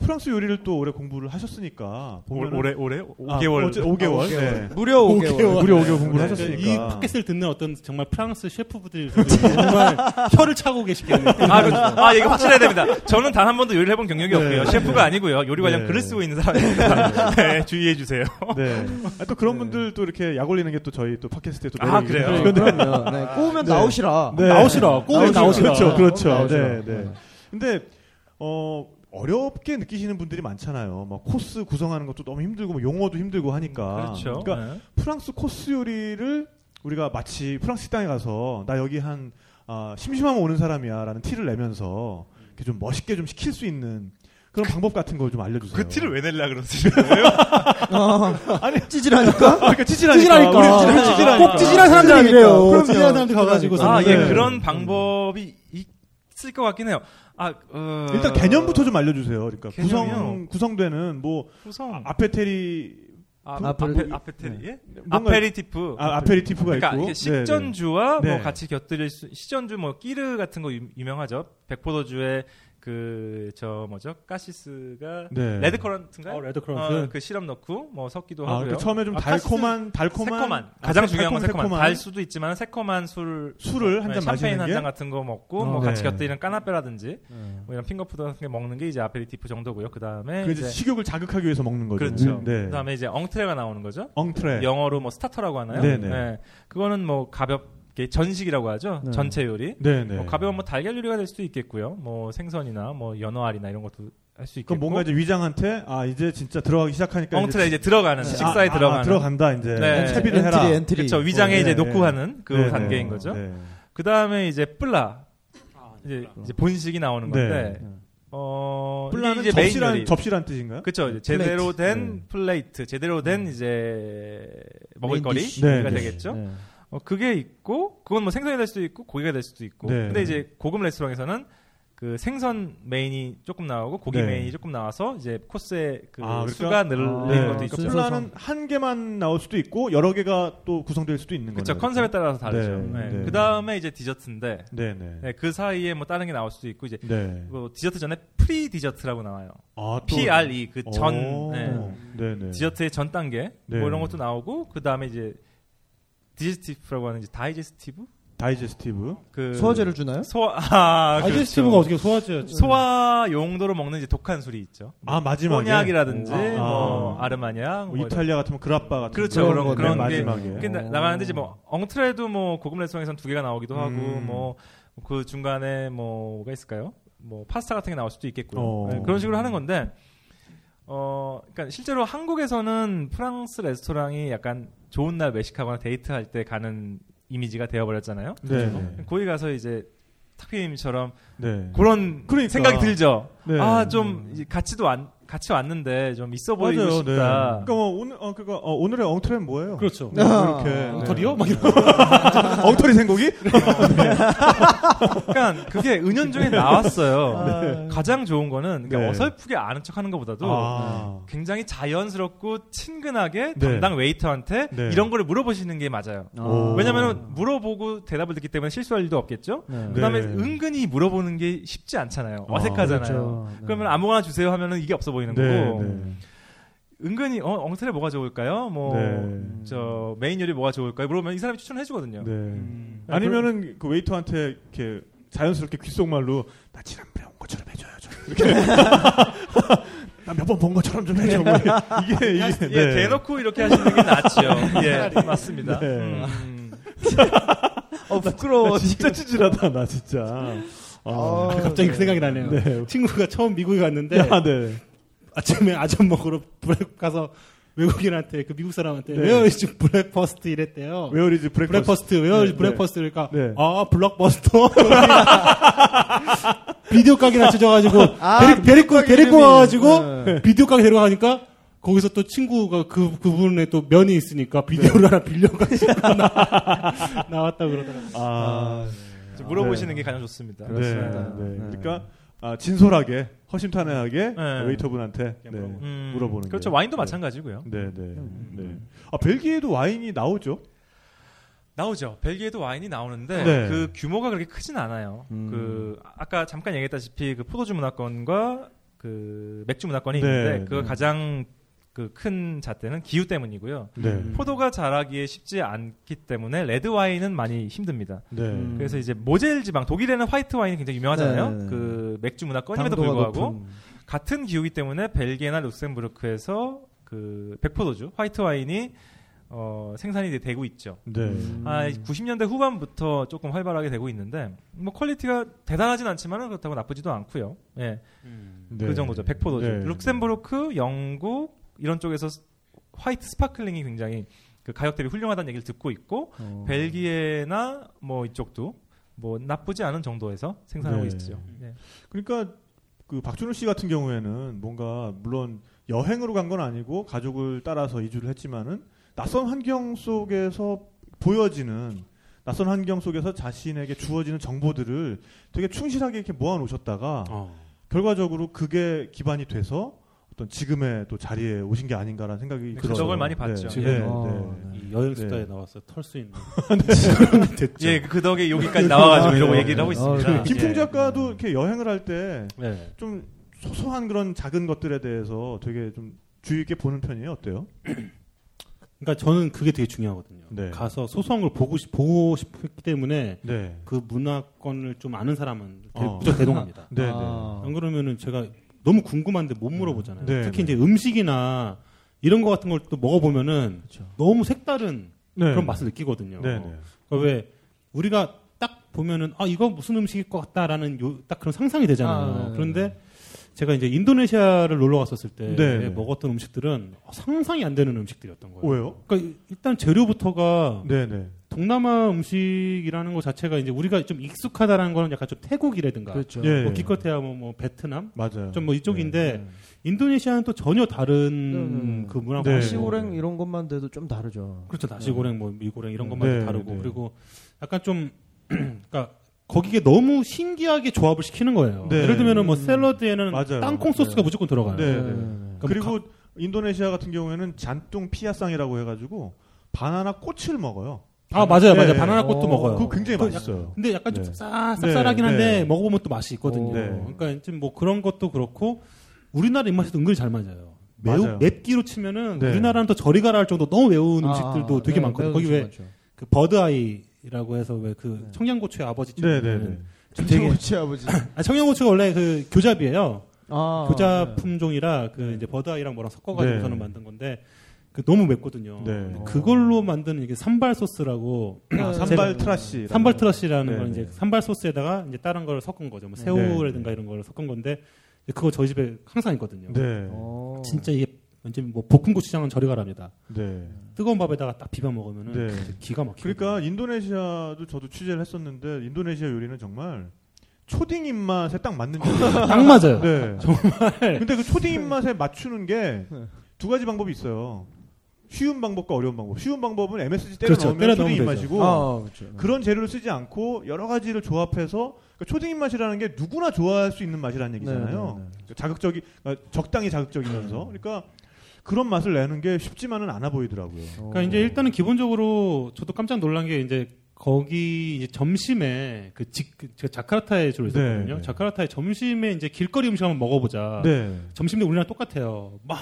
Speaker 1: 프랑스 요리를 또 오래 공부를 하셨으니까 보면은-
Speaker 2: 올해 올해
Speaker 1: 아,
Speaker 2: 5개월
Speaker 1: 어째- 5개월.
Speaker 5: 아,
Speaker 1: 네.
Speaker 5: 무려 5개월.
Speaker 1: 무려 5개월 공부를
Speaker 5: 네.
Speaker 1: 하셨으니까.
Speaker 4: 이 팟캐스트를 듣는 어떤 정말 프랑스 셰프분들 정말 혀를 차고 계시겠네요.
Speaker 2: 아, 그, 아, 이거 확실해야 됩니다. 저는 단 한 번도 요리를 해본 경력이 없고요. 셰프가 아니고요. 요리 관련
Speaker 1: 네.
Speaker 2: 글을 쓰고 있는 사람입니다. 네, 주의해 주세요.
Speaker 1: 네. 아, 또 그런 분들 또 이렇게 약 올리는 게 또 저희 또 팟캐스트에 또
Speaker 2: 아,
Speaker 1: 매력이
Speaker 2: 그래요?
Speaker 1: 있어요.
Speaker 5: 네, 그럼요. 네, 꼬우면 나오시라.
Speaker 1: 네.
Speaker 4: 나오시라. 꼬우면 나오시라.
Speaker 1: 그렇죠, 그렇죠.
Speaker 5: 나오시라.
Speaker 1: 네, 네. 근데 어 어렵게 느끼시는 분들이 많잖아요. 막 코스 구성하는 것도 너무 힘들고 뭐 용어도 힘들고 하니까. 러니
Speaker 2: 그렇죠.
Speaker 1: 까 프랑스 코스 요리를 우리가 마치 프랑스 식당에 가서 나 여기 한 아, 심심하면 오는 사람이야라는 티를 내면서 이렇게 좀 멋있게 좀 시킬 수 있는 그런 방법 같은 걸 좀 알려주세요.
Speaker 2: 그 티를 왜 낼라 그러시는 거예요?
Speaker 5: 아니, 찌질하니까?
Speaker 1: 그러니까 찌질하니까. 우리 우리 찌질하니까. 그러니까.
Speaker 7: 꼭 찌질한 사람들이 이래요.
Speaker 4: 그럼 찌질한 사람들 가가지고
Speaker 2: 아, 예,
Speaker 1: 네.
Speaker 2: 그런 방법이 있을 것 같긴 해요. 아, 어,
Speaker 1: 일단 개념부터 좀 알려주세요. 그러니까 구성
Speaker 2: 개념이요?
Speaker 1: 구성되는 뭐
Speaker 4: 아,
Speaker 2: 구성.
Speaker 1: 아페테리 네.
Speaker 2: 아,
Speaker 5: 아,
Speaker 2: 아페,
Speaker 5: 별-
Speaker 2: 아페테리? 예?
Speaker 1: 뭔가-
Speaker 2: 아페리티프.
Speaker 1: 아, 아페리티프가
Speaker 2: 그러니까
Speaker 1: 있고
Speaker 2: 이게 식전주와
Speaker 1: 네, 네.
Speaker 2: 뭐 같이 곁들일 수 식전주 뭐 끼르 같은 거 유, 명하죠 백포도주의 그 저 뭐죠? 가시스가
Speaker 1: 네.
Speaker 2: 레드 커런트인가요?
Speaker 4: 어, 레드 크로스.
Speaker 2: 어, 그 시럽 넣고 뭐 섞기도
Speaker 1: 아,
Speaker 2: 하고요.
Speaker 1: 그러니까 처음에 좀
Speaker 2: 아,
Speaker 1: 달콤한 달콤한,
Speaker 2: 새콤한, 가장
Speaker 1: 아,
Speaker 2: 중요한 건 새콤한. 달 수도 있지만 새콤한 술 어,
Speaker 1: 술을 한잔
Speaker 2: 샴페인
Speaker 1: 마시는
Speaker 2: 한
Speaker 1: 게?
Speaker 2: 잔 같은 거 먹고
Speaker 1: 어,
Speaker 2: 뭐
Speaker 1: 네.
Speaker 2: 같이 곁들이는 까나페라든지 뭐 이런 핑거푸드 같은 게 먹는 게 이제 아페리티프 정도고요. 그다음에
Speaker 1: 그 이제
Speaker 2: 이제
Speaker 1: 식욕을 자극하기 위해서 먹는 거죠.
Speaker 2: 그렇죠.
Speaker 1: 네.
Speaker 2: 그다음에 이제 엉트레가 나오는 거죠.
Speaker 1: 엉트레.
Speaker 2: 영어로 뭐 스타터라고 하나요?
Speaker 1: 네네.
Speaker 2: 네. 그거는 뭐 가볍게 전식이라고 하죠.
Speaker 5: 네.
Speaker 2: 전체 요리.
Speaker 1: 네, 네.
Speaker 2: 뭐 가벼운 뭐 달걀 요리가 될 수도 있겠고요. 뭐 생선이나 뭐 연어알이나 이런 것도 할 수 있겠고.
Speaker 1: 그럼 뭔가 이제 위장한테 아 이제 진짜 들어가기 시작하니까
Speaker 2: 엉트레 이제 들어가는
Speaker 1: 네.
Speaker 2: 식사에
Speaker 1: 아,
Speaker 2: 들어가는.
Speaker 1: 아, 들어간다 이제
Speaker 2: 네.
Speaker 1: 채비를 해라.
Speaker 5: 엔트리, 엔트리.
Speaker 2: 그렇죠. 위장에
Speaker 1: 네,
Speaker 2: 이제
Speaker 1: 네.
Speaker 2: 놓고 하는 그
Speaker 1: 네, 네.
Speaker 2: 단계인 거죠.
Speaker 1: 네.
Speaker 2: 그 다음에 이제 뿔라. 이제, 이제 본식이 나오는
Speaker 1: 네.
Speaker 2: 건데, 어,
Speaker 1: 뿔라는
Speaker 2: 이게 이제 메인
Speaker 1: 접시란
Speaker 2: 요리.
Speaker 1: 접시란 뜻인가요?
Speaker 2: 그렇죠. 이제 제대로 된
Speaker 1: 네.
Speaker 2: 플레이트, 제대로 된 이제
Speaker 5: 디쉬.
Speaker 1: 네, 네.
Speaker 2: 먹을거리가 되겠죠.
Speaker 5: 네.
Speaker 2: 어, 그게 있고 그건 뭐 생선이 될 수도 있고 고기가 될 수도 있고.
Speaker 1: 네.
Speaker 2: 근데 이제 고급 레스토랑에서는 그 생선 메인이 조금 나오고 고기
Speaker 1: 네.
Speaker 2: 메인이 조금 나와서 이제 코스에 그
Speaker 1: 아, 그러니까-
Speaker 2: 수가 늘는
Speaker 5: 아,
Speaker 1: 네.
Speaker 2: 것도
Speaker 1: 그러니까
Speaker 2: 있죠.
Speaker 5: 순서상.
Speaker 1: 플라는 한 개만 나올 수도 있고 여러 개가 또 구성될 수도 있는
Speaker 2: 그렇죠.
Speaker 1: 거죠.
Speaker 2: 컨셉에 따라서 다르죠.
Speaker 1: 네,
Speaker 2: 네.
Speaker 1: 네.
Speaker 2: 그 다음에 이제 디저트인데
Speaker 1: 네, 네.
Speaker 2: 네, 그 사이에 뭐 다른 게 나올 수도 있고 이제
Speaker 1: 네.
Speaker 2: 뭐 디저트 전에 프리 디저트라고 나와요.
Speaker 1: 아, 또-
Speaker 2: PRE 그
Speaker 1: 오.
Speaker 2: 전
Speaker 1: 네, 네.
Speaker 2: 디저트의 전 단계
Speaker 1: 네.
Speaker 2: 뭐 이런 것도 나오고 그 다음에 이제 디지스티브라고 하는 이제 다이제스티브
Speaker 1: 다이제스티브.
Speaker 2: 그
Speaker 5: 소화제를 주나요?
Speaker 2: 소화 아, 그렇죠.
Speaker 4: 아이제스티브가 어떻게 소화제
Speaker 2: 소화 용도로 먹는 이제 독한 술이 있죠.
Speaker 1: 아, 마지막에
Speaker 2: 꼬냑이라든지
Speaker 1: 아,
Speaker 2: 뭐
Speaker 1: 아.
Speaker 2: 아르마냥
Speaker 1: 뭐
Speaker 2: 뭐
Speaker 1: 이탈리아 같은 그라빠 같은
Speaker 2: 그렇죠.
Speaker 1: 거. 네,
Speaker 2: 그런- 그런 게-
Speaker 1: 마지막에.
Speaker 2: 이런- 근데
Speaker 5: 어.
Speaker 2: 나가는데 이제 뭐 엉트레도 뭐 고급 레스토랑에선 두 개가 나오기도
Speaker 1: 음.
Speaker 2: 하고 뭐 그 중간에 뭐가 있을까요? 뭐 파스타 같은 게 나올 수도 있겠고요.
Speaker 1: 어.
Speaker 2: 네, 그런 식으로 하는 건데 어 그러니까 실제로 한국에서는 프랑스 레스토랑이 약간 좋은 날 외식하거나 데이트할 때 가는 이미지가 되어버렸잖아요.
Speaker 1: 네. 네.
Speaker 2: 거기 가서 이제 탁피님처럼
Speaker 1: 네.
Speaker 2: 그런
Speaker 1: 그러니까.
Speaker 2: 생각이 들죠.
Speaker 1: 네.
Speaker 2: 아 좀 같이도 안 같이 왔는데 좀 있어 보이고
Speaker 1: 맞아요. 네.
Speaker 2: 싶다.
Speaker 1: 그러니까 뭐 오늘 어 그거 어, 오늘의 엉터리는 뭐예요?
Speaker 4: 그렇죠.
Speaker 1: 네, 이렇게
Speaker 4: 엉터리요? 막 이런.
Speaker 1: 네. 엉터리 생고기?
Speaker 2: 약간 그게 은연중에
Speaker 5: 아.
Speaker 1: 아.
Speaker 2: 나왔어요.
Speaker 5: 네.
Speaker 2: 가장 좋은 거는 그러니까
Speaker 1: 음. 네.
Speaker 2: 어설프게 아는 척하는 것보다도
Speaker 1: 아.
Speaker 2: 굉장히 자연스럽고 친근하게
Speaker 1: 네.
Speaker 2: 담당 웨이터한테
Speaker 1: 네.
Speaker 2: 이런 거를 물어보시는 게 맞아요.
Speaker 1: 오.
Speaker 2: 왜냐하면 물어보고 대답을 듣기 때문에 실수할 일도 없겠죠.
Speaker 5: 네.
Speaker 2: 그다음에
Speaker 1: 네.
Speaker 2: 은근히 물어보는 게 쉽지 않잖아요.
Speaker 1: 아,
Speaker 2: 어색하잖아요.
Speaker 5: 네.
Speaker 2: 그러면 아무거나 주세요 하면은 이게 없어 보이는 거고
Speaker 1: 네.
Speaker 2: 은근히 어, 엉터리 뭐가 좋을까요? 뭐
Speaker 1: 네.
Speaker 2: 저 메인 요리 뭐가 좋을까요? 물어보면 이 사람이 추천해 주거든요.
Speaker 1: 네. 아니면은 그 웨이터한테 이렇게 자연스럽게 귓속말로 나 지난번에 온 것처럼 해줘요. 좀. 이렇게 나 몇 번 본 것처럼 좀 해줘. 뭐 이게 이게
Speaker 2: 예, 대놓고 이렇게 하시는 게 낫지요. 예, 맞습니다.
Speaker 1: 네.
Speaker 2: 음.
Speaker 5: 어, 부끄러워.
Speaker 1: 진짜 찌질하다 나 진짜.
Speaker 5: 네.
Speaker 1: 아,
Speaker 4: 갑자기 그 생각이 나네요.
Speaker 1: 네.
Speaker 4: 친구가 처음 미국에 갔는데
Speaker 1: 야, 네.
Speaker 4: 아침에 아점 먹으러 불에 가서 외국인한테 그 미국 사람한테
Speaker 1: 네.
Speaker 4: Where is breakfast 이랬대요.
Speaker 1: 웨어리즈 브렉퍼스트.
Speaker 4: 브렉퍼스트 Where is
Speaker 1: 네,
Speaker 4: breakfast 그러니까
Speaker 1: 네.
Speaker 4: 아 블록버스터 비디오 가게나 찾아가지고
Speaker 5: 아,
Speaker 4: 데리- 데리고
Speaker 5: 블록버스터
Speaker 4: 데리고
Speaker 5: 이름이.
Speaker 4: 와가지고
Speaker 5: 네.
Speaker 4: 비디오 가게 데려가니까 거기서 또 친구가 그 그분에 또 면이 있으니까
Speaker 5: 네.
Speaker 4: 비디오를 하나 빌려가지고 나- 나왔다 그러더라고. 요
Speaker 1: 아,
Speaker 2: 물어보시는 게 가장 좋습니다.
Speaker 1: 네.
Speaker 5: 그렇습니다.
Speaker 1: 네.
Speaker 5: 네.
Speaker 1: 그러니까 아, 진솔하게 허심탄회하게
Speaker 2: 네.
Speaker 1: 웨이터분한테 네.
Speaker 4: 물어보는
Speaker 2: 음,
Speaker 1: 물어보는
Speaker 2: 그렇죠.
Speaker 1: 게.
Speaker 2: 와인도
Speaker 1: 네.
Speaker 2: 마찬가지고요.
Speaker 1: 네, 네. 네. 아, 벨기에도 와인이 나오죠?
Speaker 2: 나오죠. 벨기에도 와인이 나오는데
Speaker 1: 네. 음.
Speaker 2: 그 규모가 그렇게 크진 않아요.
Speaker 5: 음.
Speaker 2: 그 아- 아까 잠깐 얘기했다시피 그 포도주 문화권과 그 맥주 문화권이
Speaker 1: 네,
Speaker 2: 있는데 그
Speaker 1: 네.
Speaker 2: 가장 그 큰 잣대는 기후 때문이고요.
Speaker 1: 네.
Speaker 2: 포도가 자라기에 쉽지 않기 때문에 레드 와인은 많이 힘듭니다.
Speaker 1: 네.
Speaker 5: 음.
Speaker 2: 그래서 이제 모젤 지방 독일에는 화이트 와인이 굉장히 유명하잖아요.
Speaker 5: 네, 네, 네.
Speaker 2: 그 맥주 문화권임에도
Speaker 5: 당도가
Speaker 2: 불구하고
Speaker 5: 높은.
Speaker 2: 같은 기후이기 때문에 벨기에나 룩셈부르크에서 그 백포도주 화이트 와인이 어, 생산이 되고 있죠.
Speaker 1: 네.
Speaker 5: 음.
Speaker 2: 아, 90년대 후반부터 조금 활발하게 되고 있는데 뭐 퀄리티가 대단하진 않지만 그렇다고 나쁘지도 않고요. 예,
Speaker 1: 네.
Speaker 2: 그 정도죠. 백포도죠.
Speaker 1: 네.
Speaker 2: 룩셈부르크, 영국 이런 쪽에서 스- 화이트 스파클링이 굉장히 그 가격 대비 훌륭하다는 얘기를 듣고 있고
Speaker 5: 어.
Speaker 2: 벨기에나 음. 뭐 이쪽도 뭐 나쁘지 않은 정도에서 생산하고
Speaker 1: 네.
Speaker 2: 있죠. 예.
Speaker 1: 그러니까 그 박준우 씨 같은 경우에는 뭔가 물론 여행으로 간 건 아니고 가족을 따라서 이주를 했지만은 낯선 환경 속에서 보여지는 낯선 환경 속에서 자신에게 주어지는 정보들을 되게 충실하게 이렇게 모아 놓으셨다가 결과적으로 그게 기반이 돼서 어떤 지금의 또 자리에 오신 게 아닌가라는 생각이
Speaker 2: 그
Speaker 1: 들어요.
Speaker 2: 적을 많이
Speaker 1: 네,
Speaker 2: 봤죠.
Speaker 1: 네,
Speaker 4: 지금,
Speaker 1: 네,
Speaker 3: 어,
Speaker 1: 네.
Speaker 4: 이 여행 수다에
Speaker 1: 네.
Speaker 4: 나와서 털 수 있는
Speaker 7: 됐죠.
Speaker 2: 예, 그 덕에 여기까지 나와가지고 이러고 얘기를 하고
Speaker 3: 아,
Speaker 2: 있습니다.
Speaker 1: 김풍
Speaker 2: 예.
Speaker 1: 작가도 이렇게 여행을 할때
Speaker 4: 네.
Speaker 1: 좀 소소한 그런 작은 것들에 대해서 되게 좀 주의 있게 보는 편이에요. 어때요?
Speaker 4: 그러니까 저는 그게 되게 중요하거든요.
Speaker 1: 네.
Speaker 4: 가서 소소한 걸 보고 싶 보고 싶기 때문에
Speaker 1: 네.
Speaker 4: 그 문화권을 좀 아는 사람은 대,
Speaker 1: 어.
Speaker 4: 무조건 대동합니다.
Speaker 1: 네,
Speaker 3: 아.
Speaker 4: 안 그러면은 제가 너무 궁금한데 못 물어보잖아요.
Speaker 1: 네,
Speaker 4: 특히
Speaker 1: 네.
Speaker 4: 이제 음식이나 이런 것 같은 걸 또 먹어보면은 너무 색다른
Speaker 1: 네.
Speaker 4: 그런 맛을 느끼거든요.
Speaker 1: 네, 네.
Speaker 4: 그러니까 왜 우리가 딱 보면은 아 이거 무슨 음식일 것 같다라는 요, 딱 그런 상상이 되잖아요.
Speaker 3: 아, 네, 네, 네.
Speaker 4: 그런데 제가 이제 인도네시아를 놀러 갔었을 때
Speaker 1: 네, 네.
Speaker 4: 먹었던 음식들은 상상이 안 되는 음식들이었던 거예요.
Speaker 1: 왜요?
Speaker 4: 그러니까 일단 재료부터가
Speaker 1: 네, 네.
Speaker 4: 동남아 음식이라는 것 자체가 이제 우리가 좀 익숙하다라는 거는 약간 좀 태국이라든가
Speaker 3: 그렇죠.
Speaker 5: 네.
Speaker 1: 예.
Speaker 4: 뭐 기껏해야 뭐, 뭐 베트남
Speaker 1: 맞아요.
Speaker 4: 좀 뭐 이쪽인데
Speaker 3: 네.
Speaker 4: 인도네시아는 또
Speaker 5: 네,
Speaker 4: 전혀 다른
Speaker 5: 네.
Speaker 4: 그 문화가
Speaker 1: 네.
Speaker 5: 시오랭 이런 것만 돼도 좀 다르죠.
Speaker 4: 그렇죠 나시고랭 뭐 미고랭 이런 것만
Speaker 1: 네,
Speaker 4: 다 다르고
Speaker 1: 네.
Speaker 4: 그리고 약간 좀 그러니까 거기에 너무 신기하게 조합을 시키는 거예요.
Speaker 1: 네.
Speaker 4: 예를 들면은 뭐
Speaker 5: 음.
Speaker 4: 샐러드에는
Speaker 1: 맞아요.
Speaker 4: 땅콩 소스가
Speaker 5: 네.
Speaker 4: 무조건 들어가요.
Speaker 1: 네, 네.
Speaker 5: 네, 네.
Speaker 4: 그러니까 뭐
Speaker 1: 그리고 인도네시아 같은 경우에는 잔뚱 피아상이라고 해가지고 바나나 꽃을 먹어요.
Speaker 4: 가- 아 맞아요, 맞아요.
Speaker 1: 네.
Speaker 4: 바나나 꽃도
Speaker 3: 어.
Speaker 4: 먹어요.
Speaker 1: 그거 굉장히
Speaker 4: 그
Speaker 1: 맛있어요.
Speaker 4: 근데 약간 좀
Speaker 1: 네.
Speaker 4: 쌉싸,
Speaker 1: 네,
Speaker 4: 쌉싸하긴 한데
Speaker 1: 네.
Speaker 4: 먹어보면 또 맛이 있거든요.
Speaker 3: 오.
Speaker 1: 네.
Speaker 4: 그러니까 이제 뭐 그런 것도 그렇고 우리나라 입맛에도 은근히 잘 맞아요. 매우
Speaker 1: 맞아요.
Speaker 4: 맵기로 치면은
Speaker 1: 네.
Speaker 4: 우리나라는 더 저리 가라 할 정도 너무 매운
Speaker 5: 아,
Speaker 4: 음식들도
Speaker 5: 아,
Speaker 4: 되게
Speaker 5: 네, 매운
Speaker 4: 많거든요. 거기
Speaker 5: 음식
Speaker 4: 왜 그
Speaker 5: 많죠.
Speaker 4: 버드 아이라고 해서 왜 그
Speaker 5: 네.
Speaker 4: 청양고추의 아버지처럼
Speaker 1: 네, 네,
Speaker 4: 음.
Speaker 1: 네.
Speaker 4: 되게
Speaker 5: 청양고추 아버지.
Speaker 4: 아, 청양고추가 원래 그 교잡이에요.
Speaker 5: 아,
Speaker 4: 교잡
Speaker 5: 네.
Speaker 4: 품종이라 그 이제 버드 아이랑 뭐랑
Speaker 1: 네.
Speaker 4: 섞어가지고서는 만든 건데 그 너무 맵거든요.
Speaker 1: 네.
Speaker 4: 근데 그걸로 만드는 이게 산발 소스라고
Speaker 1: 아,
Speaker 4: 제가-
Speaker 1: 산발 트라시.
Speaker 4: 산발 트러시라는
Speaker 1: 네,
Speaker 4: 걸
Speaker 1: 네.
Speaker 4: 이제 산발 소스에다가 이제 다른 걸 섞은 거죠. 뭐
Speaker 5: 네.
Speaker 4: 새우라든가 이런 걸 섞은 건데 이제 그거 저희 집에 항상 있거든요.
Speaker 1: 네.
Speaker 5: 어.
Speaker 4: 진짜 이게 이제 뭐 볶은 고추장은 저리 가랍니다.
Speaker 1: 네.
Speaker 4: 뜨거운 밥에다가 딱 비벼 먹으면은
Speaker 1: 네.
Speaker 4: 진짜 기가 막히요
Speaker 1: 그러니까 인도네시아도 저도 취재를 했었는데 인도네시아 요리는 정말 초딩 입맛에 딱 맞는 요리.
Speaker 4: 딱 맞아요.
Speaker 1: 네. 정말. 근데 그 초딩 입맛에 맞추는 게 두 가지 방법이 있어요. 쉬운 방법과 어려운 방법. 쉬운 방법은 MSG 때려
Speaker 4: 그렇죠.
Speaker 1: 넣으면
Speaker 4: 때려
Speaker 1: 초딩
Speaker 4: 넣으면
Speaker 1: 입맛이고
Speaker 5: 아, 그렇죠.
Speaker 1: 그런 재료를 쓰지 않고 여러 가지를 조합해서 그러니까 초딩 입맛이라는 게 누구나 좋아할 수 있는 맛이라는 얘기잖아요.
Speaker 5: 네, 네,
Speaker 1: 자극적이 그러니까 적당히 자극적이면서 그러니까 그런 맛을 내는 게 쉽지만은 않아 보이더라고요.
Speaker 4: 그러니까 이제 일단은 기본적으로 저도 깜짝 놀란 게 이제 거기 이제 점심에 그 직, 그 제가 자카르타에 주로 있었거든요.
Speaker 1: 네, 네.
Speaker 4: 자카르타에 점심에 이제 길거리 음식 한번 먹어보자.
Speaker 1: 네.
Speaker 4: 점심때 우리나라 똑같아요. 막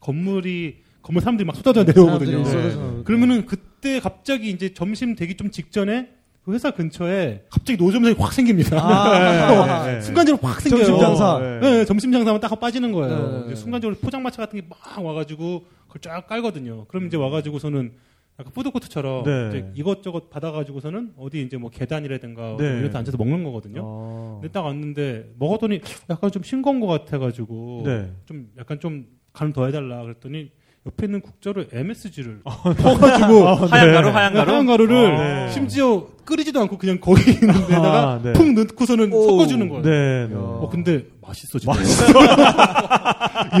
Speaker 4: 건물이 건물 사람들이 막 쏟아져 내려오거든요.
Speaker 5: 네.
Speaker 1: 사람들이 쏟아져
Speaker 4: 그러면은 그때 갑자기 이제 점심 되기 좀 직전에 그 회사 근처에 갑자기 노점상이 확 생깁니다.
Speaker 5: 아,
Speaker 1: 네, 네.
Speaker 4: 순간적으로 확 생겨요.
Speaker 5: 점심 장사.
Speaker 1: 네.
Speaker 4: 네, 점심 장사만 딱 하고 빠지는 거예요.
Speaker 5: 네.
Speaker 4: 이제 순간적으로 포장마차 같은 게 막 와가지고 그걸 쫙 깔거든요. 그럼
Speaker 5: 음.
Speaker 4: 이제 와가지고서는 약간 푸드코트처럼
Speaker 1: 네.
Speaker 4: 이제 이것저것 받아가지고서는 어디 이제 뭐 계단이라든가
Speaker 1: 네.
Speaker 4: 이런 데 앉아서 먹는 거거든요.
Speaker 5: 어.
Speaker 4: 근데 딱 왔는데 먹었더니 약간 좀 싱거운 것 같아가지고
Speaker 1: 네.
Speaker 4: 좀 약간 좀 간 더 해달라 그랬더니 옆에 있는 국자로 MSG를
Speaker 1: 어, 네.
Speaker 4: 퍼가지고
Speaker 2: 하얀 가루, 하얀 가루.
Speaker 4: 하얀 가루를
Speaker 1: 아, 네.
Speaker 4: 심지어 끓이지도 않고 그냥 거기 있는 데다가
Speaker 1: 아, 네.
Speaker 4: 푹 넣고서는 섞어주는 거예요.
Speaker 1: 네. 네.
Speaker 4: 어, 근데 맛있어지네.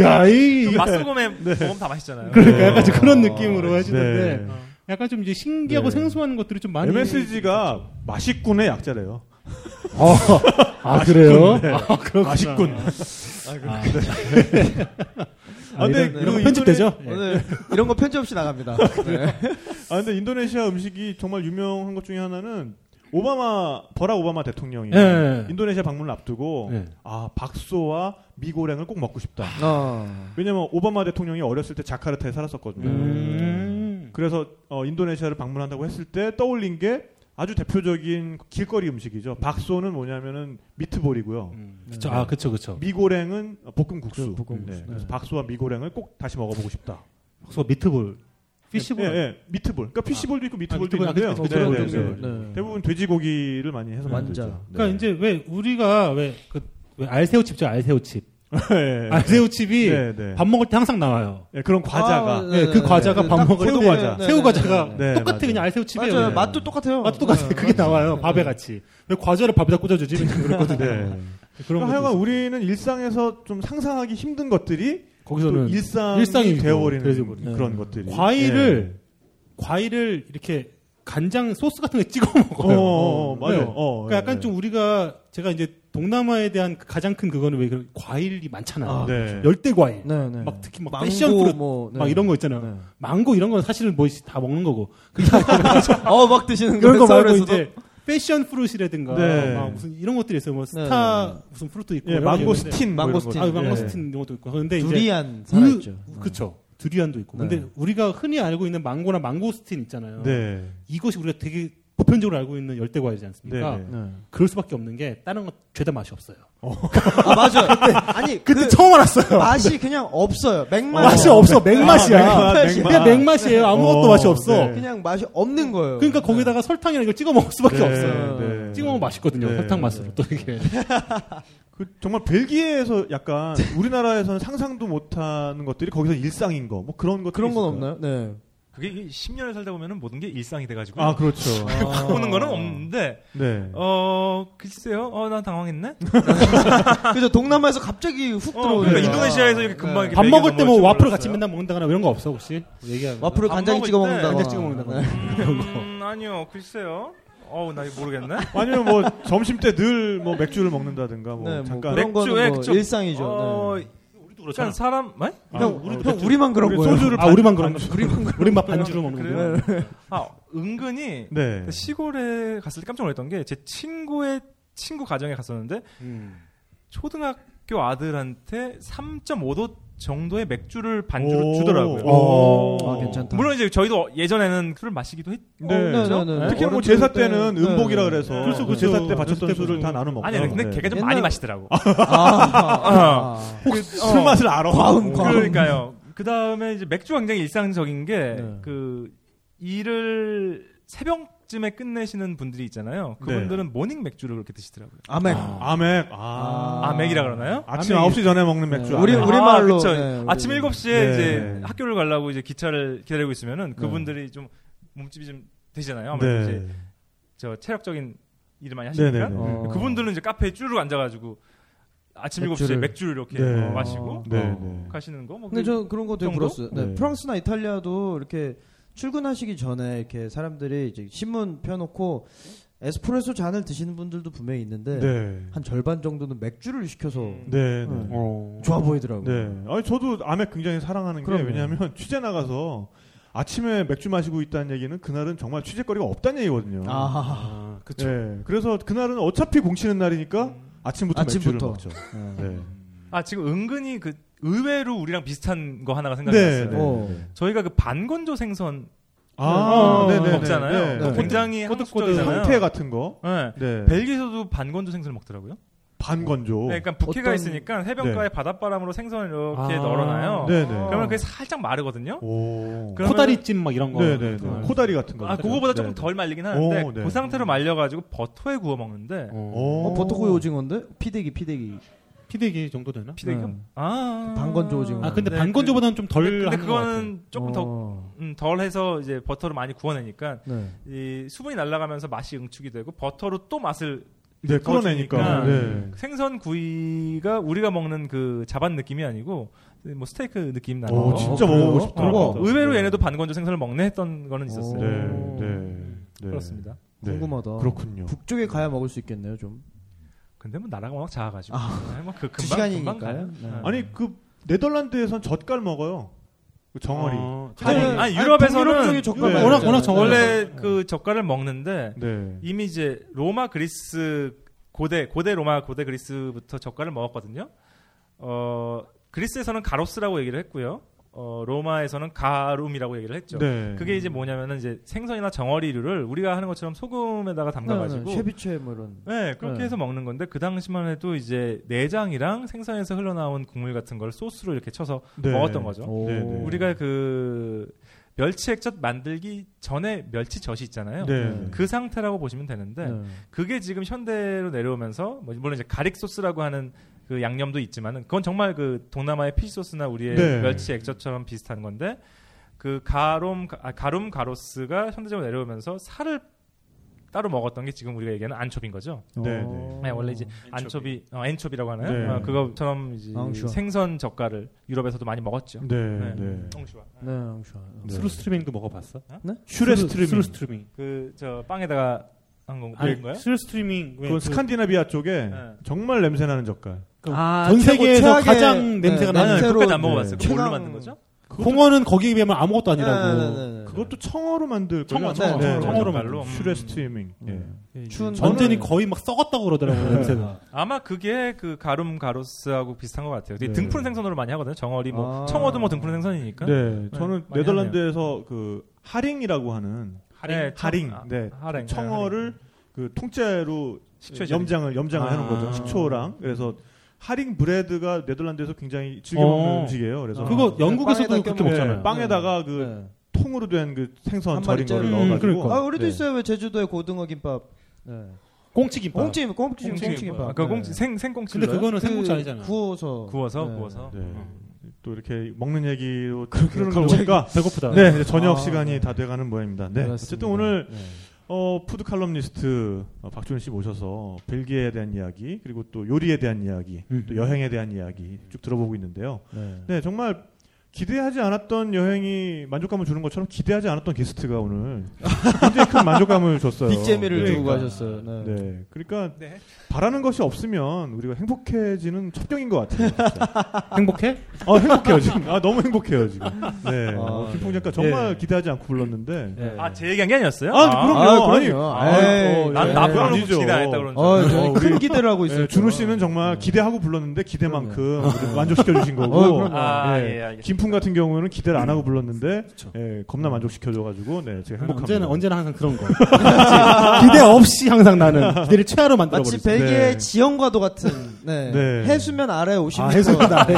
Speaker 4: 야, 이, 이거
Speaker 2: 맛소금에 먹으면 다 맛있잖아요.
Speaker 4: 네. 그러니까
Speaker 1: 네.
Speaker 4: 약간 좀 그런 느낌으로
Speaker 1: 네.
Speaker 4: 하시는데
Speaker 1: 네.
Speaker 4: 약간 좀 이제
Speaker 1: 네.
Speaker 4: 신기하고 생소한 것들이 좀 많이
Speaker 1: MSG가 맛있군의 약자래요.
Speaker 4: 아, 그래요?
Speaker 1: 네.
Speaker 4: 아, 그렇구나.
Speaker 1: 맛있군. 아, 근데
Speaker 5: 이런-
Speaker 4: 이런 거
Speaker 1: 그
Speaker 4: 편집되죠? 예.
Speaker 5: 오늘 이런 거 편집 없이 나갑니다. 네.
Speaker 1: 아 근데 인도네시아 음식이 정말 유명한 것 중에 하나는 오바마 버락 오바마 대통령이
Speaker 4: 예, 예.
Speaker 1: 인도네시아 방문을 앞두고
Speaker 4: 예.
Speaker 1: 아 박소와 미고랭을 꼭 먹고 싶다.
Speaker 5: 어.
Speaker 1: 왜냐면 오바마 대통령이 어렸을 때 자카르타에 살았었거든요.
Speaker 4: 음.
Speaker 1: 그래서 어, 인도네시아를 방문한다고 했을 때 떠올린 게 아주 대표적인 길거리 음식이죠. 박소는 뭐냐면은 미트볼이고요.
Speaker 4: 그쵸, 아, 그쵸, 그쵸.
Speaker 1: 미고랭은 볶음국수. 네.
Speaker 4: 네.
Speaker 1: 그래서 박소와 미고랭을 꼭 다시 먹어보고 싶다.
Speaker 4: 박수가 미트볼. 피시볼.
Speaker 1: 예, 예, 미트볼. 그러니까 피시볼도 있고
Speaker 4: 아,
Speaker 1: 미트볼도
Speaker 4: 미트볼, 아, 그쵸,
Speaker 1: 있는데요.
Speaker 4: 그쵸,
Speaker 1: 네,
Speaker 4: 그쵸,
Speaker 1: 네,
Speaker 4: 그쵸,
Speaker 1: 네.
Speaker 4: 그쵸. 네.
Speaker 1: 대부분 돼지고기를 많이 해서 만들죠. 네.
Speaker 5: 완자.
Speaker 4: 그러니까 이제 왜 우리가 왜 그 왜 알새우칩죠 알새우칩
Speaker 1: 네.
Speaker 4: 알새우칩이
Speaker 1: 네, 네.
Speaker 4: 아, 밥 먹을 때 항상 나와요
Speaker 1: 예, 그런 과자가
Speaker 5: 아,
Speaker 4: 네, 그 과자가
Speaker 5: 네,
Speaker 4: 밥
Speaker 5: 딱
Speaker 4: 먹을
Speaker 5: 새우
Speaker 4: 때
Speaker 1: 과자.
Speaker 5: 네,
Speaker 4: 새우
Speaker 5: 네,
Speaker 4: 과자가
Speaker 1: 네,
Speaker 4: 똑같아
Speaker 1: 맞아요.
Speaker 4: 그냥 알새우칩이에요
Speaker 5: 맞아요.
Speaker 4: 그냥.
Speaker 5: 맛도 똑같아요.
Speaker 4: 네. 맛도 똑같아
Speaker 5: 네.
Speaker 4: 그게 나와요 밥에 같이 왜 과자를 밥에다 꽂아주지 맨날 그랬거든요
Speaker 1: 네.
Speaker 4: 그런
Speaker 1: 그러니까 하여간
Speaker 4: 것도
Speaker 1: 우리는 일상에서 좀 상상하기 힘든 것들이
Speaker 4: 있어요.
Speaker 1: 또
Speaker 4: 거기서는
Speaker 1: 일상이
Speaker 4: 일상이고,
Speaker 1: 되어버리는
Speaker 4: 돼지고기.
Speaker 1: 그런 것들이 예.
Speaker 4: 과일을 과일을 이렇게 간장 소스 같은 거 찍어
Speaker 1: 예.
Speaker 4: 먹어요
Speaker 1: 어, 어, 어, 맞아요.
Speaker 4: 네.
Speaker 1: 어,
Speaker 4: 그러니까 약간 좀 우리가 제가 이제 동남아에 대한 그 가장 큰 그거는 왜 그런 과일이 많잖아요
Speaker 5: 아,
Speaker 1: 네.
Speaker 4: 열대 과일
Speaker 5: 네, 네.
Speaker 4: 막 특히 막
Speaker 5: 망고,
Speaker 4: 패션 프루트
Speaker 5: 뭐, 네.
Speaker 4: 막 이런 거 있잖아요.
Speaker 5: 네.
Speaker 4: 망고 이런 건 사실은 뭐 다 먹는 거고.
Speaker 5: 어, 막 드시는
Speaker 4: 그런 거 말고
Speaker 5: 서울에서도?
Speaker 4: 이제 패션 프루시라든가
Speaker 1: 네.
Speaker 4: 막 무슨 이런 것들이 있어요. 뭐
Speaker 5: 네.
Speaker 4: 스타 무슨 프루트 있고
Speaker 1: 예,
Speaker 4: 여러 가지
Speaker 1: 망고스틴 뭐 이런
Speaker 5: 망고스틴.
Speaker 4: 있는데.
Speaker 1: 거.
Speaker 4: 아,
Speaker 1: 예.
Speaker 4: 망고스틴 이런 것도 있고. 근데 이제
Speaker 5: 두리안 살아있죠.
Speaker 4: 우- 그쵸. 두리안도 있고.
Speaker 5: 네.
Speaker 4: 근데 우리가 흔히 알고 있는 망고나 망고스틴 있잖아요.
Speaker 1: 네.
Speaker 4: 이것이 우리가 되게 보편적으로 알고 있는 열대 과일이지 않습니까?
Speaker 1: 네, 네.
Speaker 5: 네.
Speaker 4: 그럴 수밖에 없는 게 다른 건 죄다 맛이 없어요.
Speaker 5: 아, 맞아요. 아니,
Speaker 7: 그때
Speaker 5: 그
Speaker 7: 처음 알았어요.
Speaker 5: 맛이 그냥 없어요. 맥맛.
Speaker 7: 맛이 없어. 맥맛이야.
Speaker 1: 아,
Speaker 5: 그게
Speaker 1: 맥맛.
Speaker 4: 그게 맥맛이에요. 아무것도
Speaker 1: 어,
Speaker 4: 맛이 없어.
Speaker 1: 네.
Speaker 5: 그냥 맛이 없는 거예요.
Speaker 4: 그러니까 거기다가 설탕이랑 이걸 찍어 먹을 수밖에
Speaker 1: 네,
Speaker 4: 없어요.
Speaker 1: 네.
Speaker 4: 찍어 먹으면 맛있거든요.
Speaker 1: 네.
Speaker 4: 설탕 맛으로 또 이게.
Speaker 1: 그 정말 벨기에에서 약간 우리나라에서는 상상도 못하는 것들이 거기서 일상인 거 뭐 그런 것
Speaker 5: 그런 건 없나요? 네.
Speaker 2: 그게 10년을 살다 보면은 모든 게 일상이 돼가지고
Speaker 1: 아 그렇죠.
Speaker 2: 확 오는 거는 없는데
Speaker 1: 네.
Speaker 2: 어 글쎄요. 어 난 당황했네.
Speaker 5: 그죠 동남아에서 갑자기 훅
Speaker 2: 어,
Speaker 5: 들어오는
Speaker 2: 그러니까
Speaker 5: 거야.
Speaker 2: 인도네시아에서 이렇게 금방
Speaker 5: 네.
Speaker 2: 이렇게
Speaker 4: 밥
Speaker 2: 먹여서
Speaker 4: 먹을 때
Speaker 2: 먹을
Speaker 4: 뭐
Speaker 2: 줄
Speaker 4: 와플을
Speaker 2: 몰랐어요.
Speaker 4: 같이 맨날 먹는다거나 이런 거 없어 혹시? 뭐 얘기하면
Speaker 5: 와플을
Speaker 2: 밥
Speaker 5: 간장에
Speaker 2: 먹을
Speaker 5: 찍어
Speaker 2: 때
Speaker 5: 먹는다거나.
Speaker 4: 간장 찍어 먹는다거나
Speaker 5: 네.
Speaker 4: 이런 거.
Speaker 2: 음, 아니요. 글쎄요. 어우 나 이거 모르겠네.
Speaker 1: 아니면 뭐 점심 때 늘 뭐 맥주를 먹는다든가 뭐
Speaker 5: 네, 뭐
Speaker 1: 잠깐
Speaker 5: 그런
Speaker 2: 맥주에
Speaker 5: 거는 뭐
Speaker 2: 그쵸.
Speaker 5: 일상이죠.
Speaker 2: 어,
Speaker 5: 네.
Speaker 2: 우리도 그렇잖아. 사람 네? 아니?
Speaker 1: 아,
Speaker 5: 형,
Speaker 1: 우리-
Speaker 5: 형 우리만 그런
Speaker 1: 우리
Speaker 5: 거예요.
Speaker 1: 소주를
Speaker 4: 아
Speaker 1: 반-
Speaker 4: 우리만 그런 거. 우리만 반주로 먹는
Speaker 2: 그래요?
Speaker 4: 거예요.
Speaker 2: 아 은근히
Speaker 1: 네.
Speaker 2: 시골에 갔을 때 깜짝 놀랐던 게 제 친구의 친구 가정에 갔었는데
Speaker 4: 음.
Speaker 2: 초등학교 아들한테 3.5도 정도의 맥주를 반주로
Speaker 1: 오. 어.
Speaker 2: 주더라고요.
Speaker 1: 오.
Speaker 5: 아, 괜찮다.
Speaker 2: 물론 이제 저희도 예전에는 술을 마시기도 했.
Speaker 1: 네.
Speaker 5: 네, 네, 네.
Speaker 1: 특히 뭐
Speaker 5: 어렸을
Speaker 1: 제사
Speaker 5: 때-
Speaker 1: 때는
Speaker 5: 네.
Speaker 1: 음복이라 그래서 그
Speaker 4: 그렇죠, 그렇죠.
Speaker 1: 제사 때 바쳤던
Speaker 4: 그때
Speaker 1: 술을
Speaker 4: 보통-
Speaker 1: 다 나눠 먹고 네.
Speaker 2: 아니 근데 걔가 그 좀
Speaker 5: 옛날-
Speaker 2: 많이 마시더라고. 어.
Speaker 5: 아, 아, 아.
Speaker 1: 혹시 그 술 맛을 알아?
Speaker 5: 과음, 과음.
Speaker 2: 그러니까요. 그 다음에 이제 맥주 굉장히 일상적인 게
Speaker 5: 네.
Speaker 2: 그 일을 새벽쯤에 끝내시는 분들이 있잖아요. 그분들은 모닝 맥주를 그렇게 드시더라고요.
Speaker 5: 아멘.
Speaker 1: 아맥. 아.
Speaker 2: 아, 맥이라 그러나요?
Speaker 1: 아침 9시 전에 먹는 맥주.
Speaker 5: 우리-
Speaker 1: 아맥.
Speaker 5: 우리- 우리말로,
Speaker 2: 아, 그쵸.
Speaker 5: 네, 우리-
Speaker 2: 아침 7시에
Speaker 1: 네.
Speaker 2: 이제 학교를 가려고 이제 기차를 기다리고 있으면은 그분들이 좀 몸집이 좀 되잖아요. 아무래도 이제
Speaker 1: 네.
Speaker 2: 저 체력적인 일을 많이
Speaker 1: 네,
Speaker 2: 하시니까
Speaker 1: 네. 네.
Speaker 5: 어.
Speaker 2: 그분들은 이제 카페에 쭈르 앉아가지고 아침
Speaker 5: 맥주를.
Speaker 2: 7시에 맥주를 이렇게 뭐
Speaker 1: 네.
Speaker 2: 마시고
Speaker 1: 네,
Speaker 2: 어,
Speaker 1: 네.
Speaker 2: 가시는 거. 뭐
Speaker 5: 근데 저 그런 거 되게
Speaker 2: 정도?
Speaker 5: 부러웠어요. 네,
Speaker 1: 네.
Speaker 5: 프랑스나 이탈리아도 이렇게 출근하시기 전에 이렇게 사람들이 이제 신문 펴놓고 에스프레소 잔을 드시는 분들도 분명히 있는데
Speaker 1: 네.
Speaker 5: 한 절반 정도는 맥주를 시켜서
Speaker 1: 네. 네.
Speaker 5: 네.
Speaker 2: 어.
Speaker 5: 좋아 보이더라고요.
Speaker 1: 네. 아니 저도 아맥 굉장히 사랑하는 게
Speaker 5: 그럼요.
Speaker 1: 왜냐하면 취재 나가서 아침에 맥주 마시고 있다는 얘기는 그날은 정말 취재거리가 없다는 얘기거든요.
Speaker 2: 음.
Speaker 5: 아,
Speaker 4: 그쵸.
Speaker 1: 네. 그래서 그날은 어차피 공치는 날이니까 아침부터
Speaker 5: 아침부터. 음.
Speaker 1: 맥주를 먹죠. 네.
Speaker 2: 아 지금 은근히 그 의외로 우리랑 비슷한 거 하나가
Speaker 1: 네.
Speaker 2: 생각났어요.
Speaker 1: 네.
Speaker 5: 어.
Speaker 2: 저희가 그 반건조 생선
Speaker 1: 아,
Speaker 4: 어,
Speaker 1: 네네.
Speaker 2: 먹잖아요. 뭐
Speaker 1: 네.
Speaker 2: 굉장히 한국적이잖아요.
Speaker 1: 상태 같은 거.
Speaker 2: 네.
Speaker 1: 네.
Speaker 2: 벨기에에서도 반건조 생선을 먹더라고요.
Speaker 1: 반건조.
Speaker 2: 네, 그러니까 부캐가
Speaker 5: 어떤-
Speaker 2: 있으니까 해변가에 바닷바람으로 생선을 이렇게
Speaker 4: 아.
Speaker 2: 널어놔요.
Speaker 1: 네네.
Speaker 2: 그러면 그게 살짝 마르거든요.
Speaker 1: 오.
Speaker 2: 그러면-
Speaker 4: 코다리찜 막 이런 거.
Speaker 1: 네네네.
Speaker 4: 어.
Speaker 1: 코다리 같은 거. 네.
Speaker 2: 아, 그거보다 조금 덜 말리긴 하는데
Speaker 1: 오, 네.
Speaker 2: 그 상태로 말려가지고 버터에 구워 먹는데
Speaker 1: 오.
Speaker 5: 어, 버터구이 오징어인데 피대기 피대기.
Speaker 4: 피대기 정도 되나?
Speaker 2: 피대기가
Speaker 5: 네.
Speaker 2: 아
Speaker 5: 반건조 오징어.
Speaker 4: 아 근데
Speaker 2: 네,
Speaker 4: 반건조보다는 좀
Speaker 2: 그-
Speaker 4: 덜
Speaker 2: 근데
Speaker 4: 한 것 같아요.
Speaker 2: 그거는 조금 더
Speaker 5: 어.
Speaker 2: 음, 덜 해서 이제 버터를 많이 구워내니까
Speaker 5: 네.
Speaker 2: 이 수분이 날아가면서 맛이 응축이 되고 버터로 또 맛을
Speaker 1: 네, 끌어내니까.
Speaker 2: 넣어주니까.
Speaker 1: 네.
Speaker 2: 생선 구이가 우리가 먹는 그 자반 느낌이 아니고 뭐 스테이크 느낌 나는
Speaker 1: 오,
Speaker 2: 거.
Speaker 1: 진짜
Speaker 5: 그래요? 아,
Speaker 1: 먹어보고 싶더라고요.
Speaker 5: 그거
Speaker 2: 의외로 얘네도 반건조 생선을 먹네 했던 거는 있었어요.
Speaker 5: 오.
Speaker 1: 네, 네, 네.
Speaker 2: 그렇습니다.
Speaker 1: 네.
Speaker 5: 궁금하다.
Speaker 1: 그렇군요.
Speaker 5: 북쪽에 가야 먹을 수 있겠네요, 좀.
Speaker 2: 근데 뭐 나라가 워낙 작아가지고 네, 뭐그
Speaker 5: 두
Speaker 2: 금방 금방
Speaker 5: 시간이니까요.
Speaker 2: 가요.
Speaker 5: 네.
Speaker 1: 아니 그 네덜란드에선 젓갈 먹어요. 그 정어리.
Speaker 4: 어,
Speaker 2: 아니,
Speaker 4: 아니,
Speaker 2: 아니, 유럽에서는
Speaker 5: 북유럽 쪽에 젓갈
Speaker 1: 네.
Speaker 5: 많이
Speaker 4: 워낙-
Speaker 5: 먹잖아요.
Speaker 4: 워낙 정말
Speaker 2: 원래 그 젓갈을 먹는데
Speaker 1: 네.
Speaker 2: 이미 이제 로마 그리스 고대 고대 로마 고대 그리스부터 젓갈을 먹었거든요. 어 그리스에서는 가로스라고 얘기를 했고요. 어 로마에서는 가룸이라고 얘기를 했죠.
Speaker 1: 네.
Speaker 2: 그게 이제 뭐냐면은 이제 생선이나 정어리류를 우리가 하는 것처럼 소금에다가 담가가지고
Speaker 5: 네, 네. 쉐비체 뭐 이런.
Speaker 2: 네, 그렇게
Speaker 5: 네.
Speaker 2: 해서 먹는 건데 그 당시만 해도 이제 내장이랑 생선에서 흘러나온 국물 같은 걸 소스로 이렇게 쳐서
Speaker 1: 네.
Speaker 2: 먹었던 거죠.
Speaker 5: 오.
Speaker 1: 네, 네.
Speaker 2: 우리가 그 멸치 액젓 만들기 전에 멸치젓이 있잖아요.
Speaker 1: 네.
Speaker 5: 네.
Speaker 2: 그 상태라고 보시면 되는데
Speaker 5: 어.
Speaker 2: 그게 지금 현대로 내려오면서 뭐 물론 이제 가릭 소스라고 하는 그 양념도 있지만은 그건 정말 그 동남아의 피시 소스나 우리의
Speaker 1: 네.
Speaker 2: 멸치 액젓처럼 비슷한 건데 그 가롬 가- 아, 가룸 가로스가 현대적으로 내려오면서 살을 따로 먹었던 게 지금 우리가 얘기하는 안초비인 거죠.
Speaker 1: 네,
Speaker 5: 어.
Speaker 2: 네, 원래 이제 안초비, 어, 엔초비라고 하나요?
Speaker 1: 네.
Speaker 2: 어, 그거처럼 이제
Speaker 5: 앙슈아.
Speaker 2: 생선 젓갈을 유럽에서도 많이 먹었죠.
Speaker 1: 네.
Speaker 2: 네.
Speaker 1: 네.
Speaker 2: 엉슈아.
Speaker 5: 네, 앙슈아. 네?
Speaker 1: 네.
Speaker 4: 스루스트리밍도 먹어봤어?
Speaker 1: 슈레스트리밍.
Speaker 4: 스루스트리밍.
Speaker 2: 그 저 빵에다가 한 건-
Speaker 4: 아니,
Speaker 2: 건가요?
Speaker 4: 스루스트리밍. 왜
Speaker 1: 그건
Speaker 4: 그-
Speaker 1: 스칸디나비아 쪽에
Speaker 2: 네.
Speaker 1: 정말 냄새 나는 젓갈.
Speaker 5: 아,
Speaker 4: 전
Speaker 5: 최고
Speaker 4: 세계에서
Speaker 5: 최악의-
Speaker 4: 가장 냄새가
Speaker 5: 네,
Speaker 4: 나는
Speaker 2: 나는
Speaker 5: 새로-
Speaker 2: 그것까지 안 먹어봤어요. 그거 뭘로
Speaker 5: 최강-
Speaker 2: 만든 거죠?
Speaker 4: 홍어는 거기에 비하면 아무것도 아니라고.
Speaker 5: 네, 네, 네, 네.
Speaker 1: 그것도 청어로 만들 네,
Speaker 4: 청어,
Speaker 5: 청어, 청어로
Speaker 4: 청어로
Speaker 2: 만들고.
Speaker 1: 슈레스트리밍.
Speaker 5: 음.
Speaker 1: 예.
Speaker 5: 추운
Speaker 4: 전쟁이
Speaker 5: 거는-
Speaker 4: 거의 막 썩었다고 그러더라고요, 냄새가.
Speaker 2: 아마 그게 그 가룸 가로스하고 비슷한 것 같아요.
Speaker 1: 네.
Speaker 2: 되게 등푸른 생선으로 많이 하거든요. 정어리 뭐
Speaker 5: 아.
Speaker 2: 청어도 뭐 등푸른 생선이니까.
Speaker 1: 네, 저는
Speaker 2: 많이
Speaker 1: 네덜란드에서 그 하링이라고 하는
Speaker 2: 네, 청-
Speaker 1: 하링,
Speaker 2: 아,
Speaker 1: 네,
Speaker 2: 하링.
Speaker 1: 청어를 그 통째로
Speaker 2: 식초에
Speaker 1: 염장을 염장을
Speaker 4: 아.
Speaker 1: 해놓은 거죠. 식초랑 그래서 하링 브레드가 네덜란드에서 굉장히 즐겨 먹는
Speaker 4: 어.
Speaker 1: 음식이에요. 그래서
Speaker 4: 그거 영국에서도
Speaker 5: 빵에다
Speaker 4: 그렇게
Speaker 5: 껴먹어요.
Speaker 4: 먹잖아요.
Speaker 1: 네, 빵에다가 그
Speaker 5: 아. 네.
Speaker 1: 통으로 된 그 생선
Speaker 5: 한
Speaker 1: 절인
Speaker 5: 마리짜리.
Speaker 1: 거를
Speaker 4: 음,
Speaker 1: 넣어가지고
Speaker 4: 그러니까.
Speaker 5: 아, 우리도
Speaker 1: 네.
Speaker 5: 있어요. 왜 제주도에 고등어 김밥. 네.
Speaker 4: 꽁치김밥.
Speaker 5: 꽁치, 꽁치,
Speaker 2: 꽁치
Speaker 5: 꽁치
Speaker 2: 김밥.
Speaker 5: 김밥. 네.
Speaker 2: 그 꽁치 생 생꽁치.
Speaker 4: 근데 그거는 생꽁치 아니잖아.
Speaker 5: 구워서.
Speaker 2: 구워서
Speaker 5: 네.
Speaker 2: 구워서.
Speaker 1: 네.
Speaker 2: 음.
Speaker 1: 또 이렇게 먹는 얘기로 그러는 걸
Speaker 4: 갑자기
Speaker 1: 보니까
Speaker 4: 배고프다.
Speaker 1: 네, 이제 저녁
Speaker 5: 아,
Speaker 1: 시간이
Speaker 5: 네.
Speaker 1: 다 돼가는 모양입니다. 네,
Speaker 5: 그렇습니다.
Speaker 1: 어쨌든 오늘
Speaker 5: 네.
Speaker 1: 어, 푸드 칼럼니스트 어, 박준 씨 모셔서 벨기에에 대한 이야기 그리고 또 요리에 대한 이야기
Speaker 4: 음.
Speaker 1: 또 여행에 대한 이야기 쭉 들어보고 있는데요.
Speaker 5: 네.
Speaker 1: 네 정말 기대하지 않았던 여행이 만족감을 주는 것처럼 기대하지 않았던 게스트가 오늘 굉장히 큰 만족감을 줬어요.
Speaker 5: 빅재미를
Speaker 1: 네.
Speaker 5: 주고 가셨어요. 네.
Speaker 1: 네, 그러니까
Speaker 2: 네.
Speaker 1: 바라는 것이 없으면 우리가 행복해지는 첩경인 것 같아요. 진짜.
Speaker 4: 행복해?
Speaker 1: 아 행복해요 지금. 아 너무 행복해요 지금. 네,
Speaker 5: 아,
Speaker 1: 어, 김풍
Speaker 5: 네. 예.
Speaker 1: 작가 정말
Speaker 4: 예.
Speaker 1: 기대하지 않고 불렀는데.
Speaker 2: 아, 제 얘기한 게 아니었어요?
Speaker 1: 아, 그럼요.
Speaker 5: 아,
Speaker 1: 아니,
Speaker 5: 그럼요.
Speaker 1: 아니,
Speaker 5: 에이,
Speaker 2: 난
Speaker 5: 예.
Speaker 2: 나쁜 걸
Speaker 1: 아니죠.
Speaker 2: 기대 안 했다 그러는 줄
Speaker 5: 어,
Speaker 2: 알았어요.
Speaker 5: 저희
Speaker 1: 어,
Speaker 5: 큰
Speaker 1: 우리-
Speaker 5: 기대를 하고 있어요.
Speaker 1: 네, 준우 씨는 정말 기대하고 불렀는데 기대만큼 우리 만족시켜 주신
Speaker 5: 어,
Speaker 1: 거고.
Speaker 5: 그럼요.
Speaker 2: 아,
Speaker 1: 네.
Speaker 2: 예, 알겠습니다.
Speaker 1: 김풍 같은 경우는 기대를 안 하고 불렀는데 예, 겁나 만족시켜 줘가지고 네, 제가 행복합니다.
Speaker 4: 언제나, 언제나 항상 그런 거. 그렇지. 기대 없이 항상 나는 기대를 최하로
Speaker 5: 마치
Speaker 4: 만들어버렸어.
Speaker 5: 벨기에
Speaker 1: 네.
Speaker 5: 지형과도 같은 네.
Speaker 1: 네.
Speaker 5: 해수면 아래 50m.
Speaker 4: 아, 해수면 아래.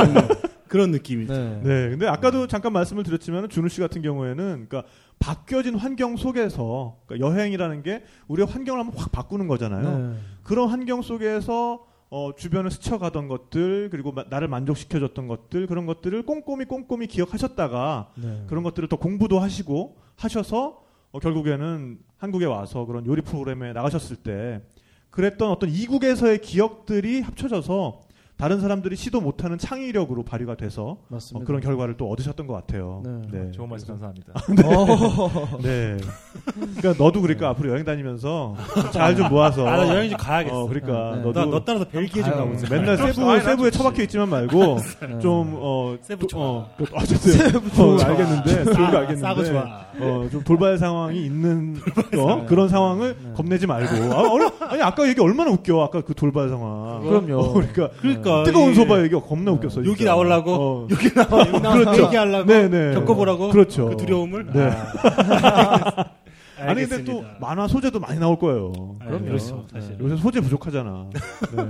Speaker 4: 그런 느낌이지.
Speaker 5: 네.
Speaker 1: 네, 근데 아까도 잠깐 말씀을 드렸지만 준우 씨 같은 경우에는 그러니까 바뀌어진 환경 속에서 그러니까 여행이라는 게 우리의 환경을 한번 확 바꾸는 거잖아요.
Speaker 5: 네.
Speaker 1: 그런 환경 속에서 어, 주변을 스쳐가던 것들 그리고 마- 나를 만족시켜줬던 것들 그런 것들을 꼼꼼히 꼼꼼히 기억하셨다가
Speaker 5: 네.
Speaker 1: 그런 것들을 더 공부도 하시고 하셔서 어, 결국에는 한국에 와서 그런 요리 프로그램에 나가셨을 때 그랬던 어떤 이국에서의 기억들이 합쳐져서 다른 사람들이 시도 못하는 창의력으로 발휘가 돼서 어,
Speaker 5: 맞습니다.
Speaker 1: 그런 결과를 또 얻으셨던 것 같아요.
Speaker 5: 네.
Speaker 2: 좋은 말씀 감사합니다.
Speaker 5: 어.
Speaker 1: 네. 그러니까 너도
Speaker 5: 네.
Speaker 1: 그러니까 앞으로 여행 다니면서 잘 좀 모아서
Speaker 4: 아, 나 여행 좀 가야겠어.
Speaker 1: 어, 그러니까
Speaker 5: 네.
Speaker 1: 너도
Speaker 4: 나, 너 따라서 벨기에 좀
Speaker 5: 가요.
Speaker 4: 가보자.
Speaker 1: 맨날 세부 세부에 처박혀 있지만 말고
Speaker 5: 네.
Speaker 1: 좀어
Speaker 4: 세부 좋아.
Speaker 1: 어쨌든 어, 알겠는데 그런 거
Speaker 4: 싸-
Speaker 1: 알겠는데
Speaker 4: 싸고 좋아.
Speaker 1: 어좀 돌발 상황이 있는 어, 그런 상황을
Speaker 5: 네.
Speaker 1: 겁내지 말고 아, 어려- 아니 아까 얘기 얼마나 웃겨 아까 그 돌발 상황
Speaker 5: 그럼요.
Speaker 1: 어, 그러니까
Speaker 4: 그러니까.
Speaker 1: 뜨거운
Speaker 4: 이-
Speaker 1: 소바 얘기 겁나 웃겼어
Speaker 4: 여기 나오려고?
Speaker 1: 여기
Speaker 4: 여기 나와서
Speaker 1: 그렇죠.
Speaker 4: 얘기하려고?
Speaker 1: 네네
Speaker 4: 겪어보라고?
Speaker 1: 그렇죠
Speaker 4: 그 두려움을?
Speaker 1: 네.
Speaker 4: 아,
Speaker 1: 아니 근데 또 만화 소재도 많이 나올 거예요
Speaker 4: 그럼 그렇죠. 사실.
Speaker 1: 요새 소재 부족하잖아 네.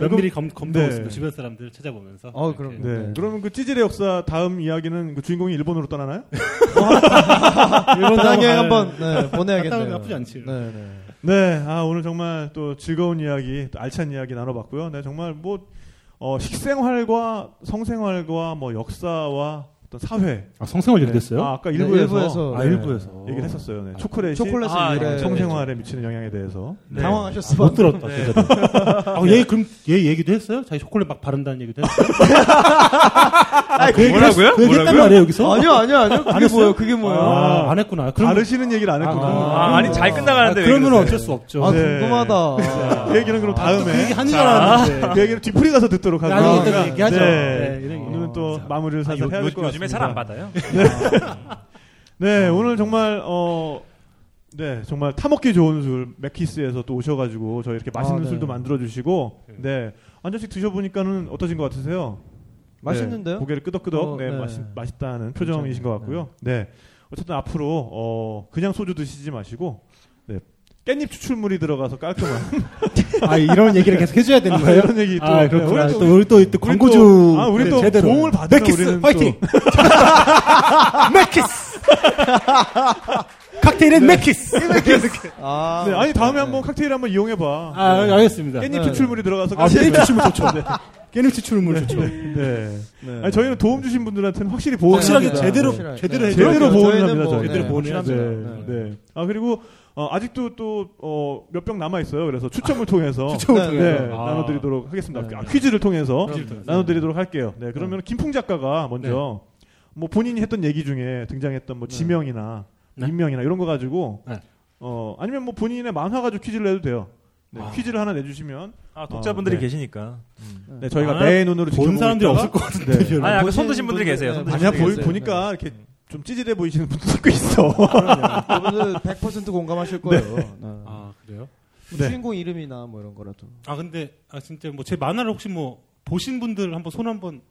Speaker 4: 면밀히 검, 검토하고
Speaker 1: 네.
Speaker 4: 있습니다. 주변 사람들 찾아보면서.
Speaker 5: 어,
Speaker 4: 이렇게.
Speaker 5: 그럼요.
Speaker 1: 네.
Speaker 5: 네.
Speaker 1: 그러면 그 찌질의 역사 다음 이야기는 그 주인공이 일본으로 떠나나요?
Speaker 4: 일본
Speaker 5: 당에
Speaker 4: 사람
Speaker 5: 한번 네, 보내야겠네요.
Speaker 4: 갔다 나쁘지 않지.
Speaker 5: 네, 네.
Speaker 1: 네. 아, 오늘 정말 또 즐거운 이야기, 또 알찬 이야기 나눠봤고요. 네, 정말 뭐, 어, 식생활과 성생활과 뭐 역사와 어떤 사회
Speaker 4: 아, 성생활 얘기됐어요?
Speaker 1: 아, 아까
Speaker 5: 네,
Speaker 1: 일부에서,
Speaker 5: 일부에서.
Speaker 4: 아, 일부에서.
Speaker 1: 얘기를 했었어요. 네. 초콜릿이
Speaker 5: 초콜릿
Speaker 2: 아,
Speaker 5: 이
Speaker 2: 네,
Speaker 5: 래
Speaker 1: 성생활에 미치는 영향에 대해서
Speaker 2: 네.
Speaker 5: 당황하셨어.
Speaker 4: 못 들었다.
Speaker 2: 네.
Speaker 4: 진짜. 아, 얘 그럼 얘 얘기도 했어요? 자기 초콜릿 막 바른다는 얘기도 했어요? 아, 그 얘기를
Speaker 2: 뭐라고요?
Speaker 4: 했- 그 얘기 했단
Speaker 2: 뭐라고요?
Speaker 4: 말이에요 여기서?
Speaker 5: 아니요, 아니요, 아니요.
Speaker 4: 안
Speaker 5: 그게
Speaker 4: 했어요?
Speaker 5: 뭐예요? 그게 뭐예요?
Speaker 4: 아, 안 했구나. 그럼
Speaker 1: 다르시는 얘기를 안 했구나.
Speaker 2: 아, 아니 잘 끝나가는데 왜
Speaker 4: 그러면
Speaker 2: 그러세요?
Speaker 4: 어쩔 수 없죠.
Speaker 5: 아,
Speaker 1: 네.
Speaker 5: 궁금하다. 네.
Speaker 1: 그 얘기는
Speaker 5: 아,
Speaker 1: 그럼 다음에
Speaker 4: 한줄 알았는데.
Speaker 1: 그 얘기를 뒤풀이 가서 듣도록 하고
Speaker 4: 나중에
Speaker 5: 그
Speaker 4: 또 얘기하죠.
Speaker 1: 네.
Speaker 4: 네,
Speaker 5: 어,
Speaker 4: 이런 얘기.
Speaker 1: 오늘은 또 마무리를
Speaker 2: 아,
Speaker 1: 살짝
Speaker 2: 요,
Speaker 1: 해야 될 것
Speaker 2: 요,
Speaker 1: 같습니다.
Speaker 2: 요즘에 잘 안 받아요.
Speaker 1: 네,
Speaker 4: 아,
Speaker 1: 오늘 정말 어. 네, 정말 타먹기 좋은 술 맥키스에서 또 오셔가지고 저희 이렇게 맛있는
Speaker 5: 아, 네.
Speaker 1: 술도 만들어 주시고 네, 한 잔씩 드셔보니까는 어떠신 것 같으세요?
Speaker 5: 맛있는데요?
Speaker 1: 네, 고개를 끄덕끄덕
Speaker 5: 어,
Speaker 1: 네,
Speaker 5: 네.
Speaker 1: 맛있, 맛있다는 표정이신 것 같고요. 네. 어쨌든 앞으로 어, 그냥 소주 드시지 마시고 네, 깻잎 추출물이 들어가서 깔끔한 뭐
Speaker 7: 아 이런 얘기를 계속 해줘야 되는 거예요?
Speaker 1: 이런 얘기 또
Speaker 4: 아, 그렇구나. 또, 우리 또, 또
Speaker 1: 우리
Speaker 4: 광고주.
Speaker 1: 또- 아, 우리
Speaker 4: 네,
Speaker 1: 또
Speaker 4: 제대로.
Speaker 1: 도움을 받으면
Speaker 4: 맥키스,
Speaker 1: 우리는
Speaker 4: 파이팅! 맥키스! 칵테일은 맥키스!
Speaker 5: 아,
Speaker 1: 네, 아니 다음에 한번 칵테일 한번 이용해봐.
Speaker 4: 아, 알겠습니다.
Speaker 1: 깻잎
Speaker 4: 네.
Speaker 1: 추출물이 들어가서
Speaker 4: 아,
Speaker 1: 깔끔해.
Speaker 4: 깻잎 추출물 좋죠. 깻잎 추출물 좋죠.
Speaker 1: 네. 아니, 저희는 도움 주신 분들한테는 확실히 보호
Speaker 4: 확실하게
Speaker 5: 네.
Speaker 4: 제대로,
Speaker 5: 네.
Speaker 4: 제대로
Speaker 5: 네.
Speaker 4: 해줘야
Speaker 1: 제대로
Speaker 4: 돼요.
Speaker 1: 보호를
Speaker 5: 저희는
Speaker 1: 합니다.
Speaker 5: 뭐,
Speaker 1: 저희
Speaker 4: 제대로
Speaker 5: 네,
Speaker 4: 보호를 해야
Speaker 5: 확실합니다.
Speaker 4: 돼요.
Speaker 5: 네.
Speaker 1: 네. 아 그리고 어, 아직도 또몇 병 남아 있어요. 그래서 추첨을 통해서
Speaker 4: 추첨을
Speaker 5: 네,
Speaker 1: 네,
Speaker 4: 통해서. 아.
Speaker 1: 나눠드리도록 하겠습니다.
Speaker 4: 네.
Speaker 1: 아, 퀴즈를 통해서
Speaker 4: 퀴즈를 통해서.
Speaker 1: 나눠드리도록 할게요. 네, 그러면 김풍 작가가 먼저
Speaker 4: 네.
Speaker 1: 뭐 본인이 했던 얘기 중에 등장했던 뭐 지명이나
Speaker 4: 네.
Speaker 1: 인명이나 이런 거 가지고
Speaker 4: 네.
Speaker 1: 어 아니면 뭐 본인의 만화 가지고 퀴즈를 해도 돼요. 네,
Speaker 4: 아.
Speaker 1: 퀴즈를 하나 내주시면
Speaker 2: 아, 독자분들이
Speaker 1: 네.
Speaker 2: 계시니까.
Speaker 1: 네, 저희가
Speaker 2: 만화
Speaker 1: 내 눈으로
Speaker 4: 아, 본
Speaker 1: 지켜보고
Speaker 4: 사람들이
Speaker 1: 있다가
Speaker 4: 없을 것 같은데,
Speaker 1: 네.
Speaker 4: 별로.
Speaker 2: 아니, 아까
Speaker 5: 보시는
Speaker 2: 손 드신
Speaker 5: 분들,
Speaker 2: 분들 계세요.
Speaker 5: 네,
Speaker 2: 손 드신
Speaker 1: 아니야
Speaker 2: 분들
Speaker 1: 보이,
Speaker 2: 계세요.
Speaker 1: 보니까 이렇게 좀 찌질해 보이시는 분들도 꽤 있어.
Speaker 5: 그분들 100% 공감하실 거예요. 네.
Speaker 4: 아, 그래요?
Speaker 1: 네.
Speaker 5: 주인공 이름이나 뭐 이런 거라도.
Speaker 4: 아, 근데, 아, 진짜 뭐, 제 만화를 혹시 뭐, 보신 분들 한번 손 한번.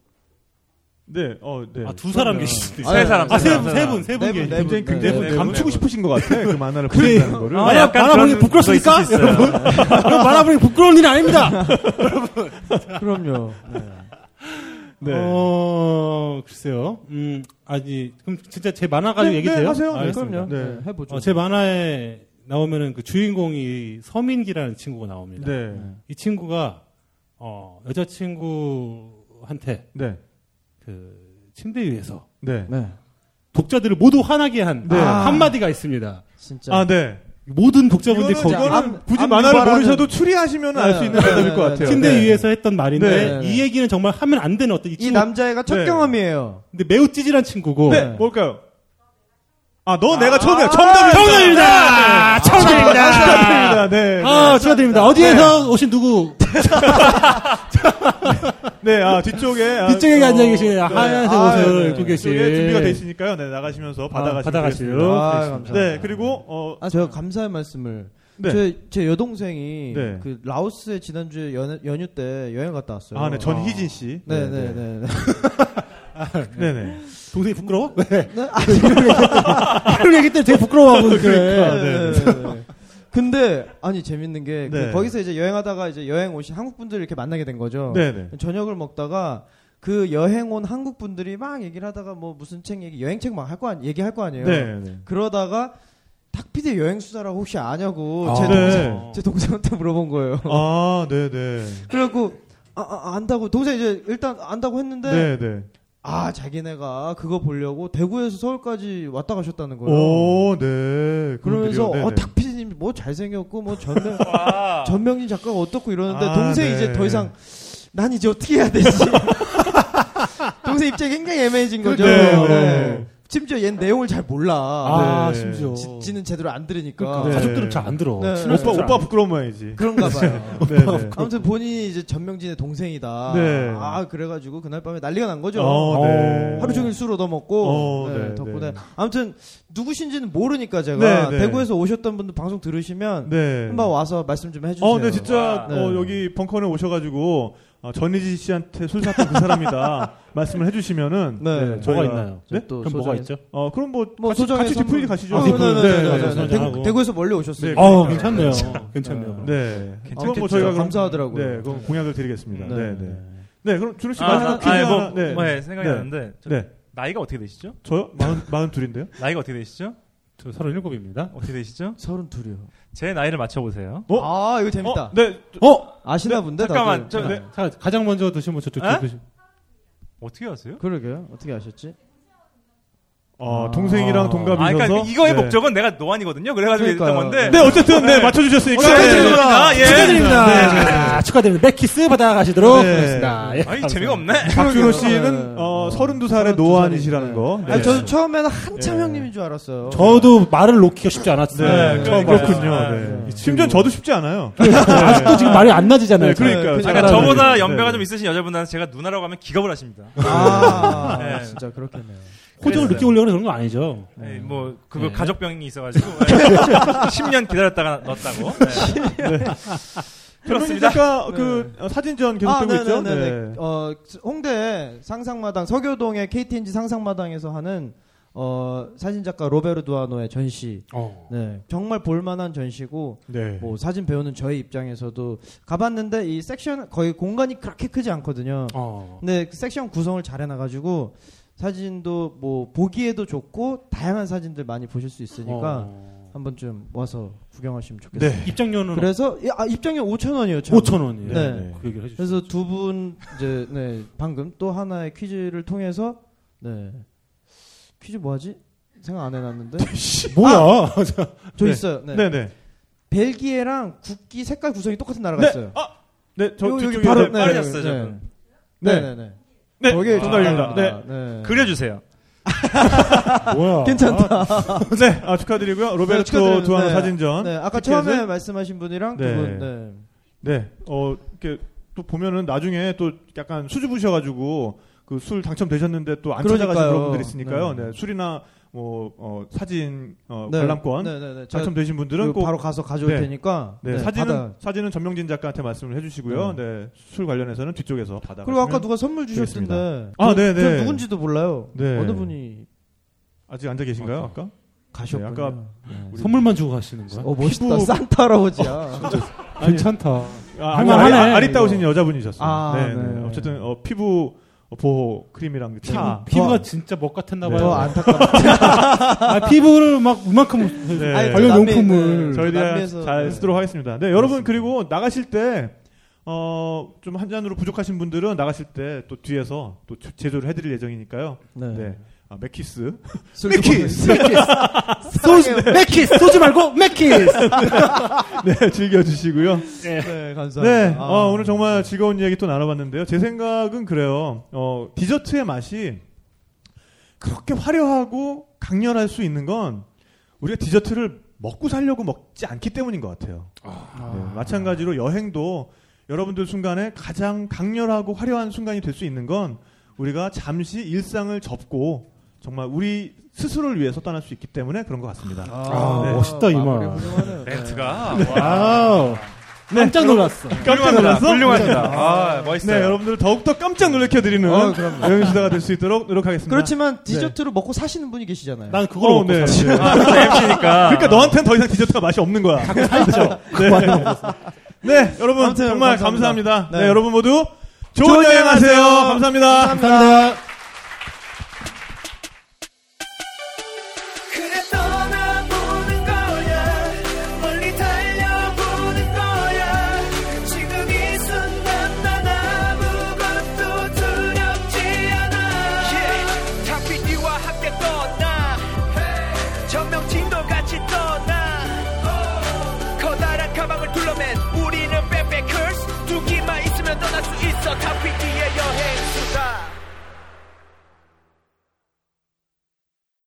Speaker 1: 네, 어, 네.
Speaker 4: 아, 두 사람 계시는데.
Speaker 2: 세 사람,
Speaker 4: 아,
Speaker 2: 세
Speaker 4: 세
Speaker 2: 사람.
Speaker 4: 분, 세 분, 세 분
Speaker 5: 네 분,
Speaker 4: 계시는데.
Speaker 5: 네 분.
Speaker 1: 굉장히 굉장히
Speaker 5: 네,
Speaker 2: 네,
Speaker 1: 감추고
Speaker 2: 네.
Speaker 1: 싶으신 것 같아. 그 만화를
Speaker 4: 그래요.
Speaker 1: 그린다는 거를.
Speaker 2: 아,
Speaker 4: 아,
Speaker 2: 약간
Speaker 4: 만화 보기
Speaker 2: 그런
Speaker 4: 부끄럽습니까?
Speaker 2: 거 있을 수 있어요.
Speaker 4: 여러분, 말하보니 부끄러운 일이 아닙니다!
Speaker 5: 그럼요. 네.
Speaker 1: 네.
Speaker 4: 어, 글쎄요. 음, 아니, 그럼 진짜 제 만화 가지고
Speaker 1: 네,
Speaker 4: 얘기 돼요?
Speaker 1: 네, 하세요. 네,
Speaker 4: 알겠습니다.
Speaker 1: 네.
Speaker 5: 그럼요. 네, 해보죠.
Speaker 4: 어, 제 만화에 나오면은 그 주인공이 서민기라는 친구가 나옵니다.
Speaker 1: 네.
Speaker 4: 이 친구가 어, 여자친구한테
Speaker 1: 네.
Speaker 4: 그 침대 위에서
Speaker 1: 네.
Speaker 5: 네.
Speaker 4: 독자들을 모두 화나게 한
Speaker 1: 네.
Speaker 4: 아, 한마디가 있습니다.
Speaker 5: 진짜.
Speaker 1: 아, 네.
Speaker 4: 모든 독자분들이
Speaker 1: 이거는,
Speaker 4: 거기
Speaker 5: 거기-
Speaker 1: 이거는
Speaker 5: 암-
Speaker 1: 굳이
Speaker 5: 암
Speaker 1: 만화를
Speaker 5: 유발하는-
Speaker 1: 모르셔도 추리하시면 알 수 있는
Speaker 5: 네,
Speaker 1: 대답일
Speaker 5: 네,
Speaker 1: 것
Speaker 5: 네,
Speaker 1: 같아요.
Speaker 5: 네.
Speaker 4: 침대
Speaker 1: 네.
Speaker 4: 위에서 했던 말인데
Speaker 5: 네, 네.
Speaker 4: 이 얘기는 정말 하면 안 되는 어떤 이
Speaker 5: 이
Speaker 4: 친구
Speaker 5: 남자애가 첫
Speaker 1: 네.
Speaker 5: 경험이에요.
Speaker 4: 근데 매우 찌질한 친구고
Speaker 1: 네,
Speaker 5: 네.
Speaker 1: 뭘까요? 아, 너 내가 처음이야. 정답이야. 아,
Speaker 4: 정답입니다. 아, 정답입니다.
Speaker 1: 정답입니다. 네.
Speaker 4: 아, 축하드립니다. 어디에서 오신 누구
Speaker 1: 네, 아, 뒤쪽에. 아,
Speaker 4: 뒤쪽에
Speaker 1: 어,
Speaker 4: 앉아 계신
Speaker 1: 네.
Speaker 4: 하얀색
Speaker 5: 아,
Speaker 4: 옷을
Speaker 5: 네.
Speaker 4: 입고 계신
Speaker 1: 뒤쪽에 준비가 돼 있으니까요. 네, 나가시면서 받아가시면
Speaker 4: 받아가시죠.
Speaker 1: 되겠습니다.
Speaker 5: 아, 감사합니다.
Speaker 1: 네, 그리고 어,
Speaker 5: 아, 제가 감사의 말씀을.
Speaker 1: 네.
Speaker 5: 제, 제 여동생이
Speaker 1: 네.
Speaker 5: 그 라오스에 지난주에 연, 연휴 때 여행 갔다 왔어요.
Speaker 1: 아, 네, 전희진 씨.
Speaker 5: 네, 네, 네. 네.
Speaker 1: 네, 네.
Speaker 4: 동생이 부끄러워?
Speaker 5: 어.
Speaker 4: 왜?
Speaker 5: 네? 아,
Speaker 4: 이런 얘기 때 되게 부끄러워하고
Speaker 1: 그러니까,
Speaker 4: 그래.
Speaker 5: 네, 네, 네. 근데 아니 재밌는 게그
Speaker 1: 네.
Speaker 5: 거기서 이제 여행하다가 이제 여행 오신 한국 분들 이렇게 만나게 된 거죠.
Speaker 1: 네, 네.
Speaker 5: 저녁을 먹다가 그 여행 온 한국 분들이 막 얘기를 하다가 뭐 무슨 책 얘기, 여행 책 막 할 거 얘기할 거 아니에요.
Speaker 1: 네, 네.
Speaker 5: 그러다가 탁피디 여행 수다라고 혹시 아냐고
Speaker 4: 아,
Speaker 5: 제,
Speaker 1: 네.
Speaker 5: 동생, 제 동생한테 물어본 거예요.
Speaker 1: 아, 네, 네.
Speaker 5: 그래갖고 아, 아, 안다고 동생 이제 일단 안다고 했는데
Speaker 1: 네, 네.
Speaker 5: 아 자기네가 그거 보려고 대구에서 서울까지 왔다 가셨다는 거예요.
Speaker 1: 오, 네. 그분들이요.
Speaker 5: 그러면서 어
Speaker 1: 네네.
Speaker 5: 탁피디님 뭐 잘생겼고 뭐 전명
Speaker 2: 와.
Speaker 5: 전명진 작가가 어떻고 이러는데
Speaker 1: 아,
Speaker 5: 동생이
Speaker 1: 네.
Speaker 5: 이제 더 이상 난 이제 어떻게 해야 되지? 동생 입장이 굉장히 애매해진 거죠.
Speaker 1: 그러게요. 네.
Speaker 5: 네. 심지어 얘는 내용을 잘 몰라.
Speaker 4: 아,
Speaker 1: 네.
Speaker 4: 심지어.
Speaker 5: 지, 지는 제대로 안 들으니까.
Speaker 4: 그러니까
Speaker 1: 네.
Speaker 4: 가족들은 잘 안 들어.
Speaker 5: 네.
Speaker 4: 친구들은
Speaker 1: 오빠
Speaker 4: 잘
Speaker 1: 오빠
Speaker 4: 안 들어.
Speaker 1: 부끄러운 모양이지.
Speaker 5: 그런가 봐요.
Speaker 1: 네, 네.
Speaker 5: 아무튼 본인이 이제 전명진의 동생이다.
Speaker 1: 네.
Speaker 5: 아 그래가지고 그날 밤에 난리가 난 거죠.
Speaker 1: 어, 네.
Speaker 5: 하루 종일 술 얻어먹고
Speaker 1: 어,
Speaker 5: 네,
Speaker 1: 네,
Speaker 5: 덕분에
Speaker 1: 네.
Speaker 5: 아무튼 누구신지는 모르니까
Speaker 1: 네,
Speaker 5: 제가
Speaker 1: 네.
Speaker 5: 대구에서 오셨던 분들 방송 들으시면
Speaker 1: 네.
Speaker 5: 한번 와서 말씀 좀 해주세요.
Speaker 1: 어, 네, 진짜
Speaker 2: 와.
Speaker 1: 어,
Speaker 5: 네.
Speaker 1: 여기 벙커에 오셔가지고 어, 전희지 씨한테 술 샀던 그 사람이다 말씀을 해주시면은
Speaker 5: 네.
Speaker 4: 뭐가
Speaker 1: 저희가-
Speaker 4: 있나요?
Speaker 1: 네?
Speaker 5: 또
Speaker 4: 그럼 뭐가
Speaker 5: 소정의-
Speaker 4: 있죠?
Speaker 1: 어, 그럼 뭐,
Speaker 5: 뭐
Speaker 1: 같이
Speaker 5: 소정의
Speaker 1: 같이
Speaker 5: 선물.
Speaker 1: 뒤풀이 가시죠.
Speaker 4: 아,
Speaker 5: 네, 네, 네,
Speaker 4: 네,
Speaker 5: 네,
Speaker 4: 네,
Speaker 5: 네.
Speaker 4: 하고.
Speaker 5: 대구, 아, 대구에서 멀리 오셨어요. 아,
Speaker 1: 네,
Speaker 4: 어,
Speaker 1: 그러니까요.
Speaker 4: 괜찮네요. 괜찮네요.
Speaker 1: 네. 그럼 뭐
Speaker 2: 괜찮겠죠.
Speaker 1: 저희가 그럼-
Speaker 5: 감사하더라고요.
Speaker 1: 네, 그럼 공약을 드리겠습니다.
Speaker 5: 네.
Speaker 1: 네, 네. 네, 그럼 준우 씨
Speaker 2: 아,
Speaker 1: 마지막
Speaker 2: 아,
Speaker 1: 퀴즈
Speaker 2: 아니,
Speaker 1: 하나.
Speaker 2: 뭐,
Speaker 1: 네.
Speaker 2: 뭐, 예, 생각이
Speaker 1: 네.
Speaker 2: 나는데 저-
Speaker 1: 네.
Speaker 2: 나이가 어떻게 되시죠?
Speaker 1: 저요? 마흔 마흔 둘인데요.
Speaker 2: 나이가 어떻게 되시죠?
Speaker 4: 저 37입니다.
Speaker 2: 어떻게 되시죠?
Speaker 5: 서른 둘이요.
Speaker 2: 제 나이를 맞춰보세요.
Speaker 1: 어?
Speaker 5: 아 이거 재밌다.
Speaker 1: 어, 네.
Speaker 7: 어?
Speaker 5: 아시나 본데
Speaker 2: 잠깐만,
Speaker 5: 다들.
Speaker 2: 저, 네.
Speaker 4: 자, 가장 먼저 드신 분 저쪽
Speaker 1: 아?
Speaker 4: 그,
Speaker 2: 에?
Speaker 4: 드시
Speaker 2: 어떻게 아세요?
Speaker 5: 그러게요. 어떻게 아셨지?
Speaker 1: 어, 동생이랑
Speaker 4: 아.
Speaker 1: 동갑이셔서.
Speaker 2: 아, 그러니까 이거의
Speaker 1: 네.
Speaker 2: 목적은 내가 노안이거든요. 그래가지고 했던
Speaker 5: 그러니까요.
Speaker 2: 건데.
Speaker 1: 네, 어쨌든 네, 맞춰 주셨으니까.
Speaker 2: 축하드립니다. 예.
Speaker 7: 축하드립니다. 아, 축하드립니다. 맥키스 받아가시도록
Speaker 1: 네.
Speaker 7: 하겠습니다. 예.
Speaker 2: 아니 재미가 없네.
Speaker 1: 박준호
Speaker 5: 그러게요.
Speaker 1: 씨는
Speaker 5: 네.
Speaker 1: 어,
Speaker 5: 어,
Speaker 1: 32살의
Speaker 5: 32살의
Speaker 1: 노안이시라는 거. 네.
Speaker 5: 아니, 저도 처음에는 한참
Speaker 1: 예.
Speaker 5: 형님인 줄 알았어요.
Speaker 4: 저도 말을 놓기가 쉽지 않았어요.
Speaker 1: 네,
Speaker 5: 네.
Speaker 1: 저- 그렇군요. 네.
Speaker 5: 네.
Speaker 1: 심지어 저도 쉽지 않아요.
Speaker 7: 아직도 지금 말이 안 나지잖아요.
Speaker 1: 네, 그러니까요.
Speaker 5: 네,
Speaker 2: 아,
Speaker 1: 잘하네.
Speaker 2: 그러니까 저보다 연배가
Speaker 1: 네.
Speaker 2: 좀 있으신 여자분한테 제가 누나라고 하면 기겁을 하십니다.
Speaker 5: 아,
Speaker 2: 네.
Speaker 5: 진짜 그렇겠네요.
Speaker 4: 호적을 늦게 올려고 그런 건 아니죠.
Speaker 2: 네,
Speaker 1: 음.
Speaker 2: 뭐 그거
Speaker 3: 네.
Speaker 2: 가족병이 있어가지고 네. 10년 기다렸다가 넣었다고. 네. 그렇습니다.
Speaker 1: 그러니까 그 어, 사진전
Speaker 5: 아,
Speaker 1: 계속되고 있죠. 네.
Speaker 5: 어, 홍대 상상마당 서교동의 KTNG 상상마당에서 하는 어, 사진작가 로베르 두아노의 전시. 네. 정말 볼만한 전시고
Speaker 1: 네.
Speaker 5: 뭐 사진 배우는 저희 입장에서도 가봤는데 이 섹션 거의 공간이 그렇게 크지 않거든요.
Speaker 4: 어.
Speaker 5: 근데 그 섹션 구성을 잘 해놔가지고 사진도 뭐 보기에도 좋고 다양한 사진들 많이 보실 수 있으니까
Speaker 4: 어.
Speaker 5: 한 번쯤 와서 구경하시면 좋겠어요.
Speaker 1: 네.
Speaker 4: 입장료는
Speaker 5: 그래서 이- 아, 입장료 5천 원이요.
Speaker 4: 5천 원이에요.
Speaker 5: 네.
Speaker 4: 그 얘기를 해주세요.
Speaker 5: 그래서 두 분 이제 네 방금 또 하나의 퀴즈를 통해서 네 퀴즈 뭐하지 생각 안 해놨는데
Speaker 4: 뭐야?
Speaker 5: 저
Speaker 1: 네.
Speaker 5: 있어요. 네.
Speaker 1: 네, 네.
Speaker 5: 벨기에랑 국기 색깔 구성이 똑같은 나라가
Speaker 1: 네.
Speaker 5: 있어요.
Speaker 1: 아. 네, 저
Speaker 5: 요-
Speaker 1: 뒤쪽에
Speaker 5: 여기 바로
Speaker 1: 있는데.
Speaker 2: 네. 빠르셨어요, 저분.
Speaker 1: 네.
Speaker 5: 네네네. 네.
Speaker 1: 네.
Speaker 5: 거기에
Speaker 1: 정답입니다. 네.
Speaker 5: 있다가, 네.
Speaker 2: 그려주세요.
Speaker 4: 뭐야?
Speaker 5: 괜찮다.
Speaker 1: 네, 아, 축하드리고요.
Speaker 5: 네,
Speaker 1: 로베르토
Speaker 5: 축하드립니다.
Speaker 1: 두아노
Speaker 5: 네.
Speaker 1: 사진전.
Speaker 5: 네, 아까
Speaker 1: 티켓은?
Speaker 5: 처음에 말씀하신 분이랑
Speaker 1: 네.
Speaker 5: 두 분. 네.
Speaker 1: 네. 어, 이렇게 또 보면은 나중에 또 약간 수줍으셔가지고 그 술 당첨되셨는데 또 안
Speaker 5: 그러니까요.
Speaker 1: 찾아가신 그런 분들 있으니까요. 네.
Speaker 5: 네.
Speaker 1: 술이나 뭐, 어, 사진, 어,
Speaker 5: 네.
Speaker 1: 관람권.
Speaker 5: 네, 네, 네. 제가
Speaker 1: 당첨되신 분들은
Speaker 5: 이거
Speaker 1: 꼭.
Speaker 5: 바로 가서 가져올
Speaker 1: 네.
Speaker 5: 테니까.
Speaker 1: 네,
Speaker 5: 네,
Speaker 1: 사진은,
Speaker 5: 받아.
Speaker 1: 사진은 전명진 작가한테 말씀을 해주시고요. 네. 술 관련해서는 뒤쪽에서 받아.
Speaker 5: 그리고 아까 누가 선물 주셨던데.
Speaker 1: 아,
Speaker 5: 저-
Speaker 1: 네, 네.
Speaker 5: 저 누군지도 몰라요.
Speaker 1: 네.
Speaker 5: 어느 분이
Speaker 1: 아직 앉아 계신가요?
Speaker 4: 어,
Speaker 1: 아까?
Speaker 5: 가셨군요.
Speaker 1: 네, 아까
Speaker 5: 네.
Speaker 1: 우리-
Speaker 4: 선물만 주고 가시는 거야?
Speaker 5: 어 멋있다
Speaker 1: 피부-
Speaker 5: 산타 할아버지야.
Speaker 4: 괜찮다.
Speaker 1: 아, 아니,
Speaker 4: 할만하네,
Speaker 1: 아리- 아리따우신
Speaker 4: 이거.
Speaker 1: 여자분이셨어요.
Speaker 5: 아,
Speaker 1: 네, 네.
Speaker 5: 네.
Speaker 1: 어쨌든 어, 피부 보호 크림이랑 차.
Speaker 4: 피부가
Speaker 5: 더-
Speaker 4: 진짜 먹 같았나
Speaker 1: 네.
Speaker 4: 봐요.
Speaker 5: 어. 더 안타깝다.
Speaker 4: 아, 피부를 막 이만큼
Speaker 1: 네.
Speaker 5: 아니, 그
Speaker 4: 관련
Speaker 5: 남미-
Speaker 4: 용품을
Speaker 5: 네.
Speaker 1: 저희들
Speaker 5: 남미에서-
Speaker 1: 잘
Speaker 5: 네.
Speaker 1: 쓰도록 하겠습니다. 네, 여러분 음. 그리고 나가실 때 어, 좀 한 잔으로 부족하신 분들은 나가실 때 또 뒤에서 또 제- 제조를 해드릴 예정이니까요. 네. 아, 맥키스.
Speaker 5: 맥키스.
Speaker 7: 소주, 맥키스! 소주 말고 맥키스!
Speaker 1: 네, 즐겨주시고요.
Speaker 5: 네, 감사합니다.
Speaker 1: 네,
Speaker 5: 아.
Speaker 1: 어, 오늘 정말 즐거운 이야기 또 나눠봤는데요. 제 생각은 그래요. 어, 디저트의 맛이 그렇게 화려하고 강렬할 수 있는 건 우리가 디저트를 먹고 살려고 먹지 않기 때문인 것 같아요. 네, 마찬가지로 여행도 여러분들 순간에 가장 강렬하고 화려한 순간이 될 수 있는 건 우리가 잠시 일상을 접고 정말 우리 스스로를 위해서 떠날 수 있기 때문에 그런 것 같습니다.
Speaker 4: 아,
Speaker 1: 네.
Speaker 4: 멋있다, 이
Speaker 5: 마무리
Speaker 4: 말.
Speaker 5: 훌륭하네요.
Speaker 2: 멘트가
Speaker 4: 와우. 네, 깜짝 놀랐어.
Speaker 1: 깜짝 놀랐어?
Speaker 2: 훌륭합니다. 아,
Speaker 1: 네,
Speaker 2: 멋있어요.
Speaker 1: 여러분들 더욱더 깜짝 놀래켜드리는
Speaker 5: 어, 그럼요. 그렇죠.
Speaker 1: 여행수다가 될 수 있도록 노력하겠습니다. 네.
Speaker 5: 그렇지만 디저트로 먹고 사시는 분이 계시잖아요.
Speaker 4: 난 그걸
Speaker 1: 어,
Speaker 4: 먹고
Speaker 1: 네.
Speaker 4: 살았어.
Speaker 1: 네.
Speaker 2: 아, MC니까.
Speaker 1: 그러니까 너한테는 더 이상 디저트가 맛이 없는 거야. 네. 네, 여러분
Speaker 5: 아무튼
Speaker 1: 정말
Speaker 5: 감사합니다.
Speaker 1: 감사합니다. 네,
Speaker 5: 네.
Speaker 1: 여러분 모두 좋은,
Speaker 5: 좋은
Speaker 1: 여행 하세요.
Speaker 5: 여행 하세요.
Speaker 1: 감사합니다.
Speaker 5: 감사합니다.